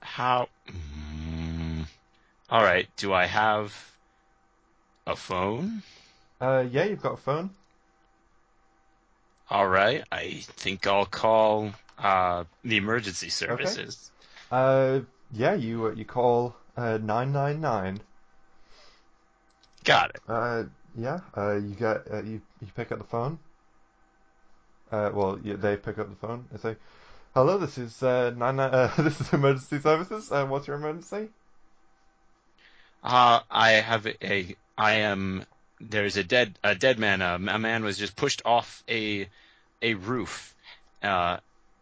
How? Mm. all right. Do I have a phone?
Uh, yeah, you've got a phone.
All right. I think I'll call uh, the emergency services.
Uh, yeah, you uh, you call uh nine nine nine.
Got it.
Uh, yeah. Uh, you get uh, you you pick up the phone. Uh, well, yeah, they pick up the phone and say, "Hello, this is uh nine nine. Uh, this is emergency services. Uh, what's your emergency?"
Uh, I have a. I am. There's a dead a dead man. A, a man was just pushed off a a roof. Uh,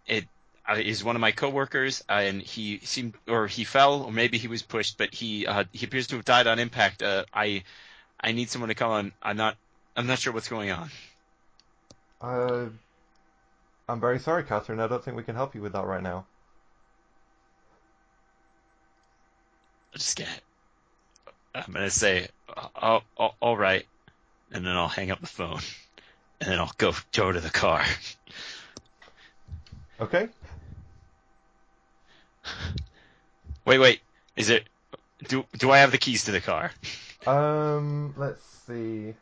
it uh, is one of my coworkers, uh, and he seemed or he fell, or maybe he was pushed, but he uh, he appears to have died on impact. Uh, I I need someone to come on. I'm not I'm not sure what's going on.
Uh, I'm very sorry, Catherine. I don't think we can help you with that right now.
I just get. I'm gonna say, oh, oh, all right, and then I'll hang up the phone, and then I'll go go to the car.
Okay.
Wait, wait, is it? Do do I have the keys to the car?
Um, let's see.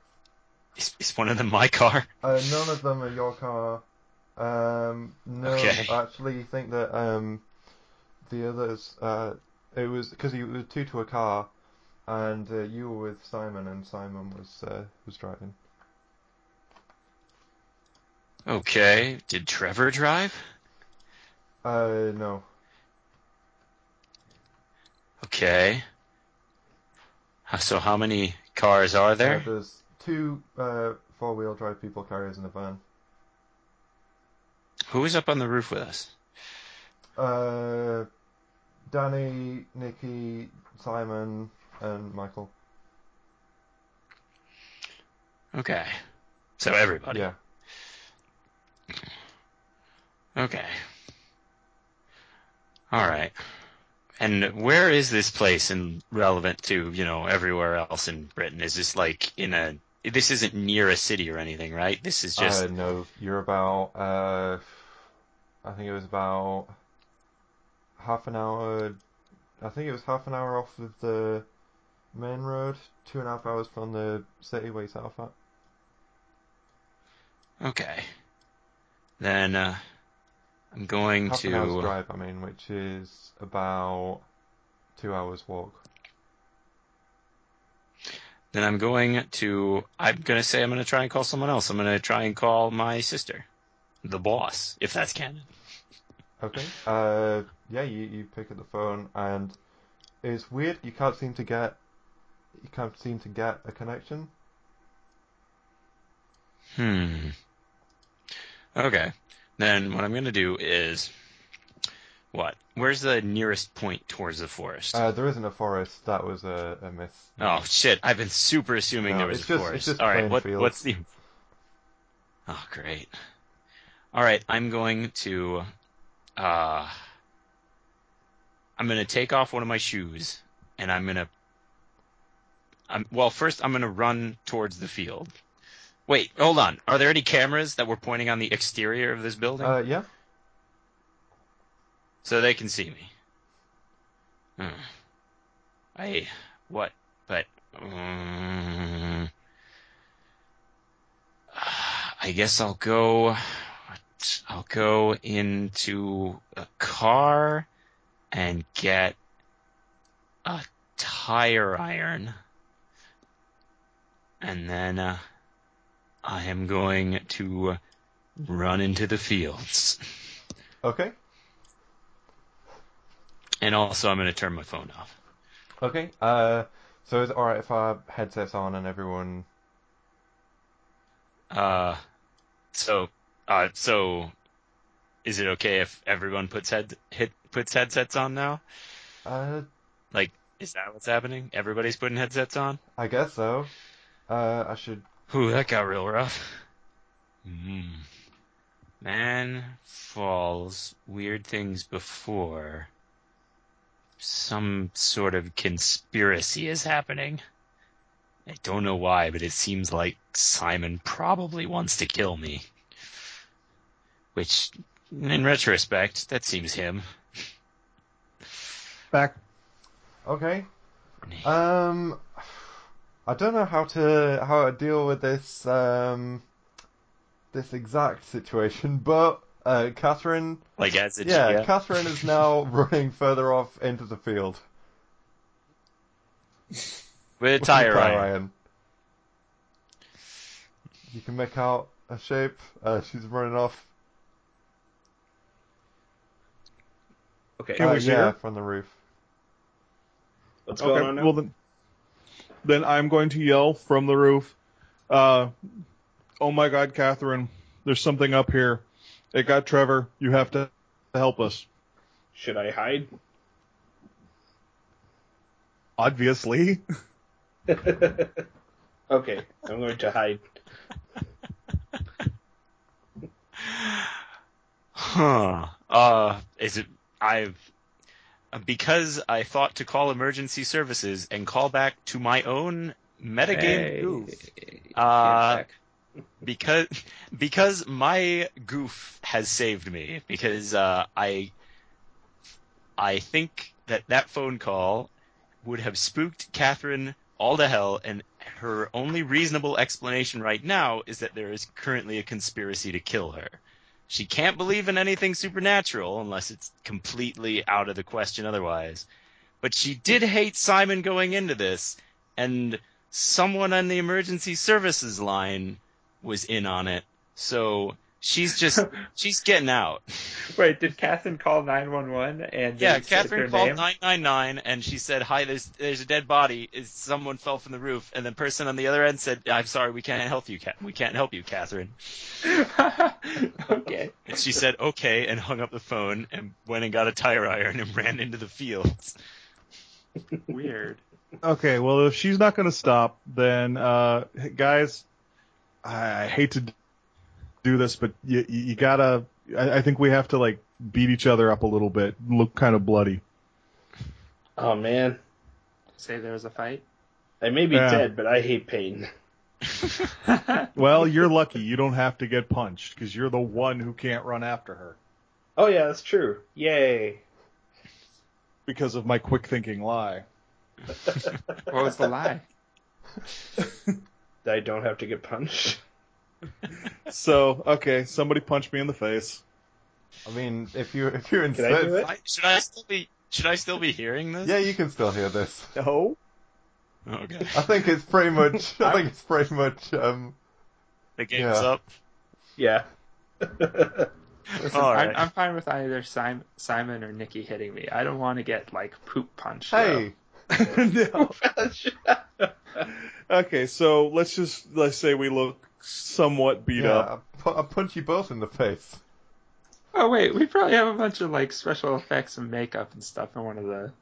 Is, is one of them my car?
Uh, none of them are your car. Um, no,
Okay.
I actually think that um, the others. Uh, it was because you were two to a car, and uh, you were with Simon, and Simon was uh, was driving.
Okay. Did Trevor drive?
Uh, no.
Okay. Uh, So how many cars are
Uh,
there?
there's two uh, four-wheel drive people carriers in the van.
Who was up on the roof with us?
Uh, Danny, Nikki, Simon, and Michael.
Okay. So everybody.
Yeah.
Okay. All right. And where is this place and relevant to, you know, everywhere else in Britain? Is this like in a this isn't near a city or anything, right? This is just
Uh, no, you're about. Uh, I think it was about half an hour. I think it was half an hour off of the main road, two and a half hours from the city where you set off at.
okay. Then uh I'm going
Half an hour's
to
drive, I mean, which is about two hours walk.
then I'm going to I'm going to say I'm going to try and call someone else. I'm going to try and call my sister, the boss, if that's canon.
Okay. Uh, yeah, you, you pick up the phone, and it's weird. You can't seem to get. You can't seem to get a connection.
Hmm. Okay. Then what I'm going to do is what? Where's the nearest point towards the forest?
Uh, there isn't a forest. That was a, a miss.
oh shit! I've been super assuming
No,
there was
it's
a
just-
forest.
it's just
All right.
plain
What,
fields.
what's the? Oh great. All right. I'm going to. Uh, I'm going to take off one of my shoes, and I'm going to. I'm, well, first I'm going to run towards the field. Wait, hold on. Are there any cameras that were pointing on the exterior of this building?
Uh, yeah.
So they can see me. Hmm. I what? But um, I guess I'll go. I'll go into a car and get a tire iron, and then uh, I am going to run into the fields.
Okay.
And also, I'm going to turn my phone off.
Okay. Uh, so is it alright if our headsets on and everyone?
Uh, so, uh, so is it okay if everyone puts head hit, puts headsets on now?
Uh,
Like, is that what's happening? Everybody's putting headsets on.
I guess so. Uh, I should.
Ooh, that got real rough. Mm. Man falls weird things before. Some sort of conspiracy is happening. I don't know why, but it seems like Simon probably wants to kill me. Which, in retrospect, that seems him.
Back.
Okay. Um, I don't know how to how to deal with this um this exact situation, but uh, Catherine,
Like as it
yeah, Catherine is now running further off into the field.
with a
with
tire
the
iron.
You can make out a shape. Uh, she's running off.
Okay,
Can
uh,
we see
yeah,
her?
from the roof.
what's
Okay.
going on now?
Well then, then I'm going to yell from the roof. Uh, oh my God, Catherine, there's something up here. It got Trevor. You have to help us.
Should I hide?
Obviously.
okay, I'm going to hide.
Huh. Uh, is it? I've because I thought to call emergency services and call back to my own metagame goof. Uh, because because my goof has saved me because uh, I I think that that phone call would have spooked Catherine all to hell, and her only reasonable explanation right now is that there is currently a conspiracy to kill her. She can't believe in anything supernatural unless it's completely out of the question otherwise. But she did hate Simon going into this, and someone on the emergency services line was in on it. So she's just she's getting out.
Wait, did Catherine call 911 and
Yeah,
they said her
Catherine called
name?
nine nine nine and she said, "Hi, there's there's a dead body. Is someone fell from the roof?" And the person on the other end said, "I'm sorry, we can't help you. Ca- we can't help you, Catherine."
okay.
And she said, okay, and hung up the phone and went and got a tire iron and ran into the fields.
Weird.
Okay, well, if she's not going to stop, then uh, guys, I I hate to do this, but you, you gotta. I, I think we have to like beat each other up a little bit, look kind of bloody.
Oh man,
Say there was a fight.
I may be
Yeah.
dead, but I hate pain.
Well, you're lucky you don't have to get punched because you're the one who can't run after her
Oh yeah, that's true. Yay.
because of my quick thinking lie.
What was the lie?
I don't have to get punched.
So okay, somebody punch me in the face.
I mean, if you if you
Can I do
insist,
it?
I, should I still be should I still be hearing this? Oh,
yeah, you can still hear this.
No.
Okay.
I think it's pretty much. I think it's pretty much. Um,
The game's
Yeah.
up.
Yeah.
All
I'm,
right.
I'm fine with either Simon, Simon or Nikki hitting me. I don't want to get like poop punched. though.
hey,
no. Okay, so let's just let's say we look somewhat beat
yeah,
up.
I, pu- I punch you both in the face.
Oh wait, we probably have a bunch of like special effects and makeup and stuff in one of the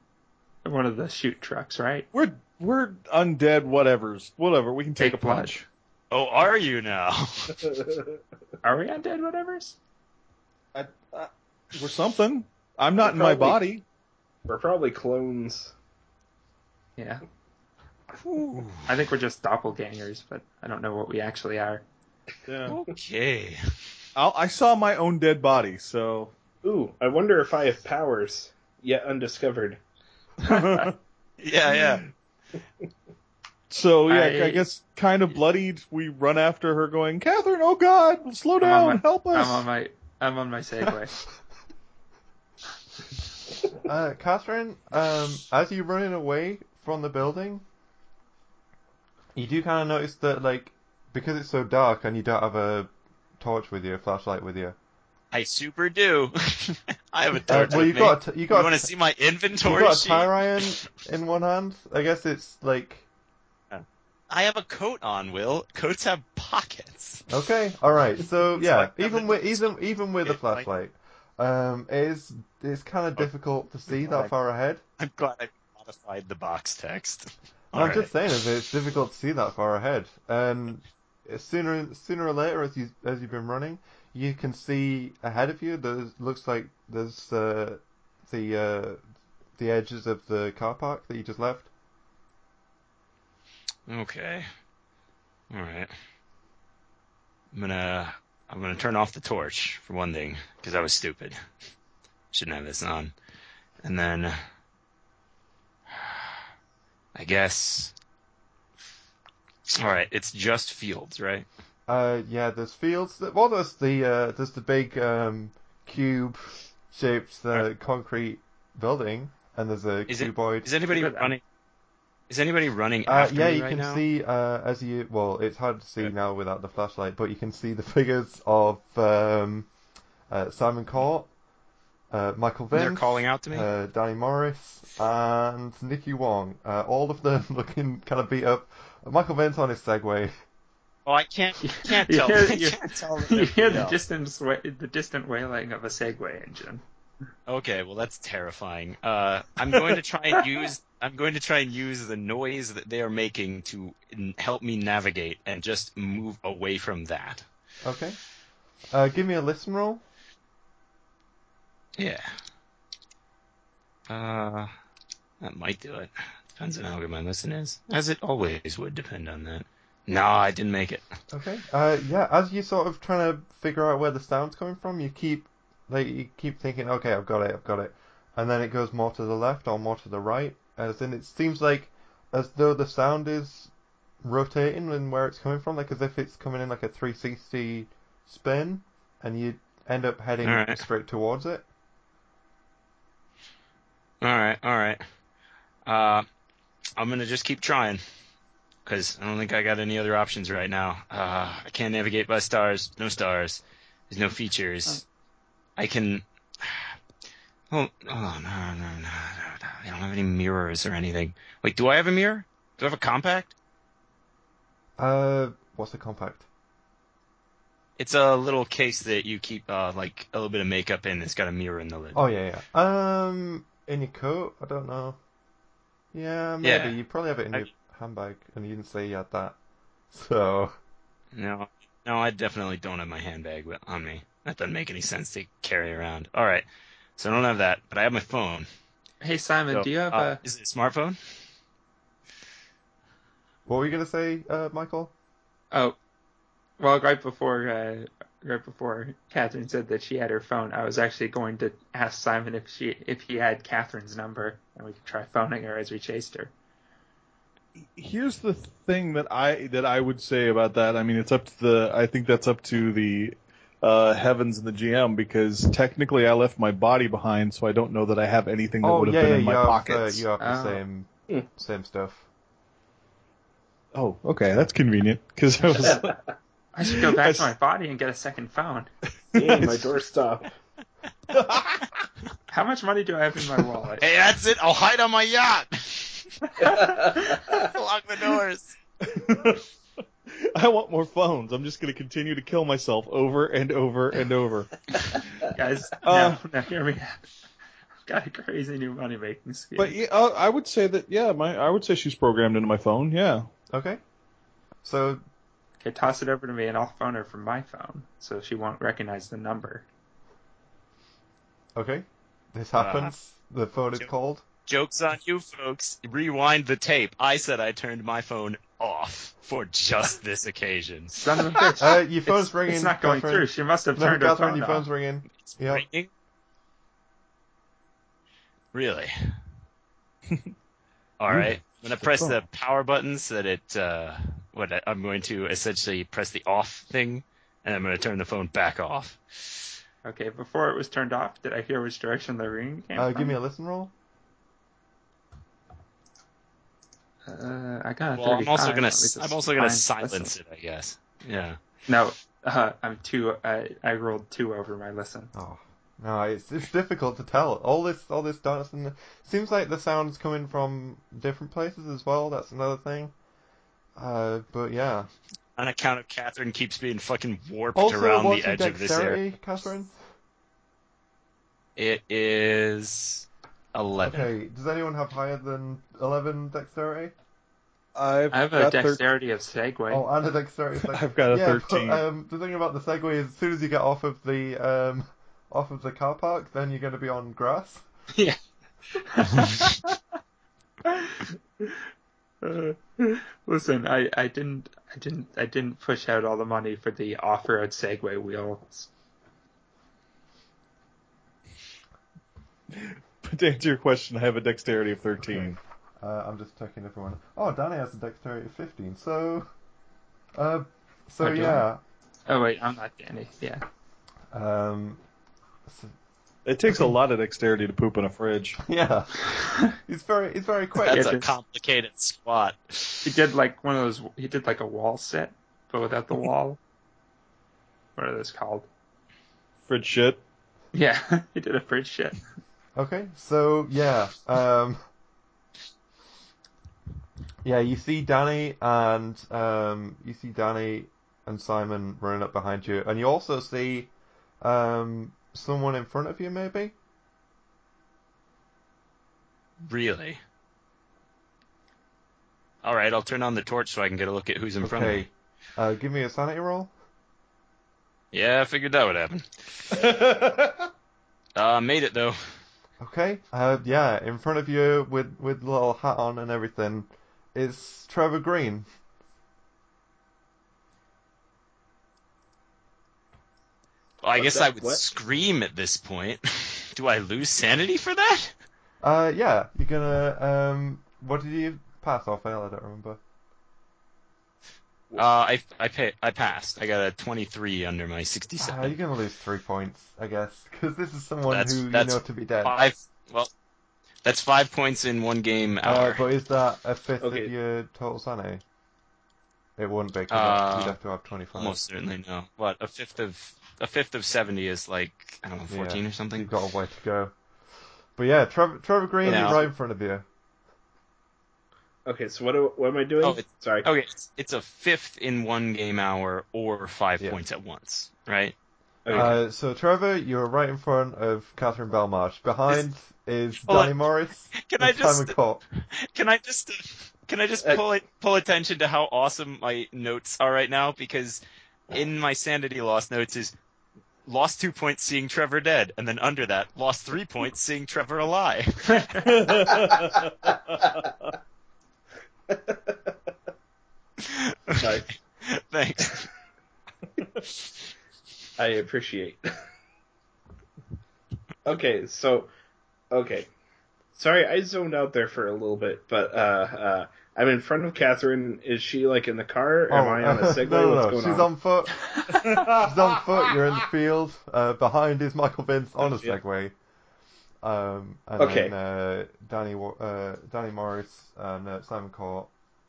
in one of the shoot trucks, right?
We're we're undead. Whatever's whatever. We can take,
Take
a punch.
Oh, are you now?
Are we undead? Whatever's.
We're something. I'm not in my body.
We're probably clones.
Yeah. I think we're just doppelgangers, but I don't know what we actually are.
okay.
I'll, I saw my own dead body. So
Ooh, I wonder if I have powers yet undiscovered.
Yeah, yeah.
so yeah, I,
I-
guess kind of bloodied. We run after her, going, Catherine. Oh God, slow
on
down,
my-
help us.
I'm on my I'm on my Segway.
Uh, Catherine, um, as you're running away from the building, you do kind of notice that, like, because it's so dark and you don't have a torch with you, a flashlight with you.
I super do. I have a
Uh,
torch.
well, you
with
got a t- you
me.
got
you want
a
to see my
you
inventory
got a
sheet?
tire iron in one hand. I guess it's like
I have a coat on, Will. Coats have pockets.
okay, all right. So yeah,
like
even
having-
with even even with a
It, like-
flashlight, Um, it is it's kind of difficult to see that far ahead.
I'm glad I modified the box text.
I'm just saying is it's difficult to see that far ahead, and sooner sooner or later, as you as you've been running, you can see ahead of you. There looks like there's uh, the uh, the edges of the car park that you just left.
Okay. All right. I'm gonna I'm gonna turn off the torch for one thing because I was stupid. Shouldn't have this on. And then I guess. All right, it's just fields, right?
Uh, yeah, there's fields. That, well, there's the uh, there's the big um, cube-shaped uh,
Right.
concrete building, and there's a
Is it-
cuboid.
Is anybody running? Is anybody running
Uh,
after
yeah,
me
you
right
can
now?
see uh, as you. Well, it's hard to see now without the flashlight, but you can see the figures of um, uh, Simon Court, uh, Michael Vince,
They're calling out to me.
uh, Danny Morris, and Nicky Wong. Uh, all of them looking kind of beat up. Michael Vince on his Segway.
oh, I can't can't
You
tell.
hear-
I
you-
can't tell.
You
that
hear
they're-
the distant wa- the distant wailing of a Segway engine.
Okay, well that's terrifying. Uh, I'm going to try and use I'm going to try and use the noise that they are making to n- help me navigate and just move away from that.
Okay. Uh, give me a listen roll.
Yeah. Uh, that might do it. Depends on how good my listen is, as it always would depend on that. No, I didn't make it.
Okay. Uh, yeah. As you sort of trying to figure out where the sound's coming from, you keep like you keep thinking, okay, I've got it, I've got it, and then it goes more to the left or more to the right, as in it seems like as though the sound is rotating and where it's coming from, like as if it's coming in like a 360 spin, and you end up heading
Alright.
straight towards it.
All right, all right. Uh, I'm gonna just keep trying, cause I don't think I got any other options right now. Uh, I can't navigate by stars. No stars. There's no features. I can. Oh, oh no, no, no, no, no! I don't have any mirrors or anything. Wait, do I have a mirror? Do I have a compact?
Uh, what's the compact?
It's a little case that you keep uh, like a little bit of makeup in. It's got a mirror in the lid.
Oh yeah, yeah. Um, in your coat? I don't know. Yeah, maybe
Yeah.
you probably have it in
I-
your handbag, and you didn't say you had that. So
No, no, I definitely don't have my handbag wi- on me. That doesn't make any sense to carry around. All right, so I don't have that, but I have my phone.
Hey Simon,
So,
do you have
uh, is it a smartphone?
what were you gonna say, uh, Michael?
a? Oh, well, right before uh, right before Catherine said that she had her phone, I was actually going to ask Simon if she if he had Catherine's number, and we could try phoning her as we chased her.
here's the thing that I that I would say about that. I mean, it's up to the. I think that's up to the uh, heavens and the GM because technically I left my body behind, so I don't know that I have anything that
Oh
would have
yeah,
been
yeah,
in
you
my
have, uh,
pockets.
you have the
Oh.
same
Hmm.
same stuff.
Oh, okay, that's convenient because I was. like,
I should go back to
I
my body and get a second phone.
Damn, my doorstop.
How much money do I have in my wallet?
Hey, that's it. I'll hide on my yacht.
That's
Lock the doors.
I want more phones. I'm just going to continue to kill myself over and over and over.
Guys,
Uh,
Um,
no, no, hear me out. I've got a crazy new money making scheme.
But yeah, uh, I would say that yeah, my I would say she's programmed into my phone. Yeah.
Okay. So
Okay, toss it over to me and I'll phone her from my phone so she won't recognize the number.
okay, this
Uh-huh.
happens. the phone is
Joe-
called.
Jokes on you, folks. Rewind the tape. I said I turned my phone off for just this occasion.
Son of a bitch.
Uh, your phone's
Ah, it's,
ringing.
It's not going
Catherine.
through. She must have
No,
turned her
Catherine,
phone
your
off.
phone's ringing.
It's
Yeah.
ringing. Really? All right. I'm gonna press the power button so that it. Uh, what I- I'm going to essentially press the off thing, and I'm gonna turn the phone back off.
Okay, before it was turned off, did I hear which direction the ring came
Uh,
from?
give me a listen roll.
Uh, I got a
Well, I'm also
35.
gonna.
Let me
s-
just
I'm also gonna
find-
silence
listen.
it. I guess. Yeah.
No, uh, I'm two. I, I rolled two over my listen.
Oh no, it's it's difficult to tell. All this all this dance and seems like the sound's coming from different places as well. That's another thing. Uh, but yeah.
On account of Catherine keeps being fucking warped
Also,
around
what's
the
your
edge of this area.
dexterity, Catherine?
It is eleven.
Okay, does anyone have higher than 11 dexterity?
I've
I have a
got thir-
dexterity of segue.
Oh, and a dexterity. of sex-
I've got a
yeah, but,
13.
um, the thing about the Segway is, as soon as you get off of the um, off of the car park, then you're going to be on grass.
Yeah.
Oh.
Uh, listen, I, I didn't I didn't I didn't push out all the money for the off-road Segway wheels.
to answer your question, I have a dexterity of 13.
Uh, I'm just checking everyone. Oh, Danny has a dexterity of 15. So, uh, so
Oh, do I?
yeah.
Oh wait, I'm not Danny. Yeah.
Um, so-
It takes a lot of dexterity to poop in a fridge.
yeah. He's very he's very quick.
That's
It
a
is.
complicated squat.
He did like one of those. He did like a wall set, but without the wall. What are those called?
Fridge shit.
Yeah, he did a fridge shit.
Okay, so yeah, um, yeah, you see Danny and um, you see Danny and Simon running up behind you, and you also see um, someone in front of you, maybe.
Really? All right, I'll turn on the torch so I can get a look at who's in front of me.
Okay, uh, give me a sanity roll.
Yeah, I figured that would happen. Uh, made it though.
Okay, uh, yeah, in front of you with with little hat on and everything is Trevor Green.
Well, I guess
that-
I would
what?
scream at this point. Do I lose sanity for that?
Uh, yeah, you're gonna um, what did you pass or fail? I don't remember.
Uh, I I pa I passed. I got a 23 under
Ah,
my
you're
67.
gonna lose three points, I guess, because this is someone
That's-
who
that's
you know to
Ah,
be dead.
five. Well, that's five points in one game
Uh,
hour.
but is that a fifth
Okay.
of your total sanity? It wouldn't be. 'cause
Uh,
you'd have to have twenty-five.
Almost certainly no. What a fifth of a fifth of 70 is like I don't know 14 or something.
You've got a way to go. But yeah, Trevor, Trevor Green
Yeah.
is right in front of you.
Okay, so what, do, what am I doing?
Oh, it's-
Sorry.
Okay, it's, it's a fifth in one game hour or five
Yeah.
points at once, right?
Uh, so Trevor, you're right in front of Catherine Belmarsh. Behind is
Hold on.
Danny Morris.
Can
and
I just
Simon Court.
can I just can I just
Uh,
pull it, pull attention to how awesome my notes are right now because in my sanity loss notes is lost two points seeing Trevor dead, and then under that lost three points seeing Trevor alive.
Nice.
Thanks.
I appreciate. okay, so okay. Sorry, I zoned out there for a little bit, but uh, uh, I'm in front of Catherine. Is she like in the car? Am I on a
no,
Segway?
Oh, uh, no, no.
What's going
She's
on?
on foot. She's on foot. You're in the field. Uh, behind is Michael Vince on a
Yeah.
Segway. Um, and
Okay.
then uh, Danny, Wa- uh, Danny Morris and uh, Simon Court.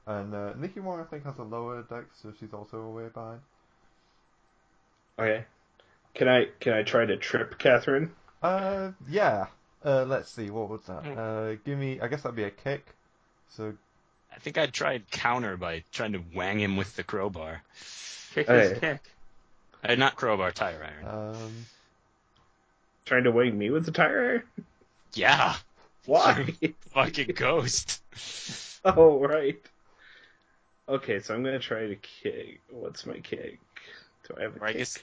And uh, Nikki Moore, I think, has a lower deck, so she's also away behind.
Okay. Can I can I try to trip Catherine?
Uh, yeah. Uh, let's see, what was that? Uh, give me, I guess that'd be a kick. So,
I think I tried counter by trying to wang him with the crowbar.
Kick
Hey.
his kick.
Uh, not crowbar, tire iron.
um,
Trying to wing me with the tire?
yeah,
Why?
fucking ghost.
oh right. Okay, so I'm gonna try to kick. What's my kick? Do I have a
Or I
kick?
guess,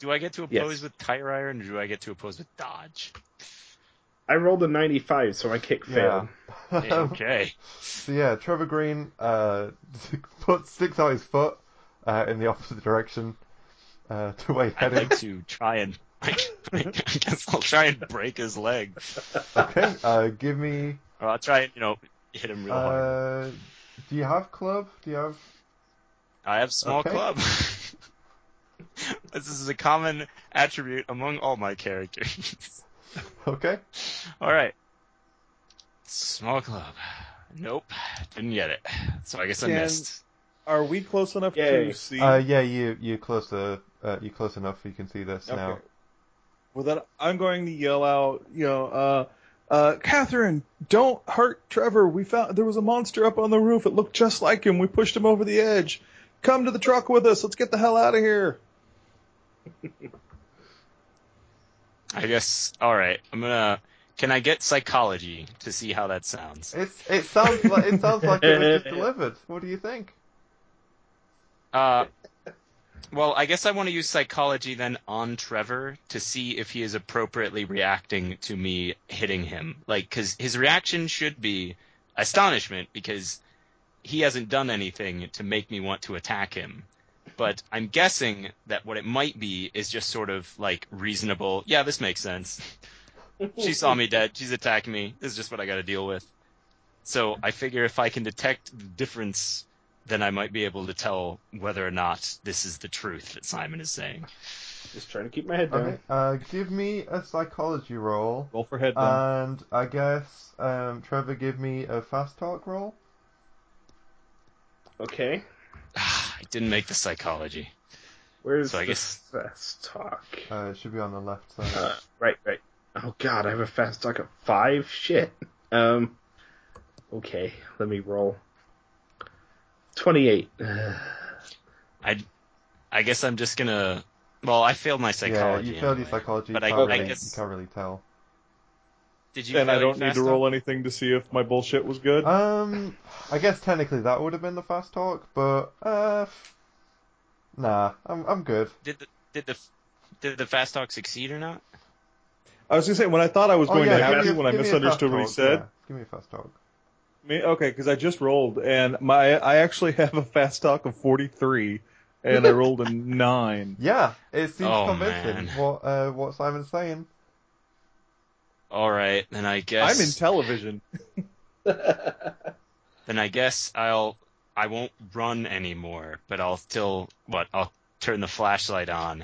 do I get to
Yes.
oppose with tire iron, or do I get to oppose with dodge?
I rolled a 95, so my kick
yeah.
failed.
Okay.
So yeah, Trevor Green uh, put, sticks out his foot uh, in the opposite direction uh, to where you're
I'd
heading.
like to try and. I guess I'll try and break his leg.
Okay, uh, give me.
Or I'll try and, you know, hit him real hard.
Uh, do you have club? Do you have?
I have small
okay.
club. this is a common attribute among all my characters.
Okay.
all right. Small club. Nope. Didn't get it. So I guess I
Can-
missed.
Are we close enough
Yay.
to see?
Uh, yeah, you you're closer. Uh, you're close enough. You can see this now.
Okay. Well, then I'm going to yell out, you know, uh, uh, Catherine, don't hurt Trevor. We found there was a monster up on the roof. It looked just like him. We pushed him over the edge. Come to the truck with us. Let's get the hell out of here.
I guess. All right. I'm gonna. Can I get psychology to see how that sounds?
It's, it sounds like it sounds like it was just delivered. What do you think?
Uh, well, I guess I want to use psychology then on Trevor to see if he is appropriately reacting to me hitting him. Like, because his reaction should be astonishment because he hasn't done anything to make me want to attack him. But I'm guessing that what it might be is just sort of like reasonable. Yeah, this makes sense. she saw me dead. She's attacking me. This is just what I got to deal with. So I figure if I can detect the difference, then I might be able to tell whether or not this is the truth that Simon is saying.
Just trying to keep my head down.
Okay, uh, give me a psychology roll,
Roll for head. then.
and I guess um, Trevor, give me a fast talk roll.
Okay.
I didn't make the psychology.
Where's
So I
the
guess-
fast talk?
Uh, it should be on the left side.
Uh, right, right. Oh god, I have a fast talk at five. Shit. Um. Okay, let me roll. Twenty-eight.
I guess I'm just gonna. Well, I failed my
yeah,
psychology.
you failed your
anyway.
psychology.
But
you
I-
can't
I
really-
guess-
you can't really tell.
Did you?
and I
fail your
don't need
fast
to
talk?
roll anything to see if my bullshit was good.
Um, I guess technically that would have been the fast talk, but uh, f- nah, I'm I'm good.
Did the did the did the fast talk succeed or not?
I was gonna say when I thought I was
Oh,
going to
yeah, give
have
me
you
a-
when I
give me a fast
misunderstood what he
talk,
said.
yeah. Give me a fast talk.
Me, okay, because I just rolled, and my I actually have a fast talk of forty three, and I rolled a nine.
Yeah, it seems
Oh,
convincing
man.
what uh, what Simon's saying.
All right, then I guess
I'm in television.
then I guess I'll I won't run anymore, but I'll still what I'll turn the flashlight on,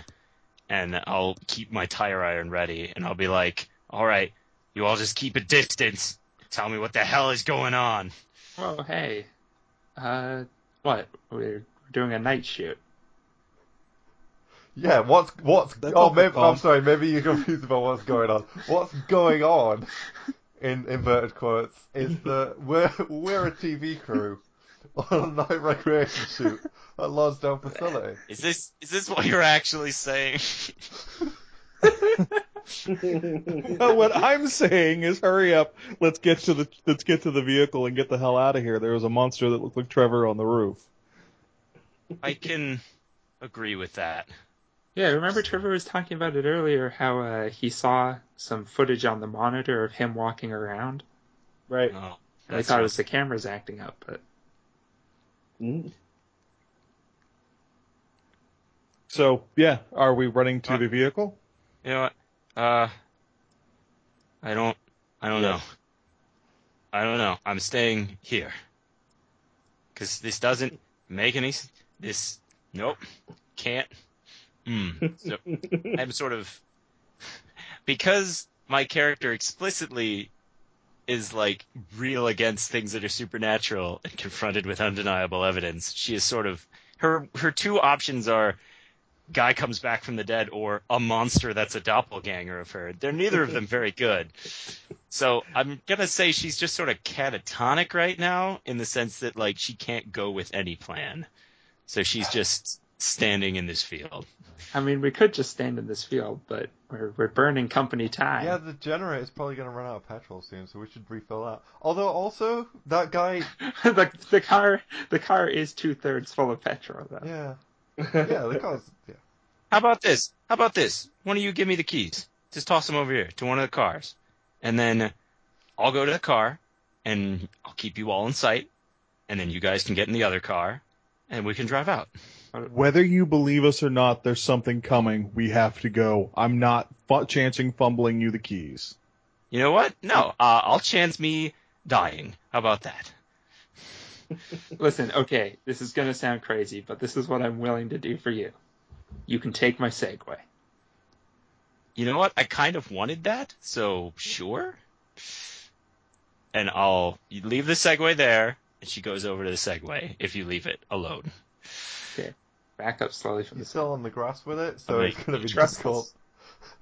and I'll keep my tire iron ready, and I'll be like, all right, you all just keep a distance. Tell me what the hell is going on.
Oh, hey. Uh, what? We're doing a night shoot.
Yeah, what's what's
That's
oh
not the
maybe I'm
prompt.
sorry, maybe you're confused about what's going on. What's going on in inverted quotes is that we're we're a TV crew on a night recreation shoot at Lonsdale facility.
Is this is this what you're actually saying?
But what I'm saying is, hurry up. Let's get to the let's get to the vehicle and get the hell out of here. There was a monster that looked like Trevor on the roof.
I can agree with that.
Yeah, remember Trevor was talking about it earlier how uh, he saw some footage on the monitor of him walking around.
right.
Oh,
And we
that's
thought
right.
it was the cameras acting up, but
So yeah, are we running to the vehicle?
You know what? Uh, I don't. I don't know. I don't know. I'm staying here. Cause this doesn't make any. s- This nope. Can't. Mm. So I'm sort of because my character explicitly is like real against things that are supernatural and confronted with undeniable evidence. She is sort of her her two options are guy comes back from the dead or a monster that's a doppelganger of her. They're neither of them very good. So I'm gonna say she's just sort of catatonic right now in the sense that like she can't go with any plan. So she's just standing in this field.
I mean, we could just stand in this field, but we're we're burning company time.
Yeah, the generator's probably gonna run out of petrol soon, so we should refill that. Although also that guy
the the car the car is two thirds full of petrol though.
yeah. Yeah, the car's yeah.
How about this? How about this? One of you give me the keys. Just toss them over here to one of the cars. And then I'll go to the car and I'll keep you all in sight. And then you guys can get in the other car and we can drive out.
Whether you believe us or not, there's something coming. We have to go. I'm not fu- chancing fumbling you the keys.
You know what? No, uh, I'll chance me dying. How about that?
Listen, okay, this is gonna sound crazy, but this is what I'm willing to do for you. You can take my Segway.
You know what? I kind of wanted that, so sure. And I'll you leave the Segway there, and she goes over to the Segway if you leave it alone.
Back up slowly from
He's
the
still on the grass with it, so
I'm
it's gonna be
trust
difficult.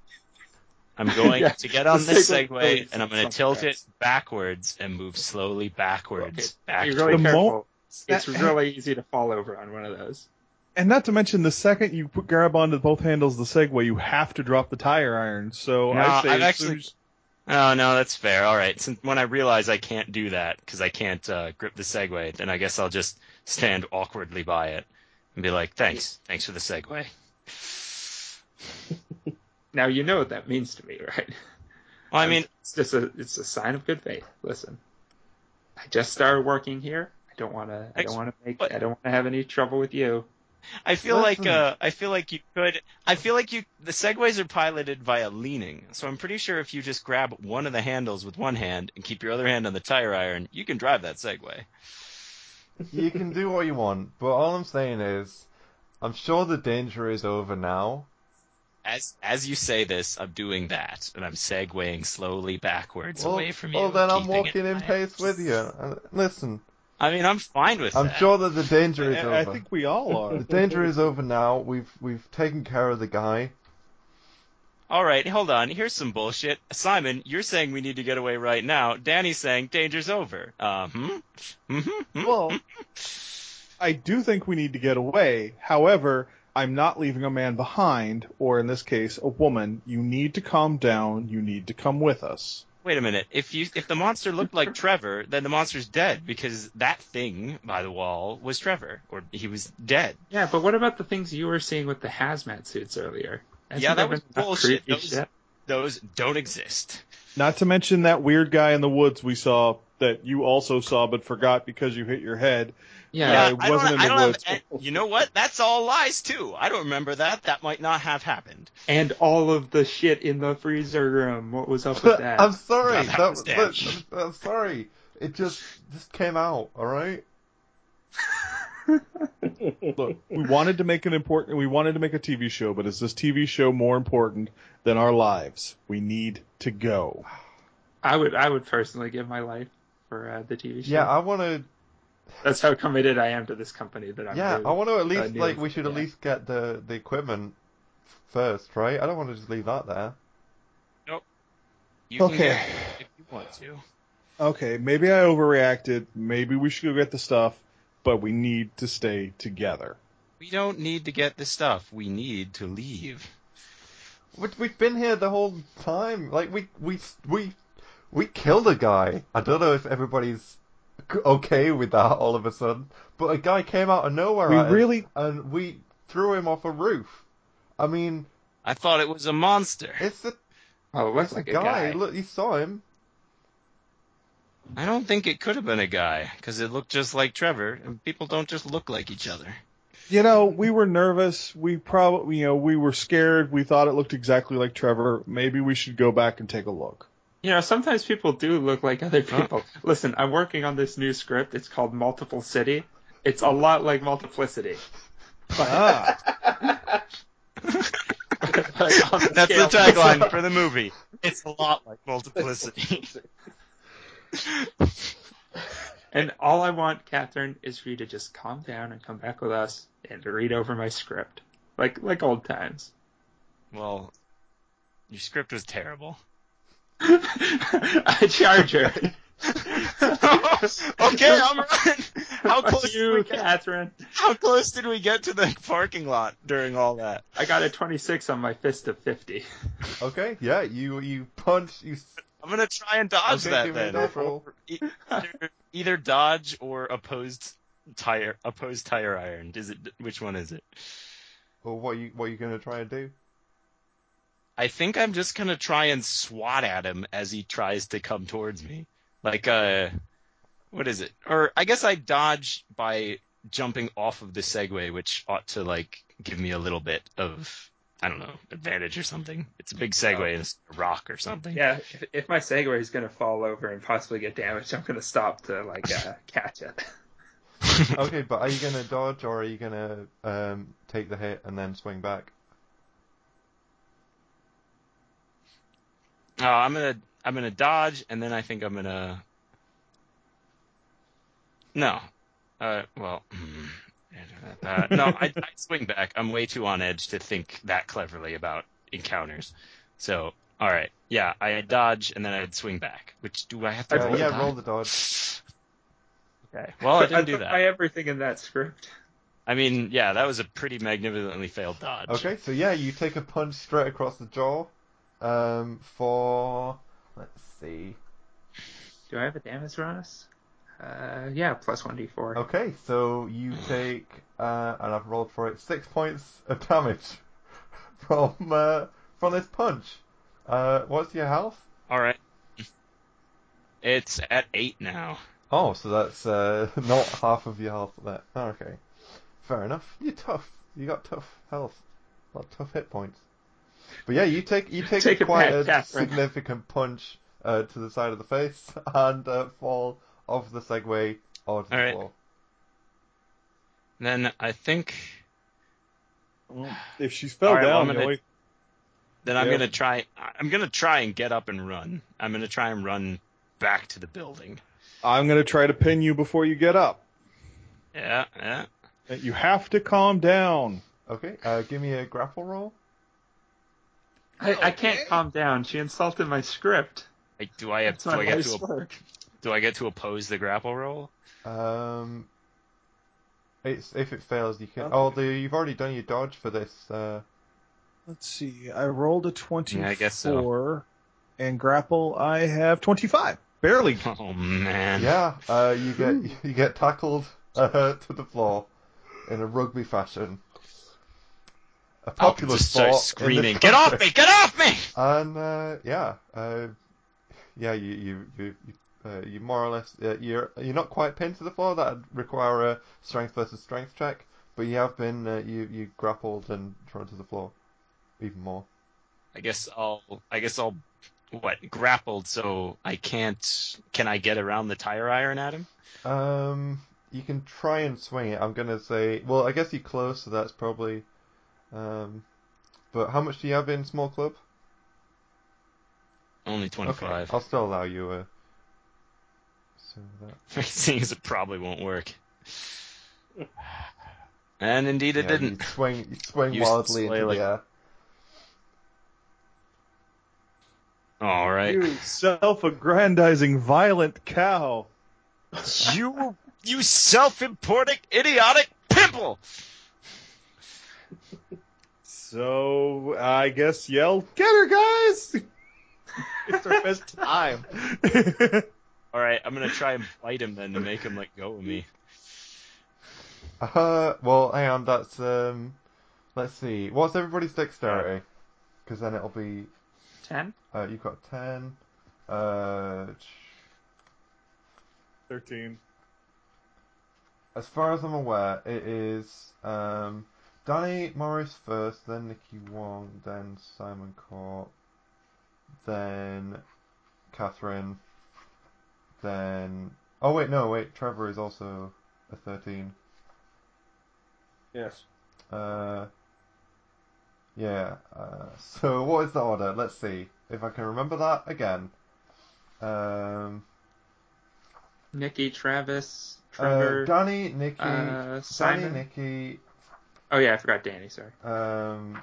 I'm going
Yeah,
to get on
the
this
Segway
Segway,
goes
and I'm going to
somewhere
tilt it
else.
backwards and move slowly backwards.
Okay,
Back
Be
toward-
really
The mo-
careful. It's really easy to fall over on one of those.
And not to mention, the second you put, grab onto both handles of the Segway, you have to drop the tire iron. So
No,
I say,
I've
as soon
actually-
as-
Oh no, that's fair. All right. Since when I realize I can't do that because I can't uh, grip the Segway, then I guess I'll just stand awkwardly by it and be like, "Thanks, thanks for the Segway."
Now you know what that means to me, right?
Well, I mean,
it's just a it's a sign of good faith. Listen, I just started working here. I don't want to. I
Ex-
don't want to make.
but-
I don't want to have any trouble with you.
I feel
Listen.
like uh, I feel like you could. I feel like you. The segways are piloted via leaning, so I'm pretty sure if you just grab one of the handles with one hand and keep your other hand on the tire iron, you can drive that segway.
you can do what you want, but all I'm saying is, I'm sure the danger is over now.
As as you say this, I'm doing that, and I'm segwaying slowly backwards
well,
away from you.
well, then I'm
keeping it
walking in
my-
pace with you. Uh, Listen,
I mean, I'm fine with
I'm
that.
sure that the danger is over.
I, I think we all are.
The danger is over now. We've we've taken care of the guy.
All right, hold on. Here's some bullshit. Simon, you're saying we need to get away right now. Danny's saying danger's over. Uh, hmm? Mm-hmm.
well, I do think we need to get away. However, I'm not leaving a man behind, or in this case, a woman. You need to calm down. You need to come with us.
Wait a minute. If you if the monster looked like Trevor, then the monster's dead because that thing by the wall was Trevor, or he was dead.
Yeah, but what about the things you were seeing with the hazmat suits earlier? Hasn't
Yeah, that
there
was
been enough
bullshit.
creepy
That was- Those don't exist.
Not to mention that weird guy in the woods we saw that you also saw but forgot because you hit your head.
Yeah,
Yeah.
I
it
don't-
wasn't in the
I don't
woods.
have- you know what? That's all lies too. I don't remember that. That might not have happened.
and all of the shit in the freezer room. What was up with that?
I'm sorry.
No, that was
that,
damage.
that- I'm sorry. It just just came out. All right.
Look, we wanted to make an important. We wanted to make a TV show, but is this TV show more important than our lives? We need to go.
I would I would personally give my life for uh, the TV show.
Yeah, I want to.
that's how committed I am to this company that I'm.
Yeah,
doing.
I want to at
I
least
knew
like
it,
we should at
yeah.
least get the the equipment first, right? I don't want to just leave that there.
You can
Okay.
get- if you want to.
Okay, maybe I overreacted. Maybe we should go get the stuff, but we need to stay together.
We don't need to get the stuff. We need to leave.
We, we've been here the whole time. Like we we we we killed a guy. I don't know if everybody's c- okay with that all of a sudden, but a guy came out of nowhere.
We
at us,
really-
and we threw him off a roof. I mean,
I thought it was a monster.
it's a,
Oh, it
it's
looks
a
like a
guy.
guy.
Look, you saw him.
I don't think it could have been a guy because it looked just like Trevor, and people don't just look like each other.
You know, we were nervous. We probably, you know, we were scared. We thought it looked exactly like Trevor. Maybe we should go back and take a look.
You know, sometimes people do look like other people. Listen, I'm working on this new script. It's called Multiple City. It's a lot like Multiplicity.
Ah,
But on the
That's
scale-
the tagline for the movie. It's a lot like multiplicity.
And all I want, Catherine, is for you to just calm down and come back with us and read over my script, like like old times.
well, your script was terrible.
I charge her.
okay, I'm right. How
Fuck
close, did
you,
we get,
Catherine.
how close did we get to the parking lot during all that?
I got a 26 on my fist of 50.
Okay, yeah, you you punch you. s-
I'm gonna try and dodge
Okay,
that
give me a
then.
dodge roll.
E- Either, either dodge or opposed tire opposed tire iron. Is it which one is it?
Or what you what you gonna try and do?
I think I'm just gonna try and swat at him as he tries to come towards me. Like uh what is it? Or I guess I dodge by jumping off of the Segway, which ought to like give me a little bit of I don't know, advantage or something. It's a big Segway and it's a rock or something.
Yeah, if, if my Segway is going to fall over and possibly get damaged, I'm going to stop to like uh, catch it.
Okay, but are you gonna dodge or are you gonna um take the hit and then swing back?
Uh, I'm gonna I'm gonna dodge and then I think I'm gonna No. Uh well hmm. uh, no, I, I swing back. I'm way too on edge to think that cleverly about encounters. So, all right, yeah, I dodge and then I'd swing back. Which do I have to?
Uh,
roll
yeah,
the
roll
die?
the dodge.
Okay.
Well, Oh, I didn't do
put
that.
My everything in that script.
I mean, yeah, that was a pretty magnificently failed dodge.
Okay, so yeah, you take a punch straight across the jaw. Um, for let's see.
Do I have a damage bonus? Uh, yeah, plus one d four.
Oh.
Okay, so you take uh, and I've rolled for it six points of damage from uh, from this punch. Uh, what's your health?
All right. It's at eight now.
Oh, so that's uh, not half of your health. There. Oh, okay, fair enough. You're tough. You got tough health, a lot of tough hit points. But yeah, you take you take,
Take it
quite
back,
a
Catherine.
significant punch uh, to the side of the face and uh, fall off the Segway onto the
All right.
floor.
Then I think
If she's fell
All right, well,
down,
I'm
the
gonna-
only-
then I'm
Yeah.
gonna try. I'm gonna try and get up and run. I'm gonna try and run back to the building.
I'm going to try to pin you before you get up.
Yeah, yeah.
You have to calm down.
Okay, uh, give me a grapple roll.
I, I can't calm down. She insulted my script.
Like, do I have,
That's
do
my
I get
life's
to op-
work.
do I get to oppose the grapple roll?
Um, it's if it fails, you can. Oh, the, you've already done your dodge for this. Uh,
Let's see. I rolled a 24.
Yeah, I guess so.
And grapple, I have 25. Barely.
Oh man.
yeah, uh, you get you get tackled uh, to the floor in a rugby fashion. A
I'll
popular
Oh, just start
sport in the
screaming. Get off
country."
me! Get off me!
And uh, yeah, uh, yeah, you you you you, uh, you more or less uh, you're you're not quite pinned to the floor. That'd require a strength versus strength check, but you have been uh, you you grappled and thrown to the floor, even more.
I guess I'll. I guess I'll. What grappled? So I can't. Can I get around the tire iron at him?
Um, you can try and swing it. I'm gonna say, well, I guess you're close, so that's probably. Um, but how much do you have in small club?
Only
Okay,
twenty-five.
I'll still allow you a. So that
Seeing as it probably won't work. And indeed, it
yeah,
didn't.
You swing, you swing
You
wildly
sway
into
like-
the air.
All right.
You self-aggrandizing violent cow.
You you self-importing idiotic pimple.
So I guess yell, get her, guys! it's our best time.
All right, I'm gonna try and bite him then to make him let go of me.
Uh, well, hang on. That's um, let's see. What's everybody's dexterity? Because then it'll be
Ten.
uh, you've got ten. Uh,
Thirteen.
as far as I'm aware, it is um, Danny Morris first, then Nikki Wong, then Simon Court, then Catherine, then oh wait, no wait, Trevor is also a thirteen.
Yes.
Uh, yeah. Uh, so what is the order? Let's see if I can remember that again. Um,
Nikki, Travis,
uh,
Trevor.
Danny, Nikki,
uh,
Danny,
Simon.
Nikki.
oh yeah, I forgot Danny. Sorry.
Um,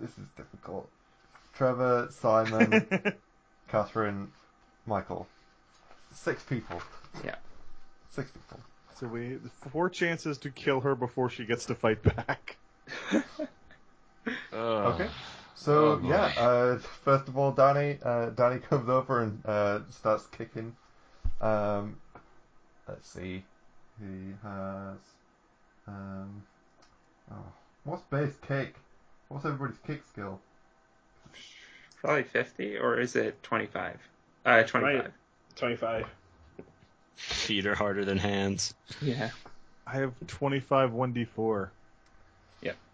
this is difficult. Trevor, Simon, Catherine, Michael. Six people.
Yeah.
Six people.
So we four chances to kill her before she gets to fight back.
Ugh.
Okay. So
Oh, boy.
yeah, uh, first of all, Danny, uh, Danny comes over and uh, starts kicking. Um, let's see, he has, um, oh, what's base kick? What's everybody's kick skill?
Probably fifty, or is it twenty-five? Uh, twenty-five.
Right. Twenty-five.
Feet are harder than hands.
Yeah.
I have twenty-five one d four.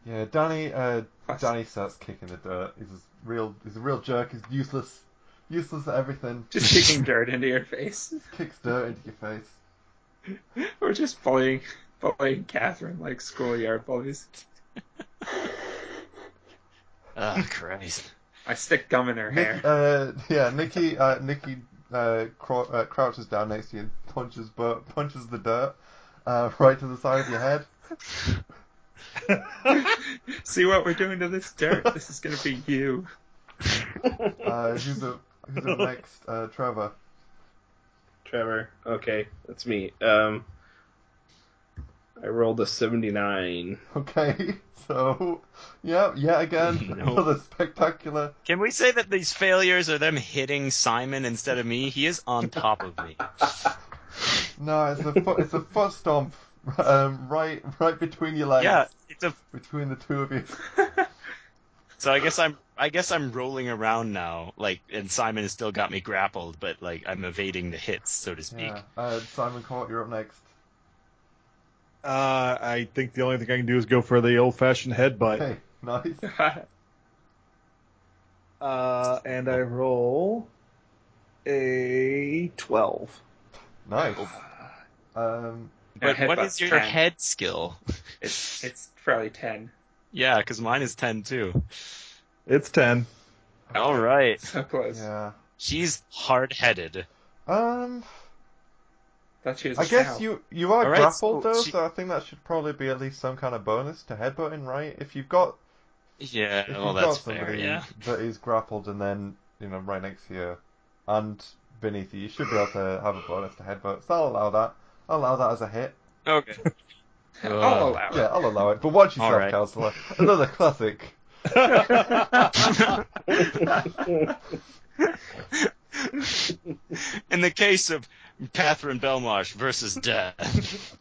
Yeah, Danny, uh,
Plus.
Danny starts kicking the dirt. He's a real, he's a real jerk. He's useless, useless at everything.
Just kicking dirt into your face,
Kicks dirt into your face.
or just bullying, bullying Catherine like schoolyard bullies.
Oh Christ.
I stick gum in her hair.
Nick, uh, yeah, Nikki. Uh, Nikki uh, cro- uh, crouches down next to you, and punches, but punches the dirt uh, right to the side of your head. uh,
See what we're doing to this dirt? This is gonna be you.
Uh, who's up? Who's up next? Uh, Trevor.
Trevor. Okay, that's me. Um, I rolled a 79.
Okay, so yeah, yet again
No.
another spectacular.
Can we say that these failures are them hitting Simon instead of me? He is on top of me.
No, it's a foot, it's a foot stomp um, right right between your legs.
Yeah, it's a.
Between the two of you.
So I guess I'm. I guess I'm rolling around now, like, and Simon has still got me grappled, but like I'm evading the hits, so to speak.
Yeah. Uh, Simon Court, you're up next.
Uh, I think the only thing I can do is go for the old fashioned headbutt.
Okay, nice.
Uh, and I roll a 12.
Nice.
Oh.
Um,
But what
Headbutt's
is your
10.
head skill?
It's it's probably ten.
Yeah, because mine is ten too.
It's 10.
All right,
So close.
yeah.
she's hard-headed.
Um,
Thought she was
I
a
guess
cow.
you you are
All right,
grappled
so
though,
she-
so I think that should probably be at least some kind of bonus to headbutting, right? If you've got
Yeah,
if
well
you've got
Oh, that's fair.
somebody
Yeah,
that is grappled and then you know right next to you and beneath you, you should be able to have a bonus to headbutt. So I'll allow that. I'll allow that as a hit.
Okay. Oh.
I'll allow
Yeah, I'll allow it. But watch yourself,
All right.
counselor. Another classic.
In the case of Catherine Belmarsh versus death,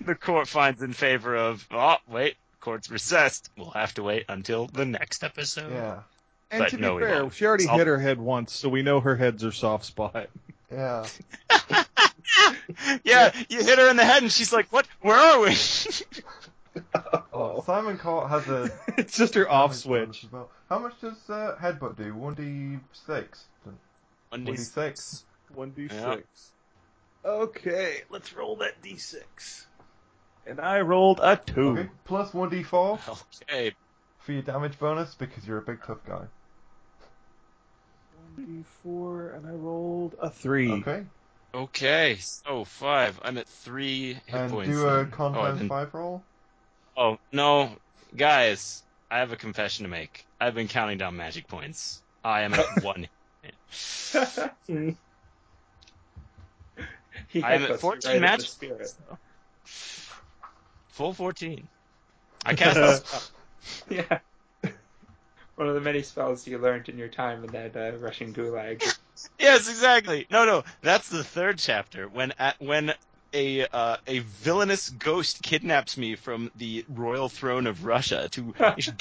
the court finds in favor of. Oh, wait, court's recessed. We'll have to wait until the next episode.
Yeah,
And
But
to be
no, we
fair,
won't.
she already
Soft-
hit her head once, so we know her head's her soft spot.
yeah.
Yeah, you hit her in the head, and she's like, "What? Where are we?"
Oh, Simon Court has a
it's just her off switch.
As well. How much does uh, headbutt do? One d six. One d six.
1d6.
Yeah.
Okay, let's roll that d6. And I rolled a 2.
Okay. Plus one d four
Okay,
for your damage bonus because you're a big tough guy.
1d4, and I rolled a 3.
Okay.
okay. So five. I'm at three hit
And
points.
do a
then.
con
oh, I've
times
been-
five roll.
oh no, guys, I have a confession to make. I've been counting down magic points. I am at one.
He
I'm
headbutts
at
you
14
right in the
match
spirit.
Full 14. I cast a spell.
Yeah. One of the many spells you learned in your time in that uh, Russian gulag.
Yes, exactly. No, no, that's the third chapter when at, when a uh, a villainous ghost kidnaps me from the royal throne of Russia to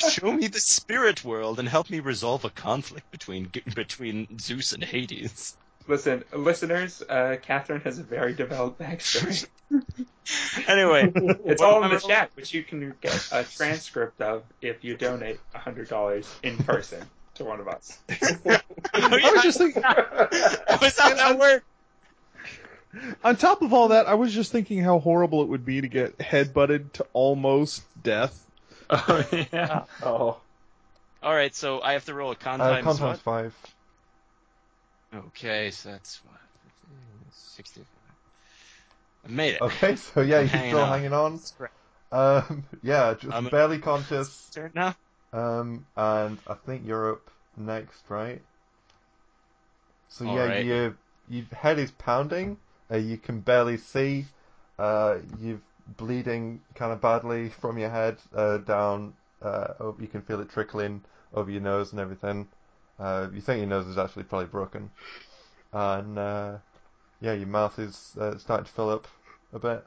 show me the spirit world and help me resolve a conflict between between Zeus and Hades.
Listen, listeners, uh, Catherine has a very developed backstory.
Anyway,
It's
Well,
all in the
I'm-
chat, which you can get a transcript of if you donate $100 in person to one of us.
I was just
thinking,
how that worked.
on top of all that, I was just thinking how horrible it would be to get headbutted to almost death.
Oh, yeah. Oh.
All right, so I have to roll a con
Uh, con
times
times five.
what? Okay, so that's what 65. I made it.
Okay, so yeah, you're
Hanging
still
on.
hanging on. Um, yeah, just
I'm-
barely conscious.
Turn now.
Um, and I think you're up next, right? So
All
yeah,
right.
your your head is pounding. Uh, you can barely see. Uh, you're bleeding kind of badly from your head uh, down. Uh, oh, you can feel it trickling over your nose and everything. Uh, you think your nose is actually probably broken, and uh, yeah, your mouth is uh, starting to fill up a bit.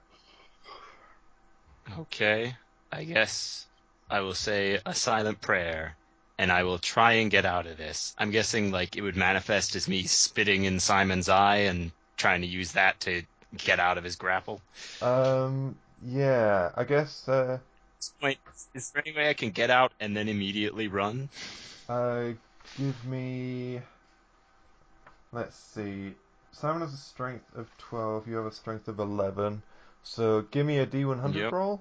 Okay, I guess I will say a silent prayer and I will try and get out of this. I'm guessing like it would manifest as me spitting in Simon's eye and trying to use that to get out of his grapple.
Um, yeah, I guess. Uh,
At this point, is there any way I can get out and then immediately run?
Uh, give me. Let's see. Simon has a strength of 12. You have a strength of 11. So give me a D100
Yep.
roll.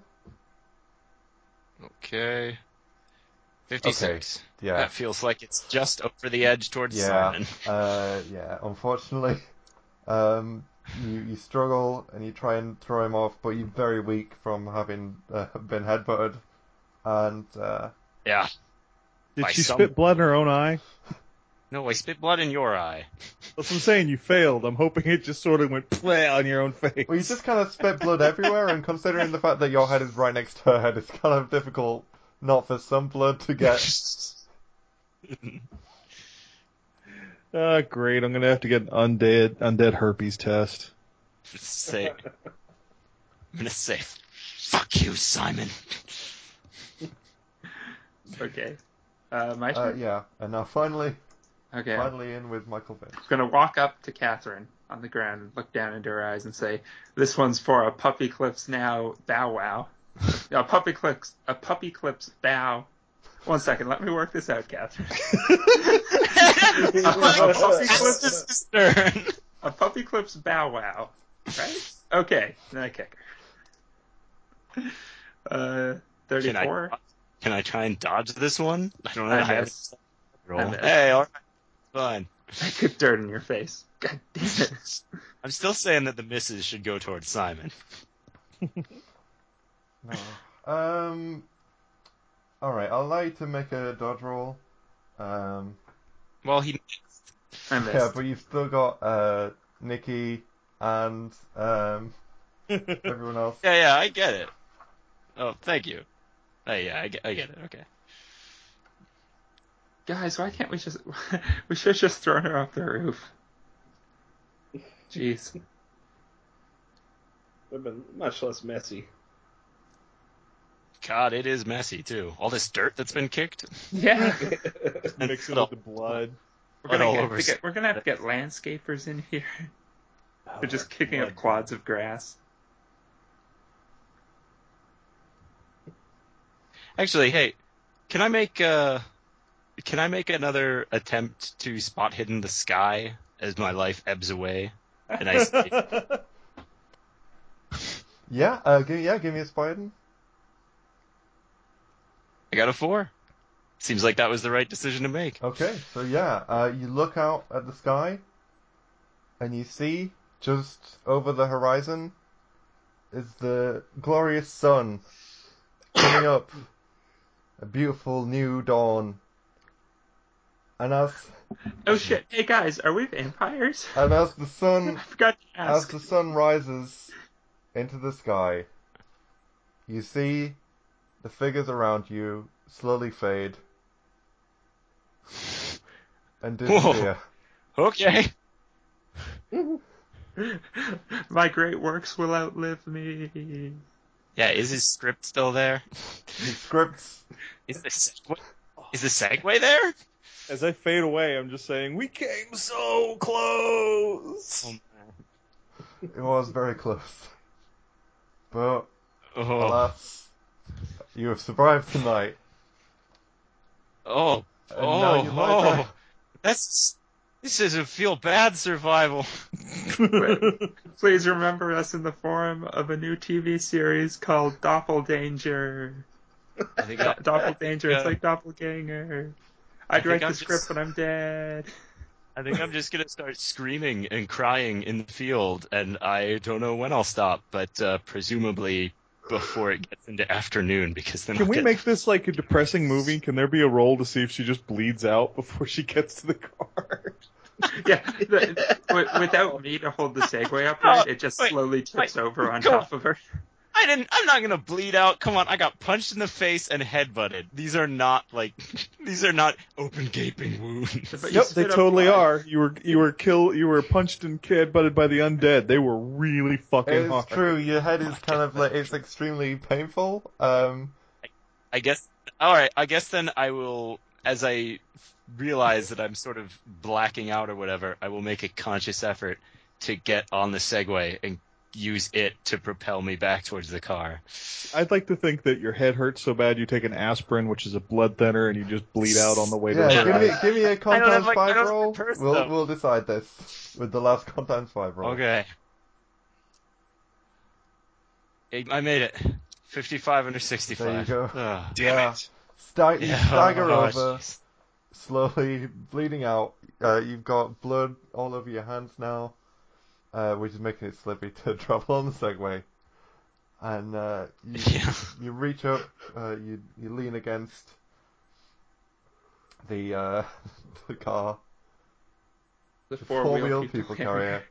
Okay. 56.
Yeah.
That feels like it's just over the edge towards
Yeah.
Simon.
Uh, yeah. Unfortunately, um, you you struggle and you try and throw him off, but you're very weak from having uh, been headbutted. And uh,
Yeah.
Did
By
she
some-
spit blood in her own eye?
No, I spit blood in your eye.
That's what I'm saying. You failed. I'm hoping it just sort of went play on your own face.
Well, you just kind of spit blood everywhere, and considering the fact that your head is right next to her head, it's kind of difficult not for some blood to get.
Ah, great. I'm gonna have to get an undead undead herpes test.
Say, I'm gonna say, fuck you, Simon.
Okay. Uh, my
Uh,
turn.
yeah, and now finally,
Okay. I'm
finally in with Michael Bay.
gonna walk up to Catherine on the ground and look down into her eyes and say, "This one's for a puppy clips now bow wow, a puppy clips a puppy clips bow." One second, let me work this out, Catherine. a puppy clips
Stern.
a puppy clips bow wow, right? Okay, then I kick her. Uh,
Can I,
thirty-four.
can I try and dodge this one? I don't know.
I
I have
miss.
roll.
I missed.
Hey, all right. Fine.
I kicked dirt in your face. God damn it!
I'm still saying that the misses should go towards Simon.
No. Um. All right, I'll allow you to make a dodge roll. Um.
Well, he
I missed.
Yeah, but you've still got uh Nikki and um everyone else.
Yeah, yeah, I get it. Oh, thank you. Oh, yeah, I get, I get it. Okay.
Guys, why can't we just? we should have just thrown her off the roof. Jeez.
Would have been much less messy.
God, it is messy too. All this dirt that's been kicked.
Yeah,
Mix it with the blood.
we're gonna,
all
get,
over
to
us.
get- we're gonna have to get landscapers in here. They're just kicking up clods of grass.
Actually, hey, can I make uh, can I make another attempt to spot hidden the sky as my life ebbs away? And I stay-
Yeah, uh, give, yeah, give me a Spiden.
I got a four. Seems like that was the right decision to make.
Okay, so yeah, uh, you look out at the sky, and you see just over the horizon is the glorious sun coming up, a beautiful new dawn. And as
Oh shit! Hey guys, are we vampires?
and as the
I
sun
forgot to
As
ask.
the sun rises into the sky, you see the figures around you slowly fade and disappear.
Okay.
My great works will outlive me.
Yeah, is his script still there?
The scripts.
Is the segue, is the segue there?
As I fade away, I'm just saying, we came so close.
It was very close, but
Oh,
alas, you have survived tonight.
oh,
And now
Oh,
you lie
oh.
back.
that's this is a feel bad survival.
Please remember us in the form of a new TV series called Doppeldanger.
I think
Do-
I,
Doppeldanger, it's
Yeah.
like doppelganger. I'd
think
write the
I'm
script
just-
when I'm dead.
I think I'm just gonna start screaming and crying in the field, and I don't know when I'll stop, but uh, presumably before it gets into afternoon, because then
Can
I'll
we
get-
make this like a depressing movie? Can there be a roll to see if she just bleeds out before she gets to the car?
Yeah, the, wi- without me to hold the Segway upright, it just
Oh, Wait,
slowly tips
wait,
over on
go
top of her.
I didn't. I'm not gonna bleed out. Come on, I got punched in the face and headbutted. These are not like these are not open gaping wounds.
But you
Yep, they
spit up
totally
blood.
are. You were you were kill you were punched and kid butted by the undead. They were really fucking
It's
hard.
true. Your head is kind of like it's extremely painful. Um,
I guess. All right. I guess then I will, as I realize that I'm sort of blacking out or whatever, I will make a conscious effort to get on the Segway and use it to propel me back towards the car.
I'd like to think that your head hurts so bad you take an aspirin, which is a blood thinner, and you just bleed out on the way
yeah,
to
give
work.
me give me a con
don't have
times
my- I
five
don't have my
roll.
purse,
We'll
though.
we'll decide this with the last con times five roll.
Okay. I I made it. 55 under 65.
go.
Ugh.
yeah. Sta- you
Yeah.
stagger
Oh,
over,
jeez.
slowly bleeding out. Uh, you've got blood all over your hands now, uh, which is making it slippy to travel on the Segway. And uh, you,
Yeah.
you reach up, uh, you you lean against the uh, the car,
The
the four wheel people carrier,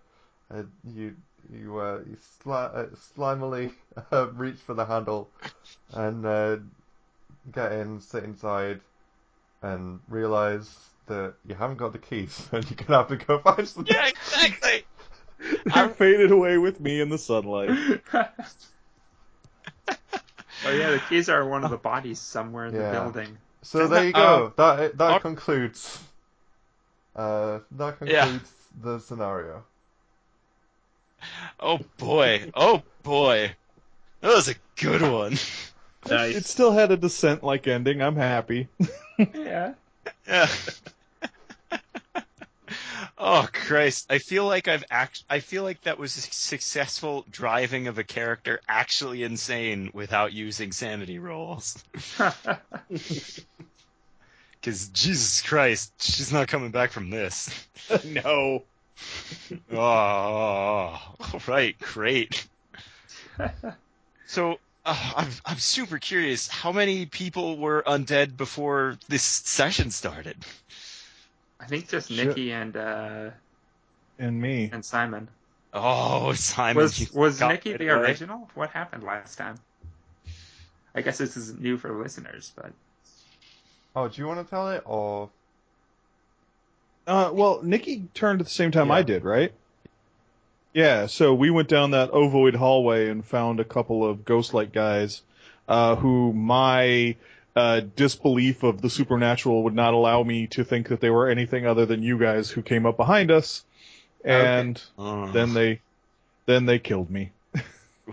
and you you uh, you sli- uh, slimily uh, reach for the handle and uh, get in, sit inside, and realize that you haven't got the keys, and you're gonna have to go find some.
Yeah, exactly.
I faded away with me in the sunlight.
oh yeah, the keys are one of the bodies somewhere in
Yeah.
the building.
So there you go. that that
Ar-
concludes. Uh, that
Yeah.
concludes the scenario.
Oh boy. Oh boy. That was a good one.
Nice.
It still had a descent like ending. I'm happy.
Yeah.
Yeah. oh Christ! I feel like I've act. I feel like that was a successful driving of a character actually insane without using sanity rolls. Because Jesus Christ, she's not coming back from this.
no.
Oh, all right, great. so uh, I'm I'm super curious. How many people were undead before this session started?
I think just
Shit.
Nikki and uh,
And me.
and Simon.
Oh, Simon you
was was
got
Nikki
it
the
right.
original? What happened last time? I guess this is new for listeners, but
Oh, do you want to tell it or?
Uh, well, Nikki turned at the same time
Yeah.
I did, right? Yeah, so we went down that ovoid hallway and found a couple of ghost-like guys uh, who my uh, disbelief of the supernatural would not allow me to think that they were anything other than you guys who came up behind us, and
Oh.
then they then they killed me.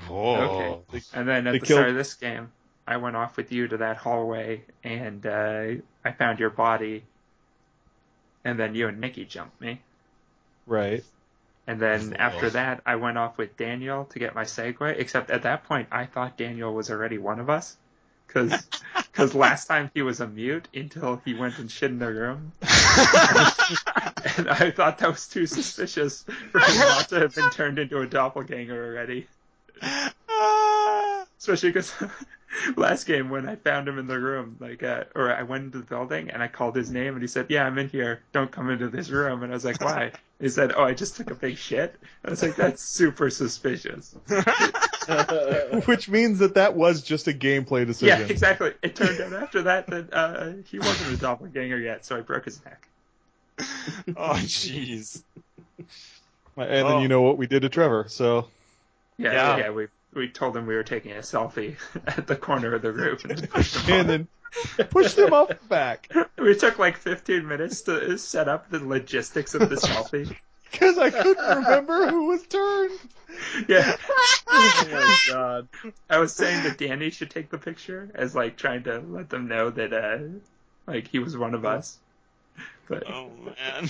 Whoa.
Okay. and then at
They
the start
killed-
of this game, I went off with you to that hallway, and uh, I found your body, and then you and Nikki jumped me,
Right.
and then
Cool.
after that, I went off with Daniel to get my Segway. Except at that point, I thought Daniel was already one of us, because last time he was a mute until he went and shit in the room, and I thought that was too suspicious for him not to have been turned into a doppelganger already. Especially because last game when I found him in the room, like, uh, or I went into the building and I called his name and he said, "Yeah, I'm in here. Don't come into this room." And I was like, "Why?" He said, "Oh, I just took a big shit." I was like, "That's super suspicious."
Which means that that was just a gameplay
yeah,
decision.
exactly. It turned out after that that uh, he wasn't a doppelganger yet, so I broke his neck.
oh, jeez.
And
Oh.
then you know what we did to Trevor, so
Yeah, yeah.
Yeah.
we we told him we were taking a selfie at the corner of the roof. And
Oh,
pushed him off.
and then push them off the back
We took like 15 minutes to set up the logistics of the selfie.
because I couldn't remember who was turned.
Yeah,
oh my god.
I was saying that Danny should take the picture as like trying to let them know that uh like he was one of us. But
Oh man.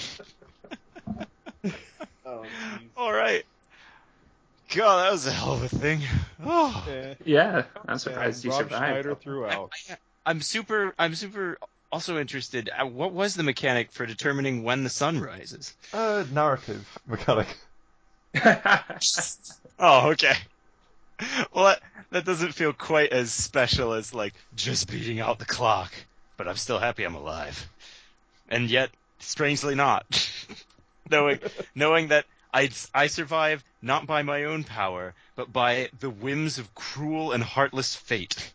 Oh, jeez.
All right. God, that was a hell of a thing. Oh.
yeah, I'm surprised he
Eh, Rob
survived.
Schneider throughout.
I, am super. I'm super. Also interested. uh, What was the mechanic for determining when the sun rises?
Uh, narrative mechanic.
Oh, okay. Well, that, that doesn't feel quite as special as like just beating out the clock. But I'm still happy I'm alive, and yet strangely not. knowing knowing that I I survive not by my own power, but by the whims of cruel and heartless fate.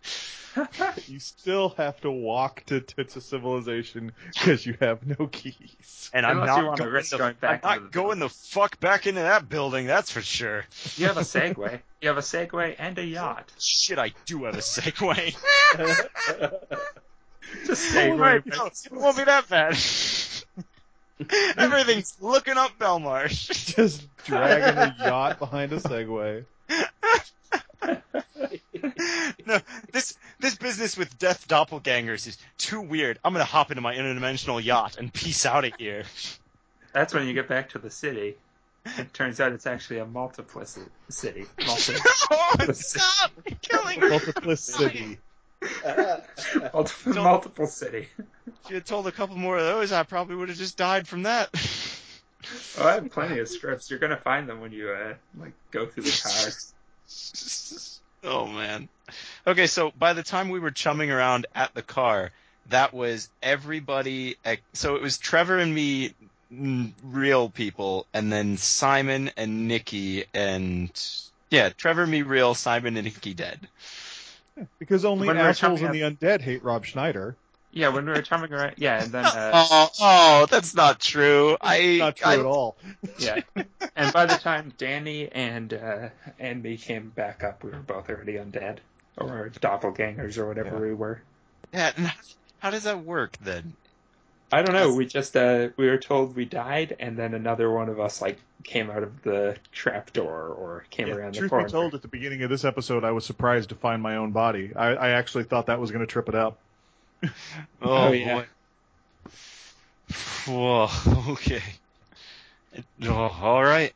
You still have to walk to Tits of Civilization because you have no keys.
And I'm
Unless you
not
wanna
going
risk
the,
going back
I'm
into
not
the
going the fuck back into that building. That's for sure.
you have a Segway. You have a Segway and a yacht.
Shit, I do have a Segway.
Just
Oh, right,
Segway.
no, it won't be that bad. Everything's looking up Belmarsh.
Just dragging a yacht behind a Segway.
no, this this business with death doppelgangers is too weird. I'm gonna hop into my interdimensional yacht and peace out of here.
That's when you get back to the city. It turns out it's actually a multiplicity city. Multi-
oh, stop! You're killing me.
Multiplicity.
multiple, multiple city.
If you had told a couple more of those, I probably would have just died from that.
Oh, I have plenty of scripts. You're gonna find them when you uh, like go through the cars.
oh man. Okay, so by the time we were chumming around at the car, that was everybody. ex- So it was Trevor and me n- real people, and then Simon and Nikki and yeah, Trevor me real, Simon and Nikki dead.
Because only
When we're
assholes
coming
and the undead hate Rob Schneider.
Yeah, when we were coming around. Yeah, and then uh,
Oh, oh, that's not true. I
Not true
I-
at all.
yeah, and by the time Danny and uh, and me came back up, we were both already undead or doppelgangers or whatever we were.
Yeah, and how- how does that work then?
I don't know. We just uh, we were told we died, and then another one of us like came out of the trap door or came
Yeah,
around the
truth
corner.
be told, at the beginning of this episode, I was surprised to find my own body. I, I actually thought that was going to trip it up.
Oh, yeah.
boy. Whoa. Okay. Oh, all right.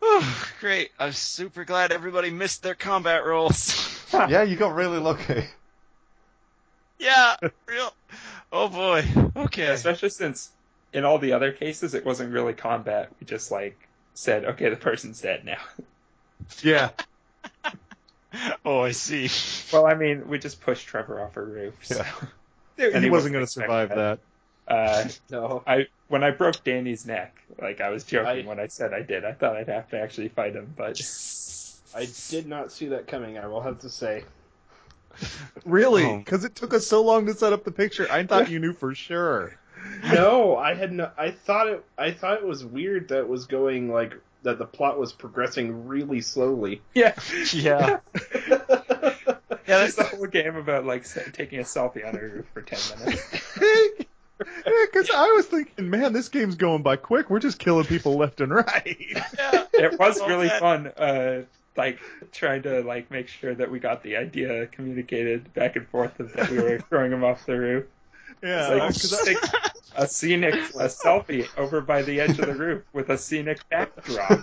Whew, great. I'm super glad everybody missed their combat rolls.
Yeah, you got really lucky.
yeah. Real. Oh boy. Okay.
Especially since in all the other cases, it wasn't really combat. We just like said, okay, the person's dead now.
Yeah.
Oh, I see.
Well, I mean, we just pushed Trevor off a roof. So.
He,
And he
wasn't
wasn't
going to survive
expecting
that.
Uh,
No.
I when I broke Danny's neck, like I was joking
I-
when I said I did. I thought I'd have to actually fight him, but
I did not see that coming, I will have to say.
Really?
Oh.
Because it took us so long to set up the picture. I thought you knew for sure.
No, I had no I thought it I thought it was weird that it was going like that the plot was progressing really slowly.
yeah,
Yeah.
yeah. That's the whole game about like s- taking a selfie on a roof for ten minutes.
Because I was thinking, man, this game's going by quick. We're just killing people left and right.
yeah.
It was
Oh,
really
man.
fun. Uh, like trying to like make sure that we got the idea communicated back and forth of that we were throwing him off the roof.
Yeah.
It's like, take a scenic a selfie over by the edge of the roof with a scenic backdrop.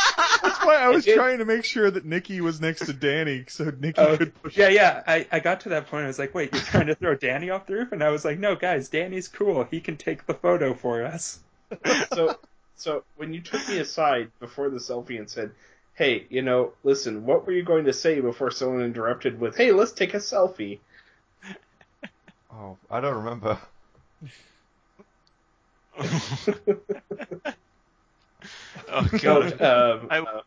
That's why I was
It-
trying to make sure that Nikki was next to Danny, so Nikki
Oh,
could push.
yeah, yeah. I, I got to that point. I was like, wait, you're trying to throw Danny off the roof? And I was like, no, guys, Danny's cool. He can take the photo for us.
so so when you took me aside before the selfie and said, "Hey, you know, listen, what were you going to say before someone interrupted with, "Hey, let's take a selfie?"
Oh, I don't remember.
oh god.
But, um,
I-
uh,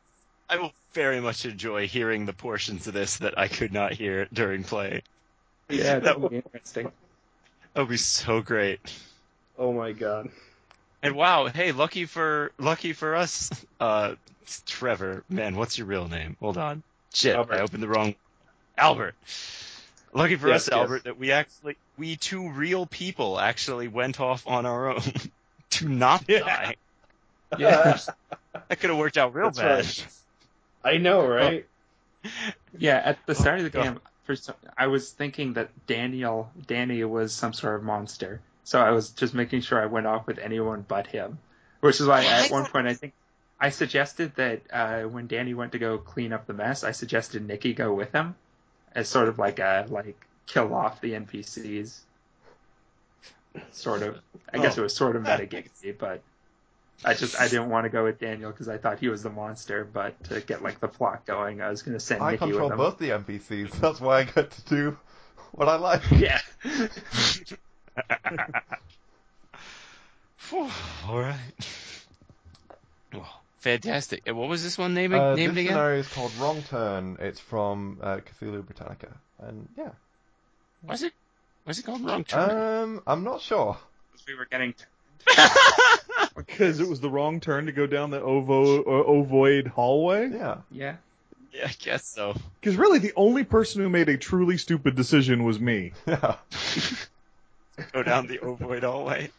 I will very much enjoy hearing the portions of this that I could not hear during play.
Yeah,
That
that would be interesting.
That would be so great.
oh my god.
And wow, hey, lucky for lucky for us, uh, Trevor. Man, what's your real name? Hold on. Shit,
Albert.
I opened the wrong. Albert. Lucky for
Yes,
us,
yes.
Albert, that we actually we two real people actually went off on our own to not die.
Yeah,
That could have worked out real
That's
bad.
right. I know, right?
yeah. At the start of the
God.
game, for some, I was thinking that Daniel Danny was some sort of monster, so I was just making sure I went off with anyone but him. Which is why at one point I think I suggested that uh, when Danny went to go clean up the mess, I suggested Nikki go with him as sort of like a like kill off the NPCs. Sort of. I guess it was sort of metagamey, but I just I didn't want to go with Daniel because I thought he was the monster. But to get like the plot going, I was going to send
I
Nikki
control
with him.
both the NPCs. That's why I get to do what I like.
Yeah.
Phew, all right. Well, fantastic. And what was this one name,
Uh,
named
this
again?
scenario is called Wrong Turn. It's from uh, Cthulhu Britannica, and yeah,
Was it? Was it called Wrong Turn?
um, I'm not sure.
we were getting
Because it was the wrong turn to go down the ovo, uh, ovoid hallway.
Yeah,
yeah.
yeah, I guess so.
Because really, the only person who made a truly stupid decision was me.
yeah.
Go down the ovoid hallway.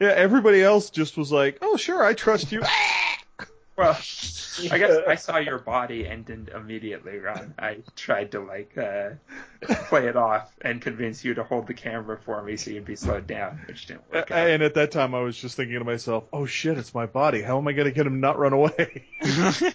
Yeah, everybody else just was like, "Oh, sure, I trust you."
Well, I guess I saw your body and didn't immediately run. I tried to like uh, play it off and convince you to hold the camera for me so you'd be slowed down, which didn't
Uh,
work. out.
and at that time, I was just thinking to myself, "Oh shit, it's my body. How am I going to get him not run away?"
I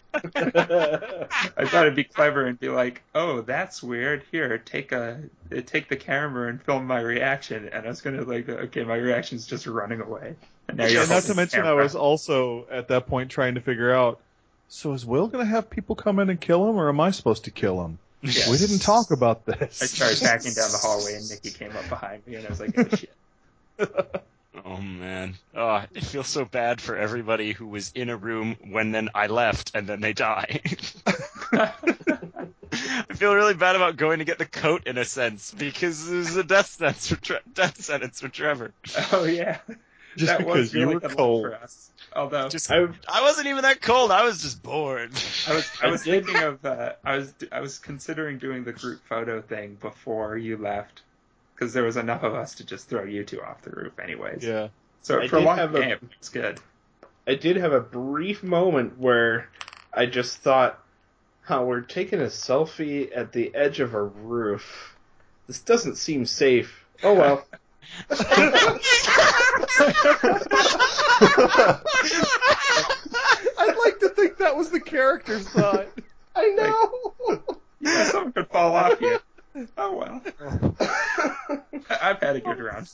thought it'd be clever and be like, "Oh, that's weird. Here, take a uh, take the camera and film my reaction." And I was gonna like, uh, "Okay, my reaction's just running away." And now you're
And not
holding
to
the
mention, I
camera.
was also at that point trying to figure out. So is Will going to have people come in and kill him, or am I supposed to kill him?
Yes.
We didn't talk about this.
I started backing down the hallway, and Nikki came up behind me, and I was like, "Oh shit."
Oh man, oh, it feels so bad for everybody who was in a room when then I left and then they die.
Oh,
I feel really bad about going to get the coat in a sense because it was a death sentence for, Tre- death sentence for Trevor.
Oh yeah,
Just
that
because
was really
you were
good luck
cold.
for us. Although
Just-
I,
I wasn't even that cold. I was just bored.
I was I was thinking of uh, I was I was considering doing the group photo thing before you left because there was enough of us to just throw you two off the roof anyways.
Yeah.
So
I
for a
did
long
have a-
game, it's good.
I did have a brief moment where I just thought, "Huh, we're taking a selfie at the edge of a roof. This doesn't seem safe." Oh well.
I'd like to think that was the character's thought.
I know.
Yeah, someone could fall off you. Oh well, I- I've had a good round.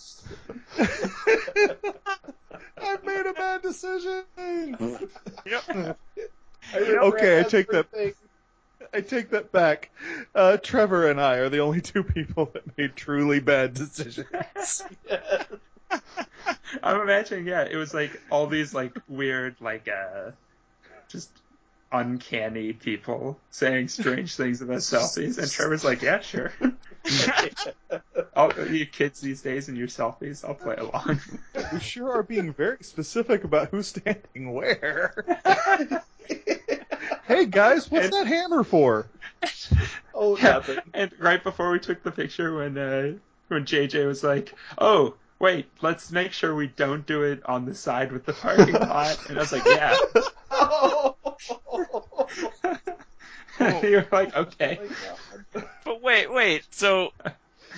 I've made a bad decision.
I remember
Okay, I take that-
everything.
I take that back. Uh, Trevor and I are the only two people that made truly bad decisions.
I'm imagining, yeah, it was like all these like weird, like uh, just uncanny people saying strange things about selfies, and Trevor's like, yeah, sure. All you kids these days and your selfies, I'll play along.
we sure are being very specific about who's standing where. hey guys, what's
And-
that hammer for?
Oh, nothing.
and right before we took the picture, when uh, when JJ was like, oh. Wait, let's make sure we don't do it on the side with the parking lot. And I was like, yeah.
Oh.
You're like, okay.
But wait, wait. So,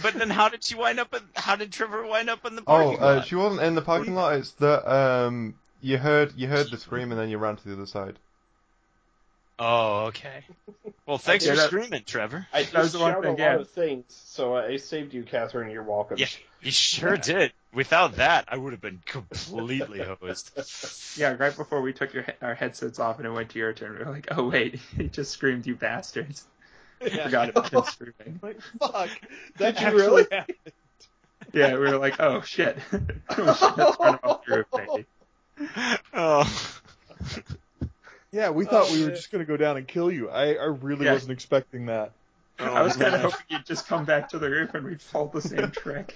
but then how did she wind up? In, how did Trevor wind up in the
Oh,
parking
uh,
lot?
she wasn't in the parking lot. It's that um, you heard you heard the scream and then you ran to the other side.
Oh, okay. Well, thanks
Yeah,
for
that-
screaming, Trevor.
I
That was
just
the one
shout a
thing,
lot
yeah.
of things, so I saved you, Catherine. You're welcome.
Yeah. You sure did. Without that, I would have been completely hosed.
Yeah, right before we took your he- our headsets off and it went to your turn, we were like, "Oh wait, he just screamed, you bastards!" Forgot about him screaming.
Like, fuck.
Did you
actually
really?
happened.
Yeah, we were like, "Oh shit, we should have turned off the roof, maybe."
Oh,
Yeah, we thought
Oh,
we were
shit.
just going to go down and kill you. I, I really
Yeah.
wasn't expecting that.
I was kind of
Oh, man.
hoping you'd just come back to the roof and we'd pull the same trick.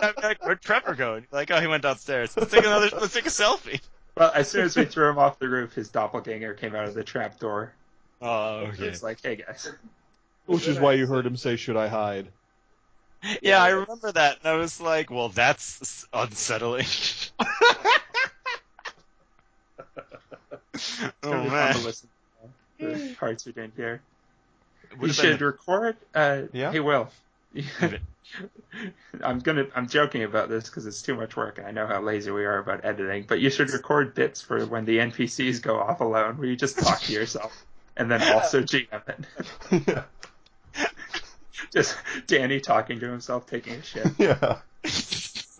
I'm like, where'd Trevor go? And you're Like, oh, he went downstairs. Let's take another. Let's take a selfie.
Well, as soon as we threw him off the roof, his doppelganger came out of the trap door.
Oh,
He was like, "Hey guys,
Which is why you heard him say, "Should I hide?"
Yeah, I remember that, and I was like, well, that's s- unsettling.
it's gonna
oh
be fun to
man.
listen to the parts we didn't hear."
Would've
We
been-
should record. Uh,
Yeah?
Hey, Will.
it.
I'm gonna. I'm joking about this because it's too much work, and I know how lazy we are about editing. But you should record bits for when the NPCs go off alone, where you just talk to yourself, and then also GM it. just Danny talking to himself, taking a shit.
yeah.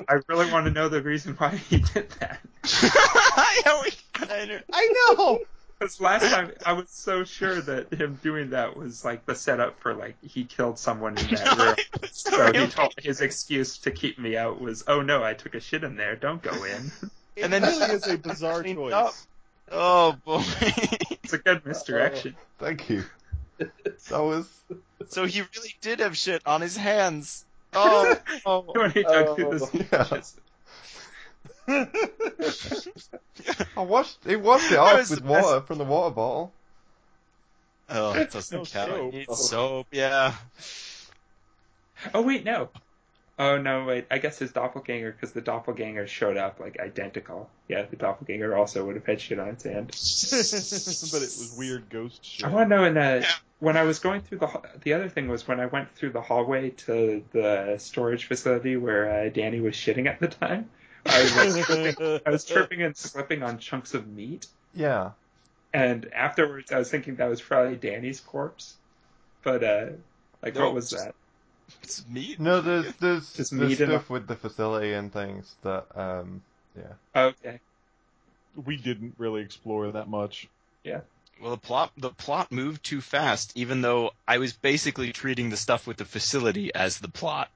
I really want to know the reason why he did that.
Yeah, we- I know.
I know.
Because last time I was so sure that him doing that was like the setup for like he killed someone in that room.
It was the
So he
real-
told his excuse to keep me out was, "Oh no, I took a shit in there. Don't go in."
It and then really is a bizarre choice.
up. Oh boy.
It's a good misdirection.
Thank you. That was.
so he really did have shit on his hands. Oh, oh.
when he dug through this,
Yeah.
just-
I washed. It washed it
That
off
was
with
the best-
water from the water bottle.
Oh, it doesn't
No
count.
soap. Oh.
It's soap, yeah.
oh wait, no. Oh no, wait. I guess his doppelganger, because the doppelganger showed up like identical. Yeah, the doppelganger also would have had shit on its hand.
but it was weird ghost shit.
I want to know in the
Yeah.
when I was going through the ha- the other thing was when I went through the hallway to the storage facility where uh, Danny was shitting at the time. I was like, tripping, I was tripping and slipping on chunks of meat.
Yeah.
And afterwards, I was thinking that was probably Danny's corpse. But, uh, like,
No,
what was
just-
that?
It's meat.
No, there's there's,
Just
there's
meat and-
stuff with the facility and things that um
Okay.
We didn't really explore that much.
Well, the plot the plot moved too fast, even though I was basically treating the stuff with the facility as the plot.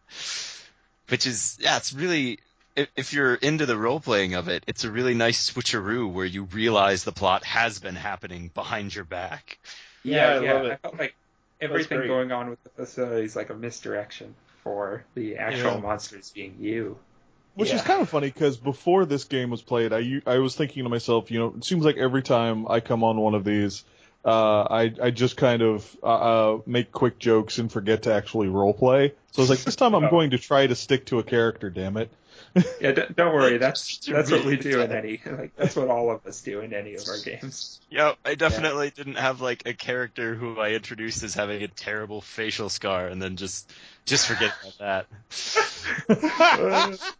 which is yeah, it's really if, if you're into the role playing of it, it's a really nice switcheroo where you realize the plot has been happening behind your back.
Yeah, I love it.
felt like everything
great.
going on with the facility is like a misdirection for the actual
Yeah.
monsters being you.
Which is kind of funny because before this game was played, I u- I was thinking to myself, you know, it seems like every time I come on one of these, uh, I I just kind of uh, uh, make quick jokes and forget to actually role play. So I was like, this time I'm
Oh.
going to try to stick to a character. Damn it!
Yeah, d- don't worry. That's
Just a
that's what we
really
do in
good-
any like that's what all of us do in any of our games.
Yeah, I definitely didn't have like a character who I introduced as having a terrible facial scar, and then just just forget about that.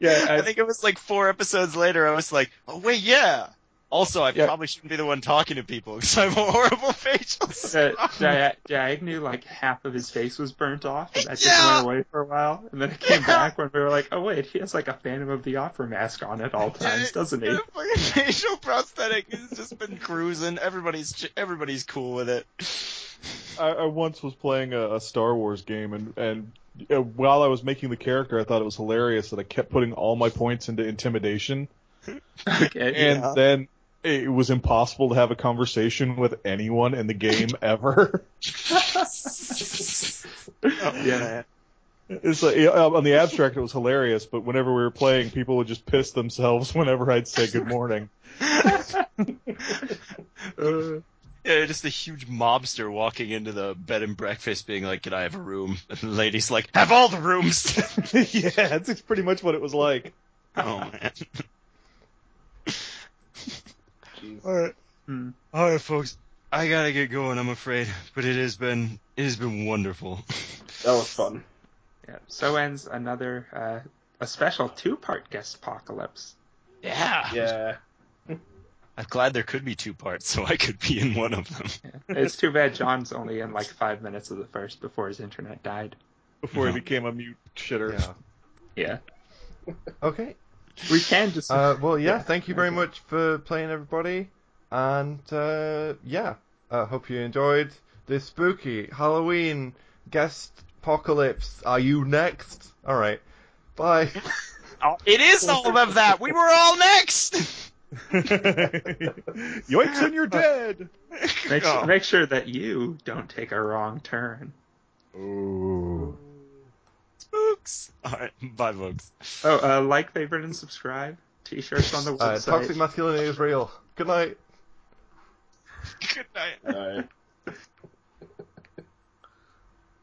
Yeah,
I think it was like four episodes later. I was like, oh wait, yeah. Also, I
Yeah.
probably shouldn't be the one talking to people because I have a horrible facial scar.
Uh, Di- Diagne, like half of his face was burnt off, and that just
Yeah.
went away for a while. And then it came
Yeah.
back when we were like, "Oh wait, he has like a Phantom of the Opera mask on at all times, doesn't he?"
The fucking facial prosthetic has just been cruising. Everybody's ch- everybody's cool with it.
I, I once was playing a, a Star Wars game, and and uh, while I was making the character, I thought it was hilarious that I kept putting all my points into intimidation,
Okay,
and then it was impossible to have a conversation with anyone in the game ever.
yeah,
It's like yeah, on the abstract, it was hilarious, but whenever we were playing, people would just piss themselves whenever I'd say good morning.
Yeah, just a huge mobster walking into the bed and breakfast, being like, "Can I have a room?" And the lady's like, "Have all the rooms."
yeah, that's it's pretty much what it was like.
oh man.
Jeez.
All right.
Hmm.
All right, folks. I gotta get going. I'm afraid, but it has been it has been wonderful.
That was fun.
yeah. So ends another uh, a special two-part guest apocalypse.
Yeah.
Yeah.
I'm glad there could be two parts, so I could be in one of them.
It's too bad John's only in like five minutes of the first before his internet died.
Before he became a mute shitter.
Yeah.
Yeah,
Okay.
we can just
Uh, well, yeah,
Yeah,
thank you very
okay.
much for playing, everybody. And uh, yeah, I hope you enjoyed this spooky Halloween guest apocalypse. Are you next? All right. Bye.
It is all of that. We were all next.
Yoinks and you're dead.
make, su- make sure that you don't take a wrong turn.
Ooh.
Spooks. All right. Bye, folks.
Oh, uh, like, favorite, and subscribe. T-shirts on the
Uh,
website.
toxic masculinity is real. Good night.
Good night.
All right.